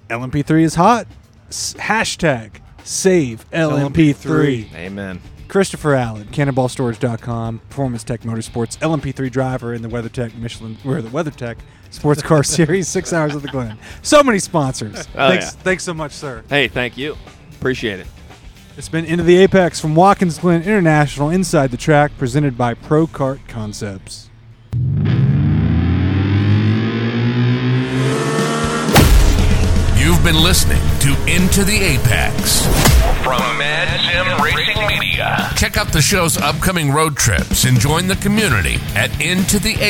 LMP3 is hot. S- hashtag save LMP3. Amen. Christopher Allen, CannonballStorage.com, Performance Tech Motorsports, LMP3 driver in the WeatherTech Michelin, or the WeatherTech Sports Car Series, six hours of the Glen. So many sponsors. Oh, thanks, yeah. thanks so much, sir. Hey, thank you. Appreciate it. It's been Into the Apex from Watkins Glen International, Inside the Track, presented by Pro Kart Concepts. You've been listening to Into the Apex. From Mad Sim Racing Media. Check out the show's upcoming road trips and join the community at intotheapex.com.